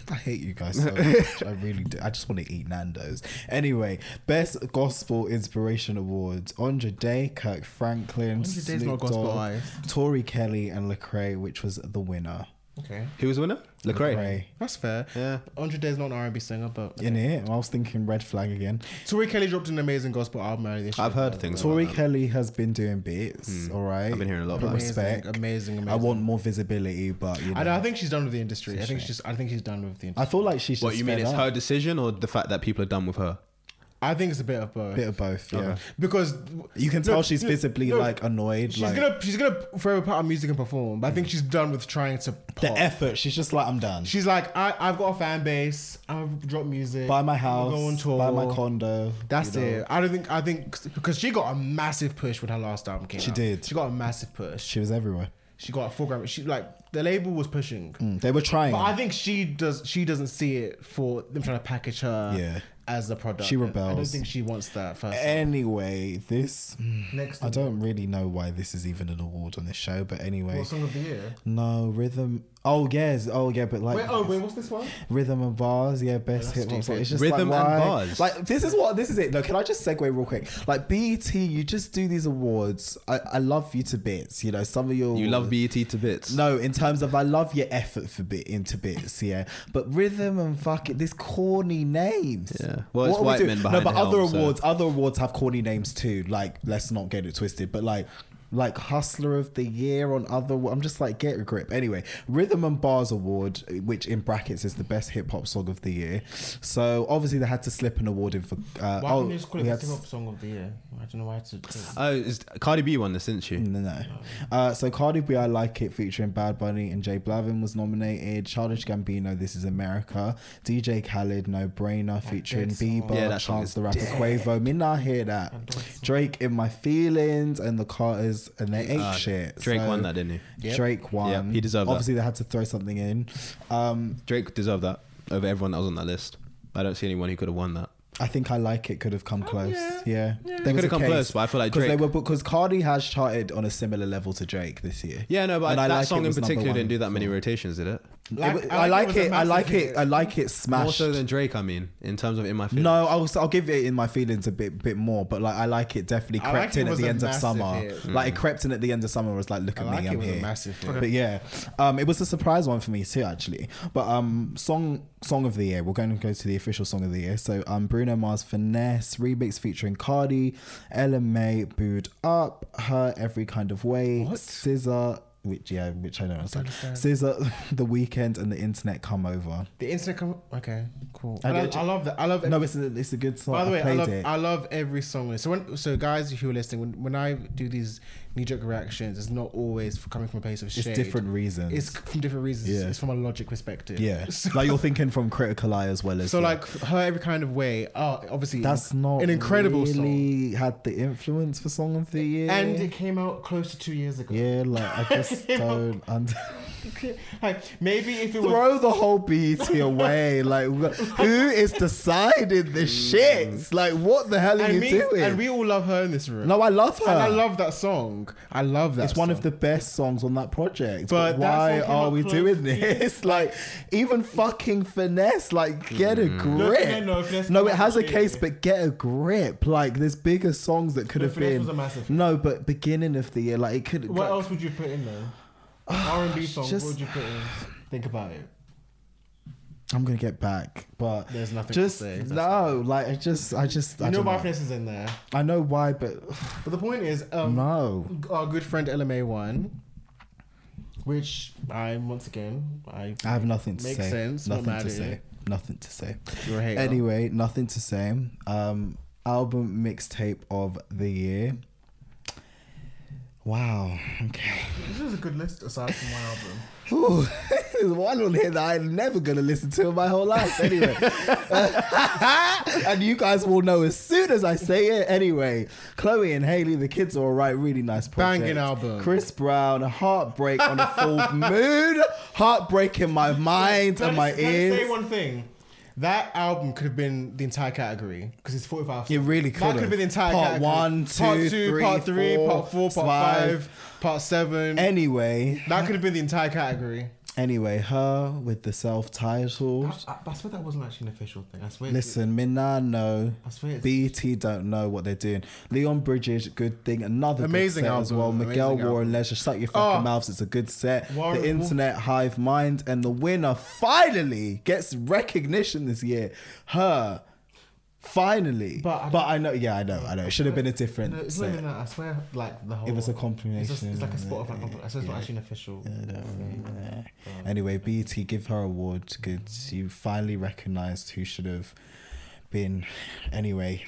Speaker 4: I hate you guys so much. I really do. I just want to eat Nando's. Anyway, Best Gospel Inspiration Awards. Andre Day, Kirk Franklin,
Speaker 2: Andre Day's
Speaker 4: Snoop
Speaker 2: not
Speaker 4: Dogg,
Speaker 2: gospelized.
Speaker 4: Tori Kelly, and Lecrae, which was the winner.
Speaker 2: Okay,
Speaker 1: Who was the winner? Lecrae.
Speaker 4: Lecrae.
Speaker 2: that's fair.
Speaker 1: Yeah.
Speaker 2: Andre Day's not an R&B singer, but
Speaker 4: In it, I was thinking red flag again.
Speaker 2: Tori Kelly dropped an amazing gospel album earlier this year.
Speaker 1: I've heard things.
Speaker 4: Tori
Speaker 1: about that. Hmm.
Speaker 4: Kelly has been doing beats, all right.
Speaker 1: I've been hearing a lot about it.
Speaker 4: respect.
Speaker 2: Amazing, amazing, amazing.
Speaker 4: I want more visibility, but you know,
Speaker 2: I,
Speaker 4: I,
Speaker 2: I think she's done with the industry. I think she's. I think she's done with the industry.
Speaker 4: feel like she's.
Speaker 1: What
Speaker 4: just
Speaker 1: you mean?
Speaker 4: fed
Speaker 1: It's
Speaker 4: up.
Speaker 1: her decision or the fact that people are done with her?
Speaker 2: I think it's a bit of both.
Speaker 4: Bit of both, yeah.
Speaker 2: because
Speaker 4: You can
Speaker 2: No,
Speaker 4: tell she's
Speaker 2: no,
Speaker 4: visibly
Speaker 2: no.
Speaker 4: like annoyed.
Speaker 2: she's
Speaker 4: like Mm.
Speaker 2: gonna she's gonna forever put out music and perform. But I think she's done with trying to pop.
Speaker 4: the effort. She's just like, I'm done.
Speaker 2: She's like, I I've got a fan base. I drop music.
Speaker 4: buy my
Speaker 2: I'm
Speaker 4: house,
Speaker 2: gonna Go on tour.
Speaker 4: buy my condo.
Speaker 2: That's
Speaker 4: you know.
Speaker 2: it. I don't think I think because she got a massive push when her last album came
Speaker 4: She
Speaker 2: out.
Speaker 4: did.
Speaker 2: She got a massive push.
Speaker 4: She was everywhere.
Speaker 2: She got a four Grammy. She like the label was pushing.
Speaker 4: They were trying.
Speaker 2: But I think she does. She doesn't see it for them trying to package her
Speaker 4: Yeah.
Speaker 2: as the product.
Speaker 4: She
Speaker 2: I don't
Speaker 4: rebels. Eh.
Speaker 2: think she wants that first.
Speaker 4: anyway, this
Speaker 2: Next,
Speaker 4: I don't really know why this is even an award on this show, but anyway.
Speaker 2: what song of the year?
Speaker 4: No rhythm. Oh yes. Oh yeah. But like
Speaker 2: Wait, oh wait, what's this one?
Speaker 4: rhythm and bars. Yeah, best
Speaker 2: that's
Speaker 4: hip hop. song.
Speaker 2: stupid.
Speaker 4: It's just
Speaker 1: Rhythm
Speaker 4: like,
Speaker 1: and
Speaker 4: why?
Speaker 1: bars.
Speaker 4: Like this is what this is it. No, can I just segue real quick? Like BET, you just do these awards. I, I love you to bits. You know some of your
Speaker 1: You love
Speaker 4: awards-
Speaker 1: BET to bits.
Speaker 4: No, in terms of I love your effort for bit into bits, yeah. But rhythm and fucking this corny names.
Speaker 1: Yeah. Well, it's
Speaker 4: are we
Speaker 1: white
Speaker 4: doing?
Speaker 1: men
Speaker 4: No,
Speaker 1: behind
Speaker 4: but
Speaker 1: the
Speaker 4: other
Speaker 1: helm, so-
Speaker 4: awards, other awards have corny names too. Like, let's not get it twisted. But like, like hustler of the year on other. I'm just like get a grip. Anyway, rhythm and bars award, which in brackets is the best hip hop song of the year. So obviously they had to slip an award in for. Uh,
Speaker 2: Why
Speaker 4: oh,
Speaker 2: couldn't you just call it
Speaker 4: we
Speaker 2: the
Speaker 4: had
Speaker 2: hip hop song of the year? I don't know why it's. a-
Speaker 1: Oh, it's Cardi B won this, didn't she?
Speaker 4: No, no. Uh, so Cardi B, I Like It, featuring Bad Bunny and Jay Blavin was nominated. Childish Gambino, This Is America. DJ Khaled, No Brainer, featuring
Speaker 2: dead song.
Speaker 4: Bieber,
Speaker 1: Yeah, that song
Speaker 4: Chance
Speaker 1: is
Speaker 4: the Rapper, Quavo. Me not hear that. Drake, In My Feelings, and The Carters, and they ate
Speaker 1: Uh,
Speaker 4: shit.
Speaker 1: Drake
Speaker 4: So-
Speaker 1: won that, didn't he?
Speaker 4: Drake won.
Speaker 1: Yep, he deserved that.
Speaker 4: Obviously, they had to throw something in. Um,
Speaker 1: Drake deserved that over everyone that was on that list. I don't see anyone who could have won that.
Speaker 4: I think I like it could have come close. Oh, yeah, There was
Speaker 1: could
Speaker 4: a
Speaker 1: have come
Speaker 4: case.
Speaker 1: close, but I feel like
Speaker 4: 'Cause they
Speaker 1: Drake-
Speaker 4: were because Cardi has charted on a similar level to Drake this year.
Speaker 1: Yeah, no, but
Speaker 4: And I
Speaker 1: that
Speaker 4: Like It
Speaker 1: song in
Speaker 4: was number
Speaker 1: particular
Speaker 4: one.
Speaker 1: didn't do that many rotations, did it?
Speaker 2: Like-
Speaker 4: It-
Speaker 2: I like
Speaker 4: I
Speaker 2: it
Speaker 4: like
Speaker 2: was a
Speaker 4: it. I like
Speaker 2: massive
Speaker 4: it. I like it
Speaker 1: More
Speaker 4: smashed.
Speaker 1: so than Drake, I mean, in terms of in my feelings.
Speaker 4: no, I'll I'll give it in my feelings a bit bit more, but like I like it definitely
Speaker 2: I
Speaker 4: crept
Speaker 2: like it
Speaker 4: in at
Speaker 2: was
Speaker 4: the
Speaker 2: a
Speaker 4: end of
Speaker 2: massive
Speaker 4: summer.
Speaker 2: hit. Mm.
Speaker 4: Like it crept in at the end of summer. and Was like, look
Speaker 2: I
Speaker 4: at
Speaker 2: like
Speaker 4: me,
Speaker 2: it
Speaker 4: I'm
Speaker 2: was a
Speaker 4: here.
Speaker 2: massive hit.
Speaker 4: But yeah, um, it was a surprise one for me too, actually. But um, song song of the year. We're going to go to the official song of the year. So um, Bruno Mars finesse remix featuring Cardi, Ellen May, Booed Up, Her Every Kind of Way, Scissor. Which yeah, which I don't understand. Scissor, The Weekend, and The Internet Come Over.
Speaker 2: The internet. Com- okay, cool.
Speaker 4: I
Speaker 2: I, love,
Speaker 4: get
Speaker 2: I love that. I love.
Speaker 4: No, it's a, it's a good song.
Speaker 2: By the way, I,
Speaker 4: played
Speaker 2: love
Speaker 4: it.
Speaker 2: I love every song. So when so guys who are listening, when, when I do these knee jerk reactions, it's not always f- coming from a place of
Speaker 4: it's
Speaker 2: shade.
Speaker 4: different reasons.
Speaker 2: It's from different reasons.
Speaker 4: Yeah.
Speaker 2: It's from a logic perspective.
Speaker 4: yeah,
Speaker 2: So,
Speaker 4: like you're thinking from critical eye as well as
Speaker 2: so like her every kind of way. Oh, obviously
Speaker 4: that's not
Speaker 2: an incredible song,
Speaker 4: really had the influence for song of the year.
Speaker 2: and it came out close to two years ago.
Speaker 4: yeah, like I just don't. under
Speaker 2: Like, maybe if it was
Speaker 4: Throw the whole BET away. Like, wh- who is deciding the shits? Like, what the hell are
Speaker 2: Mm. and
Speaker 4: you
Speaker 2: me,
Speaker 4: doing?
Speaker 2: and we all love her in this room.
Speaker 4: no, I love her.
Speaker 2: and I love that song. I love that.
Speaker 4: It's one of
Speaker 2: song.
Speaker 4: the best songs on that project.
Speaker 2: But
Speaker 4: But,
Speaker 2: that
Speaker 4: why
Speaker 2: song came
Speaker 4: are
Speaker 2: out
Speaker 4: we
Speaker 2: close
Speaker 4: doing
Speaker 2: to-
Speaker 4: this? like, even fucking finesse, like, get a
Speaker 2: No,
Speaker 4: grip.
Speaker 2: no, no, Finesse
Speaker 4: No,
Speaker 2: came
Speaker 4: it
Speaker 2: out
Speaker 4: has a
Speaker 2: clear.
Speaker 4: case, but get a grip. Like, there's bigger songs that could
Speaker 2: No,
Speaker 4: have
Speaker 2: Finesse
Speaker 4: been.
Speaker 2: was a massive hit.
Speaker 4: no, but beginning of the year, like, it could.
Speaker 2: What
Speaker 4: like,
Speaker 2: else would you put in though? R and B song.
Speaker 4: just-
Speaker 2: What would you put in? Think about it.
Speaker 4: I'm gonna get back, but
Speaker 2: There's nothing to
Speaker 4: Just
Speaker 2: say, that's
Speaker 4: no, like, I just, I just, I
Speaker 2: You know
Speaker 4: don't
Speaker 2: my
Speaker 4: know.
Speaker 2: finesse is in there.
Speaker 4: I know why, but
Speaker 2: But the point is, um,
Speaker 4: no.
Speaker 2: our good friend LMA won, which I once again I
Speaker 4: I have nothing to
Speaker 2: Makes
Speaker 4: say.
Speaker 2: sense, not
Speaker 4: Nothing
Speaker 2: mad
Speaker 4: to
Speaker 2: at
Speaker 4: say.
Speaker 2: it.
Speaker 4: Nothing to say.
Speaker 2: You're a hater.
Speaker 4: Anyway, nothing to say. Um, album mixtape of the year. Wow. Okay.
Speaker 2: this is a good list aside from my album.
Speaker 4: Ooh, there's one on here that I'm never gonna listen to in my whole life. Anyway, and you guys will know as soon as I say it. Anyway, Chloe and Haley, the kids are alright. Really nice project.
Speaker 2: Banging album.
Speaker 4: Chris Brown, heartbreak on a full moon, heartbreak in my mind and my
Speaker 2: Can I say
Speaker 4: ears.
Speaker 2: one thing. That album could have been the entire category because it's 45.
Speaker 4: It really
Speaker 2: That
Speaker 4: could've.
Speaker 2: could have been the entire
Speaker 4: Part
Speaker 2: category.
Speaker 4: one, two, three,
Speaker 2: part three,
Speaker 4: four,
Speaker 2: part four, part
Speaker 4: five.
Speaker 2: five, part seven.
Speaker 4: Anyway,
Speaker 2: that could have been the entire category.
Speaker 4: anyway, her with the self-titled.
Speaker 2: I, swear that wasn't actually an official thing. I swear.
Speaker 4: Listen, Minna, no.
Speaker 2: I swear it's-
Speaker 4: BT don't know what they're doing. Leon Bridges, good thing. Another
Speaker 2: Amazing
Speaker 4: good set as
Speaker 2: album,
Speaker 4: well.
Speaker 2: amazing
Speaker 4: Miguel
Speaker 2: album.
Speaker 4: Warren Leisure, shut your fucking
Speaker 2: Oh.
Speaker 4: mouths. It's a good set.
Speaker 2: Warren-
Speaker 4: the Internet Hive Mind and the winner finally gets recognition this year. Her. Finally.
Speaker 2: But I
Speaker 4: But, I know, yeah, I know, I know. It should have been a different
Speaker 2: it's not
Speaker 4: set.
Speaker 2: even that. I swear, like the whole.
Speaker 4: It was a
Speaker 2: It's, just, it's like a
Speaker 4: compilation,
Speaker 2: Spotify.
Speaker 4: yeah,
Speaker 2: compilation. I swear it's
Speaker 4: yeah.
Speaker 2: not actually an official.
Speaker 4: Anyway, BT, give her award. Good. You finally recognized who should have been. Anyway.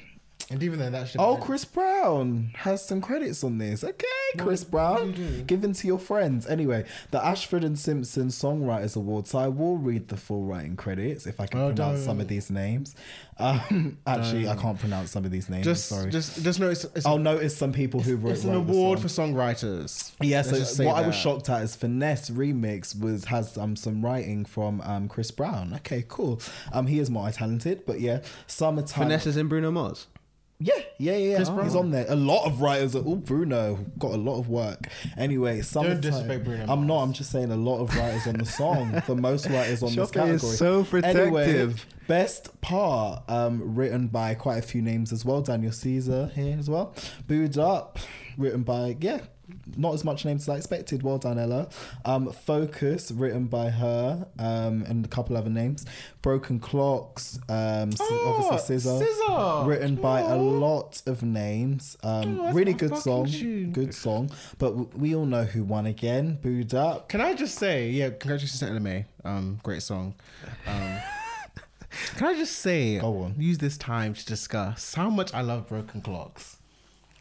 Speaker 2: And even then, that should.
Speaker 4: Oh, Chris Brown has some credits on this. Okay, Chris Brown. Given to your friends. Anyway, the Ashford and Simpson Songwriters Award. So I will read the full writing credits if I can
Speaker 2: Oh,
Speaker 4: pronounce
Speaker 2: don't.
Speaker 4: some of these names. Um, actually, I can't pronounce some of these names.
Speaker 2: Just,
Speaker 4: sorry.
Speaker 2: just, just notice. It's,
Speaker 4: I'll notice some people who wrote
Speaker 2: it's an
Speaker 4: wrote the
Speaker 2: award
Speaker 4: song.
Speaker 2: for songwriters.
Speaker 4: Yeah,
Speaker 2: Let's
Speaker 4: so
Speaker 2: just say
Speaker 4: what I was
Speaker 2: that.
Speaker 4: shocked at is Finesse Remix was has um, some writing from um, Chris Brown. Okay, cool. Um, he is multi-talented, but yeah, summertime.
Speaker 1: Finesse is in Bruno Mars.
Speaker 4: Yeah, yeah, yeah.
Speaker 2: Chris
Speaker 4: yeah. He's
Speaker 2: Brown.
Speaker 4: on there. A lot of writers are. Oh, Bruno got a lot of work. Anyway, summertime.
Speaker 2: disrespect Bruno
Speaker 4: I'm not.
Speaker 2: Mars.
Speaker 4: I'm just saying a lot of writers on the song. the most writers on this
Speaker 1: Shoppe
Speaker 4: category.
Speaker 1: is so
Speaker 4: Anyway,
Speaker 1: protective.
Speaker 4: best part um, written by quite a few names as well. Daniel Caesar here as well. Booed up, written by yeah. Not as much names as I expected. Well done, Ella. Um, Focus, written by her, um, and a couple other names. Broken Clocks, um, s-
Speaker 2: Oh,
Speaker 4: obviously Scissor,
Speaker 2: Scissor.
Speaker 4: written by a
Speaker 2: Aw.
Speaker 4: lot of names. Um,
Speaker 2: Oh, that's
Speaker 4: really
Speaker 2: my
Speaker 4: good
Speaker 2: fucking
Speaker 4: song,
Speaker 2: tune.
Speaker 4: good song. But w- we all know who won again. Booed up.
Speaker 2: Can I just say, yeah, congratulations to LMA. Um, great song. Um, can I just say,
Speaker 4: Go on.
Speaker 2: use this time to discuss how much I love Broken Clocks.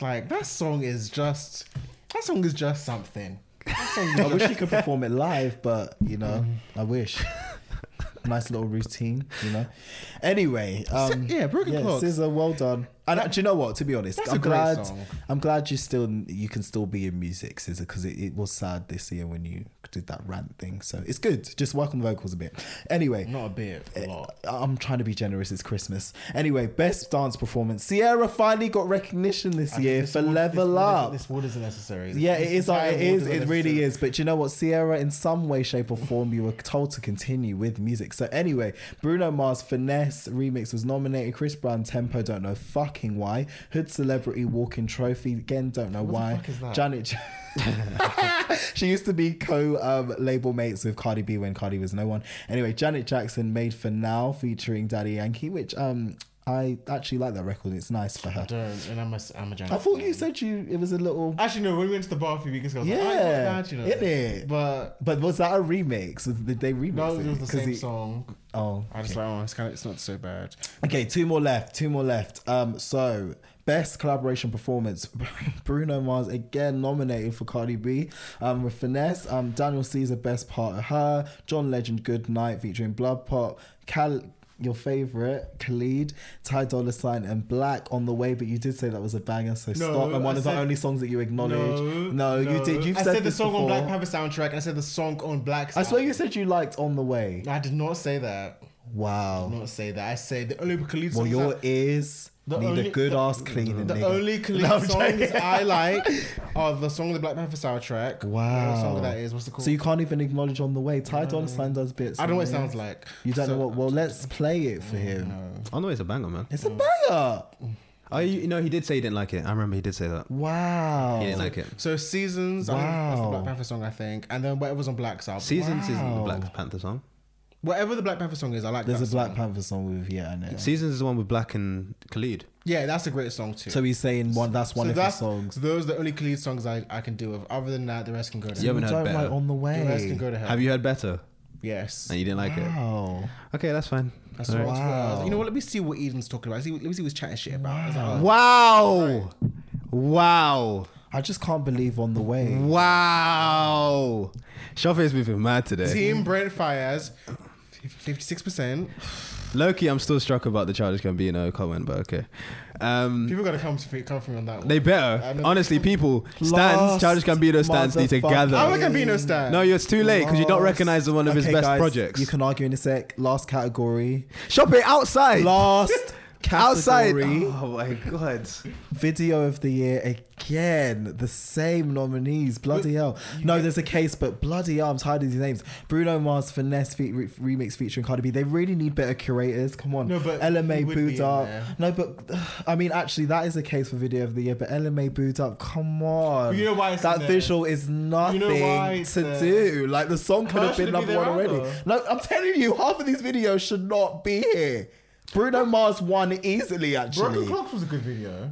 Speaker 2: Like that song is just, that song is just something. That song is
Speaker 4: I wish you could perform it live, but you know, I wish. nice little routine, you know. Anyway, um,
Speaker 2: yeah, Broken Clocks.
Speaker 4: Scissor, well done. And uh, do you know what? To be honest,
Speaker 2: That's
Speaker 4: I'm
Speaker 2: a great
Speaker 4: glad.
Speaker 2: song.
Speaker 4: I'm glad you still you can still be in music, Scissor, because it, it was sad this year when you did that rant thing. So it's good. Just work on the vocals a bit. Anyway,
Speaker 2: not a bit,
Speaker 4: Eh,
Speaker 2: a lot.
Speaker 4: I'm trying to be generous. It's Christmas. Anyway, best dance performance. Sierra finally got recognition this year
Speaker 2: This
Speaker 4: for
Speaker 2: word-
Speaker 4: Level
Speaker 2: this word
Speaker 4: Up.
Speaker 2: isn't- This word isn't necessary.
Speaker 4: yeah, it
Speaker 2: This
Speaker 4: is. uh, It
Speaker 2: entire
Speaker 4: is.
Speaker 2: word
Speaker 4: It really is. But you know what, Sierra, in some way, shape, or form, you were told to continue with music. So anyway, Bruno Mars finesse remix was nominated. Chris Brown tempo, don't know fucking why. Hood celebrity walking trophy again, don't know why.
Speaker 2: fuck is that?
Speaker 4: Janet. Ja- she used to be co um, label mates with Cardi B when Cardi was no one. Anyway, Janet Jackson made for now featuring Daddy Yankee, which um I actually like that record. It's nice for her.
Speaker 2: I don't, and I'm a, I'm a Janet
Speaker 4: I thought
Speaker 2: fan.
Speaker 4: you said you it was a little
Speaker 2: Actually, no. When we went to the bar a few weeks ago, I was like, oh, it's not
Speaker 4: Yeah,
Speaker 2: bad, you know.
Speaker 4: innit?
Speaker 2: But
Speaker 4: But was that a remix? Was, did they remix
Speaker 2: no, it was the
Speaker 4: 'Cause
Speaker 2: same
Speaker 4: it-
Speaker 2: song.
Speaker 4: Oh,
Speaker 2: I just like, oh, it's kind of, it's not so bad.
Speaker 4: okay. Two more left. Two more left. Um, so best collaboration performance. Bruno Mars again nominated for Cardi B. Um, with finesse. Um, Daniel Caesar best part of her. John Legend Good Night featuring Blood Pop. Cal. Your favorite, Khalid, Ty Dolla Sign, and Black on the way, but you did say that was a banger, so stop. And one
Speaker 2: I
Speaker 4: of the
Speaker 2: said-
Speaker 4: only songs that you acknowledge. No, you did. You've
Speaker 2: I
Speaker 4: said,
Speaker 2: said the
Speaker 4: this
Speaker 2: song on
Speaker 4: before.
Speaker 2: Black Panther soundtrack, and I said the song on Black.
Speaker 4: I swear you said you liked on the way.
Speaker 2: I did not say that.
Speaker 4: Wow.
Speaker 2: I did not say that. I said the only Khalid
Speaker 4: Well,
Speaker 2: songs.
Speaker 4: your
Speaker 2: I,
Speaker 4: ears
Speaker 2: The
Speaker 4: need
Speaker 2: only-
Speaker 4: a good
Speaker 2: the-
Speaker 4: ass cleaning.
Speaker 2: the
Speaker 4: nigga.
Speaker 2: only Khalid
Speaker 4: No, I'm
Speaker 2: songs
Speaker 4: joking.
Speaker 2: I like are the song on the Black Panther soundtrack.
Speaker 4: Wow.
Speaker 2: What song that is? What's it called?
Speaker 4: So you can't even acknowledge on the way. Ty Dolla Sign does bits.
Speaker 2: I don't know what it
Speaker 4: on the
Speaker 2: sounds
Speaker 4: way.
Speaker 2: like.
Speaker 4: You don't
Speaker 2: So-
Speaker 4: know what? Well, let's play it for him.
Speaker 1: On the way is a banger, man.
Speaker 4: It's a banger.
Speaker 1: Oh, you, you know, he did say he didn't like it. I remember he did say that.
Speaker 4: Wow.
Speaker 1: He didn't like it.
Speaker 2: So seasons. I think that's the
Speaker 4: Wow.
Speaker 2: Black Panther song, I think, and then whatever's on Black's album.
Speaker 1: Seasons isn't the
Speaker 4: Wow.
Speaker 1: Black Panther song.
Speaker 2: Whatever the Black Panther song is, I like.
Speaker 4: There's
Speaker 2: that
Speaker 4: a Black
Speaker 2: song.
Speaker 4: Panther song with yeah, I know.
Speaker 1: Seasons is the one with Black and Khalid.
Speaker 2: Yeah, that's a great song too.
Speaker 4: So he's saying one. That's one
Speaker 2: so
Speaker 4: of his
Speaker 2: that's-
Speaker 4: songs.
Speaker 2: Those are the only Khalid songs I, I can do with. Other than that, the rest can go to
Speaker 1: You haven't
Speaker 4: You
Speaker 1: heard
Speaker 4: don't
Speaker 1: better.
Speaker 4: like on the
Speaker 2: The rest can
Speaker 4: way.
Speaker 2: go to hell.
Speaker 1: Have you heard better?
Speaker 2: Yes.
Speaker 1: And you didn't like
Speaker 4: Wow.
Speaker 1: it. Okay, that's fine.
Speaker 2: That's
Speaker 1: All
Speaker 2: what I
Speaker 1: right.
Speaker 2: was- I was like,
Speaker 4: Wow.
Speaker 2: you know what? Let me see what Eden's talking about. Let me see, let me see what he's chatting shit about. I was like, oh,
Speaker 1: Wow. Wow.
Speaker 4: I just can't believe on the way.
Speaker 1: Wow. Shoppe is moving mad today.
Speaker 2: Team Brent Fires, fifty-six percent.
Speaker 1: Loki, I'm still struck about the Childish Gambino comment, uh, but okay. Um,
Speaker 2: People gotta come to me, come for me on that one.
Speaker 1: they
Speaker 2: I
Speaker 1: better.
Speaker 2: know.
Speaker 1: Honestly, people, stands,
Speaker 4: Last
Speaker 1: Childish Gambino stands need to
Speaker 4: motherfucker.
Speaker 1: gather.
Speaker 2: I'm a Gambino stan.
Speaker 1: No, it's too late because you don't
Speaker 4: Last-
Speaker 1: recognize one of his
Speaker 4: Okay,
Speaker 1: best
Speaker 4: guys,
Speaker 1: projects.
Speaker 4: You can argue in a sec. Last category.
Speaker 1: Shop it outside.
Speaker 4: Last
Speaker 1: outside.
Speaker 4: category.
Speaker 1: Oh my god.
Speaker 4: Video of the year again. The same nominees. Bloody hell. No, there's a case, but bloody hell, I'm tired of these names. Bruno Mars finesse fe- re- remix featuring Cardi B. They really need better curators. Come on.
Speaker 2: No, but
Speaker 4: LMA
Speaker 2: he would be in
Speaker 4: boot up.
Speaker 2: there.
Speaker 4: No, but I mean, actually, that is a case for video of the year. But LMA boot up. Come on.
Speaker 2: You know why it's
Speaker 4: that
Speaker 2: in there?
Speaker 4: visual is nothing
Speaker 2: why it's
Speaker 4: to
Speaker 2: there?
Speaker 4: do. Like the song could
Speaker 2: Her
Speaker 4: have been
Speaker 2: should be
Speaker 4: number
Speaker 2: there
Speaker 4: one already.
Speaker 2: either.
Speaker 4: No, I'm telling you, half of these videos should not be here. Bruno Mars won easily,
Speaker 2: Broken
Speaker 4: actually.
Speaker 2: Clocks was a good video.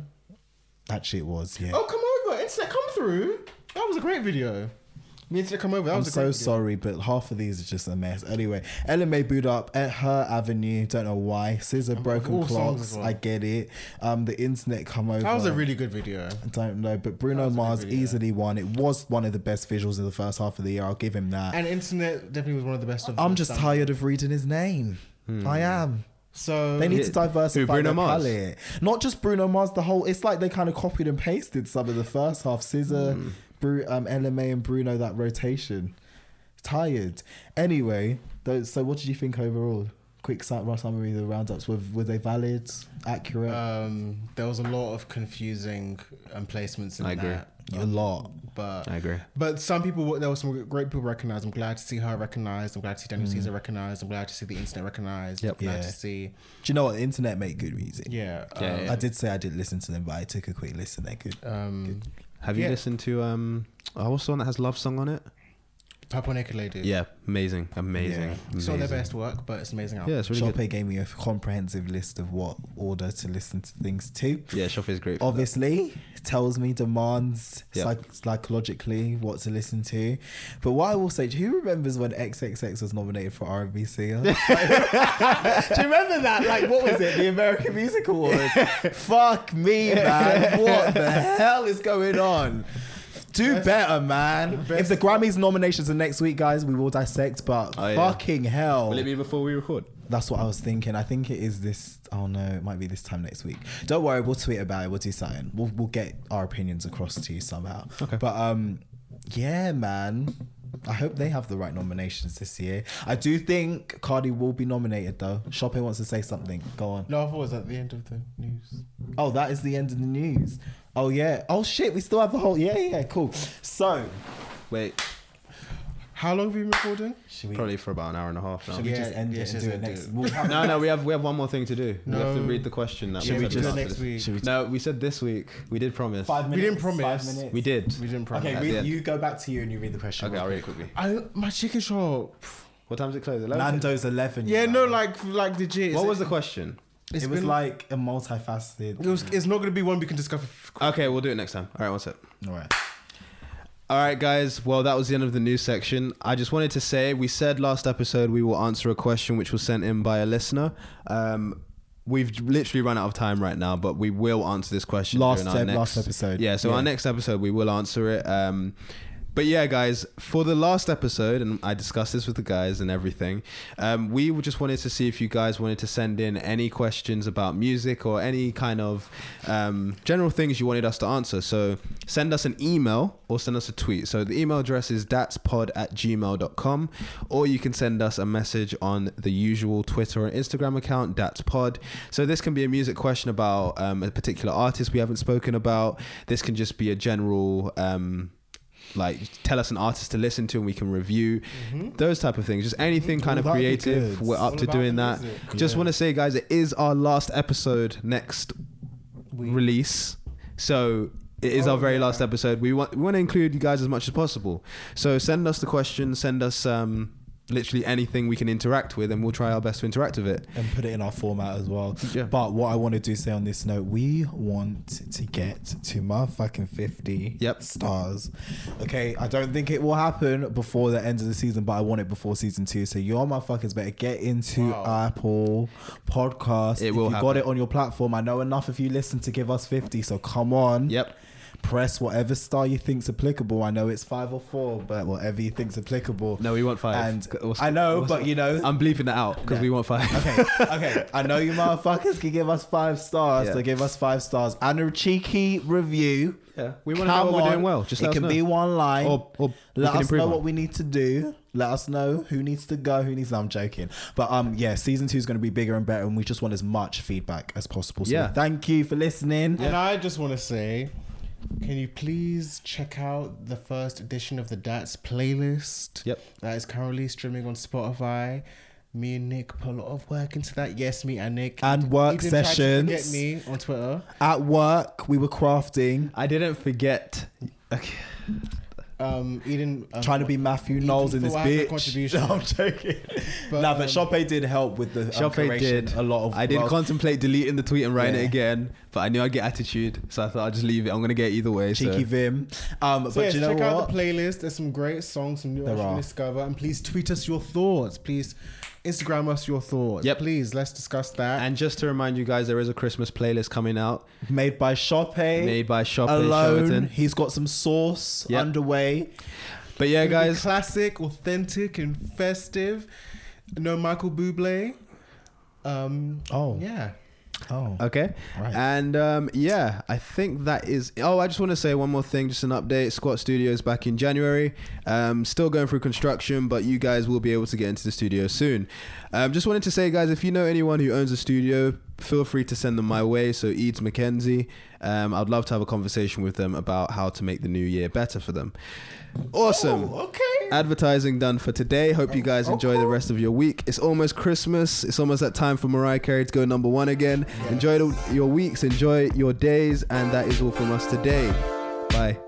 Speaker 4: Actually, it was, yeah.
Speaker 2: Oh, come over. Internet, come through. That was a great video. Me Internet, come over. That
Speaker 4: I'm
Speaker 2: was a
Speaker 4: so
Speaker 2: great
Speaker 4: sorry, but half of these are just a mess. Anyway, LMA booed up at her avenue. Don't know why. Scissor broken
Speaker 2: Oh, all songs as
Speaker 4: clocks.
Speaker 2: well.
Speaker 4: I get it. Um, the internet come over.
Speaker 2: Video. That was a really good video.
Speaker 4: I don't know, but Bruno Mars easily won. It was one of the best visuals of the first half of the year. I'll give him that.
Speaker 2: And Internet definitely was one of the best of
Speaker 4: I'm
Speaker 2: the
Speaker 4: just
Speaker 2: summer.
Speaker 4: tired of reading his name.
Speaker 2: Hmm.
Speaker 4: I am.
Speaker 2: So
Speaker 4: They need
Speaker 1: Who,
Speaker 4: to diversify
Speaker 1: Bruno
Speaker 4: their
Speaker 1: Mars?
Speaker 4: palette. Not just Bruno Mars. The whole. It's like they kind of copied and pasted some of the first half. Scissor,
Speaker 1: Hmm.
Speaker 4: Bru, um, LMA, and Bruno. That rotation. Tired. Anyway, though, so what did you think overall? Quick sum- summary of the roundups. Were, were they valid? Accurate?
Speaker 2: um, there was a lot of confusing um, placements in
Speaker 1: I agree.
Speaker 2: that.
Speaker 4: a lot.
Speaker 2: But
Speaker 1: I agree.
Speaker 2: But some people, there were some great people recognized. I'm glad to see her recognized. I'm glad to see Daniel Caesar recognized. I'm glad to see the internet recognized.
Speaker 1: Mm. Yep.
Speaker 2: I'm glad
Speaker 4: Yeah.
Speaker 2: to see.
Speaker 4: Do you know what? The internet make good music.
Speaker 2: Yeah.
Speaker 1: Yeah,
Speaker 2: um,
Speaker 1: yeah.
Speaker 4: I did say I did listen to them, but I took a quick listen. They're good.
Speaker 2: Um,
Speaker 1: Have you
Speaker 2: Yeah.
Speaker 1: listened to um? Oh, what's the one that has love song on it?
Speaker 2: Papua Lady.
Speaker 1: Yeah, amazing, amazing.
Speaker 4: Yeah.
Speaker 2: It's not their
Speaker 1: amazing.
Speaker 2: best work, but it's amazing. Album.
Speaker 1: Yeah, it's really
Speaker 4: Shop
Speaker 1: good.
Speaker 4: gave me a comprehensive list of what order to listen to things to.
Speaker 1: Yeah, Shop is great. for that.
Speaker 4: obviously tells me demands
Speaker 1: Yeah.
Speaker 4: psych- psychologically what to listen to but what i will say who remembers when xxx was nominated for r&b singer do you remember that like what was it the american music awards fuck me man what the hell is going on do better, man. If the Grammys nominations are next week, guys, we will dissect. But
Speaker 1: Oh, yeah.
Speaker 4: fucking hell,
Speaker 1: Will it be before we record?
Speaker 4: that's what I was thinking. I think it is this. Oh no, it might be this time next week. Don't worry, we'll tweet about it. We'll do something. We'll we'll get our opinions across to you somehow.
Speaker 1: Okay.
Speaker 4: But um, yeah, man. I hope they have the right nominations this year. I do think Cardi will be nominated though. Shoppe wants to say something. Go on.
Speaker 2: No, I thought it was at the end of the news.
Speaker 4: Oh, that is the end of the news. Oh yeah. Oh shit, we still have the whole. Yeah, yeah, cool. So
Speaker 1: Oh, Wait,
Speaker 2: How long have we been recording?
Speaker 4: should we?
Speaker 1: probably for about an hour and a half now.
Speaker 4: Should we
Speaker 2: Yeah,
Speaker 4: just end
Speaker 2: yeah,
Speaker 4: it and
Speaker 2: just
Speaker 4: do it
Speaker 2: end
Speaker 4: next?
Speaker 2: it.
Speaker 4: We'll have-
Speaker 1: No, no, we have we have one more thing to do. We have to
Speaker 2: No.
Speaker 1: read the question that
Speaker 2: Should we
Speaker 1: said
Speaker 2: do
Speaker 1: after
Speaker 2: it next
Speaker 1: this.
Speaker 2: week?
Speaker 4: Should we?
Speaker 1: No, we said this week. We did promise.
Speaker 4: Five
Speaker 2: We
Speaker 4: minutes.
Speaker 2: didn't
Speaker 4: Five
Speaker 2: promise.
Speaker 4: minutes.
Speaker 1: We did.
Speaker 2: We didn't promise.
Speaker 4: Okay,
Speaker 1: At
Speaker 4: read-
Speaker 1: the end.
Speaker 4: you go back to you and you read the question.
Speaker 1: Okay, I'll read it quickly.
Speaker 2: I my chicken shop.
Speaker 1: What time's it close? 11?
Speaker 4: Nando's eleven. you
Speaker 2: Yeah, no,
Speaker 4: know.
Speaker 2: like like legit.
Speaker 1: What
Speaker 2: It's-
Speaker 1: was the question?
Speaker 2: it's
Speaker 4: it was
Speaker 2: been-
Speaker 4: like a multifaceted.
Speaker 2: It was, it's not going to be one we can discover.
Speaker 1: Okay, we'll do it next time. All right, what's up?
Speaker 4: All right.
Speaker 1: All right, guys. Well, that was the end of the news section. I just wanted to say we said last episode we will answer a question which was sent in by a listener. Um, we've literally run out of time right now, but we will answer this question
Speaker 4: Last
Speaker 1: during our
Speaker 4: ep-
Speaker 1: next,
Speaker 4: last episode.
Speaker 1: Yeah, so
Speaker 4: Yeah.
Speaker 1: our next episode we will answer it. Um, but yeah, guys, for the last episode, and I discussed this with the guys and everything, um, we were- just wanted to see if you guys wanted to send in any questions about music or any kind of um, general things you wanted us to answer. So send us an email or send us a tweet. So the email address is datspod at gmail.com, or you can send us a message on the usual Twitter and Instagram account, datspod. So this can be a music question about um, a particular artist we haven't spoken about. This can just be a general. Um, like tell us an artist to listen to and we can review those type of things just anything kind
Speaker 4: Mm-hmm. Ooh,
Speaker 1: of
Speaker 4: that'd be
Speaker 1: creative
Speaker 4: good.
Speaker 1: we're up
Speaker 2: All
Speaker 1: to
Speaker 2: about
Speaker 1: doing
Speaker 2: the
Speaker 1: that
Speaker 2: music.
Speaker 1: just
Speaker 4: Yeah.
Speaker 1: want to say guys it is our last episode next release so it is
Speaker 2: Oh,
Speaker 1: our very
Speaker 2: yeah.
Speaker 1: last episode we want we want to include you guys as much as possible so send us the questions send us um literally anything we can interact with and we'll try our best to interact with it
Speaker 4: And put it in our format as well.
Speaker 1: Yeah.
Speaker 4: But what I want to do say on this note, we want to get to motherfucking 50
Speaker 1: Yep.
Speaker 4: stars. Okay, I don't think it will happen before the end of the season, but I want it before season two. So your motherfuckers better get into
Speaker 2: Wow.
Speaker 4: Apple Podcast.
Speaker 1: It
Speaker 4: if
Speaker 1: will
Speaker 4: you
Speaker 1: happen.
Speaker 4: got it on your platform. I know enough of you listen to give us 50, so come on.
Speaker 1: Yep.
Speaker 4: Press whatever star you think's applicable. I know it's five or four, but whatever you think's applicable.
Speaker 1: No, we want five.
Speaker 4: And
Speaker 1: Go- what's-
Speaker 4: I know,
Speaker 1: what's-
Speaker 4: but you know,
Speaker 1: I'm bleeping that out because
Speaker 4: Yeah.
Speaker 1: we want five.
Speaker 4: okay, okay. I know you motherfuckers can give us five stars.
Speaker 1: Yeah.
Speaker 4: So give us five stars and a cheeky review.
Speaker 1: Yeah. We wanna know
Speaker 4: Come
Speaker 1: what we're
Speaker 4: on.
Speaker 1: doing well. Just
Speaker 4: it
Speaker 1: let us
Speaker 4: can
Speaker 1: know.
Speaker 4: be one line.
Speaker 1: Or- or we
Speaker 4: let
Speaker 1: can
Speaker 4: us
Speaker 1: improve
Speaker 4: know
Speaker 1: on.
Speaker 4: what we need to do. Let us know who needs to go, who needs. I'm joking, but um, yeah, season two is going to be bigger and better, and we just want as much feedback as possible. So
Speaker 1: Yeah.
Speaker 4: Thank you for listening.
Speaker 2: And I just want to say, can you please check out the first edition of the Dats playlist?
Speaker 1: Yep.
Speaker 2: That is currently streaming on Spotify. Me and Nick put a lot of work into that. Yes, me and Nick.
Speaker 4: And
Speaker 2: You
Speaker 4: work
Speaker 2: didn't try to
Speaker 4: sessions.
Speaker 2: Get me on Twitter.
Speaker 4: At work, we were crafting,
Speaker 1: I didn't forget. Okay.
Speaker 2: Um, Eden um,
Speaker 4: trying to be Matthew Knowles in this
Speaker 2: Fuad made
Speaker 4: bitch.
Speaker 2: contribution.
Speaker 4: No, I'm joking.
Speaker 2: But,
Speaker 4: nah, but
Speaker 2: um,
Speaker 4: Shopee did help with the um,
Speaker 1: Shoppe
Speaker 4: curation
Speaker 1: did
Speaker 4: a lot of.
Speaker 1: I did
Speaker 4: well,
Speaker 1: contemplate deleting the tweet and writing it
Speaker 4: Yeah.
Speaker 1: again, but I knew I'd get attitude, so I thought I'd just leave it. I'm gonna get either way. so-
Speaker 4: cheeky vim. Um,
Speaker 2: So
Speaker 4: but
Speaker 2: yes,
Speaker 4: you know
Speaker 2: check
Speaker 4: what?
Speaker 2: out the playlist. There's some great songs, some new
Speaker 4: There
Speaker 2: ones you
Speaker 4: are.
Speaker 2: can discover. And please tweet us your thoughts. Please Instagram us your thoughts.
Speaker 1: Yep.
Speaker 2: Please, let's discuss that.
Speaker 1: And just to remind you guys, there is a Christmas playlist coming out
Speaker 4: made by Shoppe.
Speaker 1: made by Shop
Speaker 4: alone.
Speaker 1: Sheraton.
Speaker 4: He's got some sauce
Speaker 1: Yep.
Speaker 4: underway.
Speaker 1: But yeah,
Speaker 2: It's gonna be
Speaker 1: guys,
Speaker 2: classic, authentic, and festive. No Michael Bublé. Um,
Speaker 4: Oh.
Speaker 2: yeah.
Speaker 4: Oh.
Speaker 1: Okay.
Speaker 4: Right.
Speaker 1: And um, yeah, I think that is. Oh, I just want to say one more thing, just an update. Squat Studios back in January. Um, still going through construction, but you guys will be able to get into the studio soon. Um, just wanted to say, guys, if you know anyone who owns a studio, feel free to send them my way. So, Eads McKenzie. Um, I'd love to have a conversation with them about how to make the new year better for them. Awesome.
Speaker 2: Oh,
Speaker 4: okay.
Speaker 1: Advertising done for today. Hope you guys enjoy the rest of your week. It's almost Christmas. It's almost that time for Mariah Carey to go number one again. Enjoy the, your weeks, enjoy your days, and that is all from us today. Bye.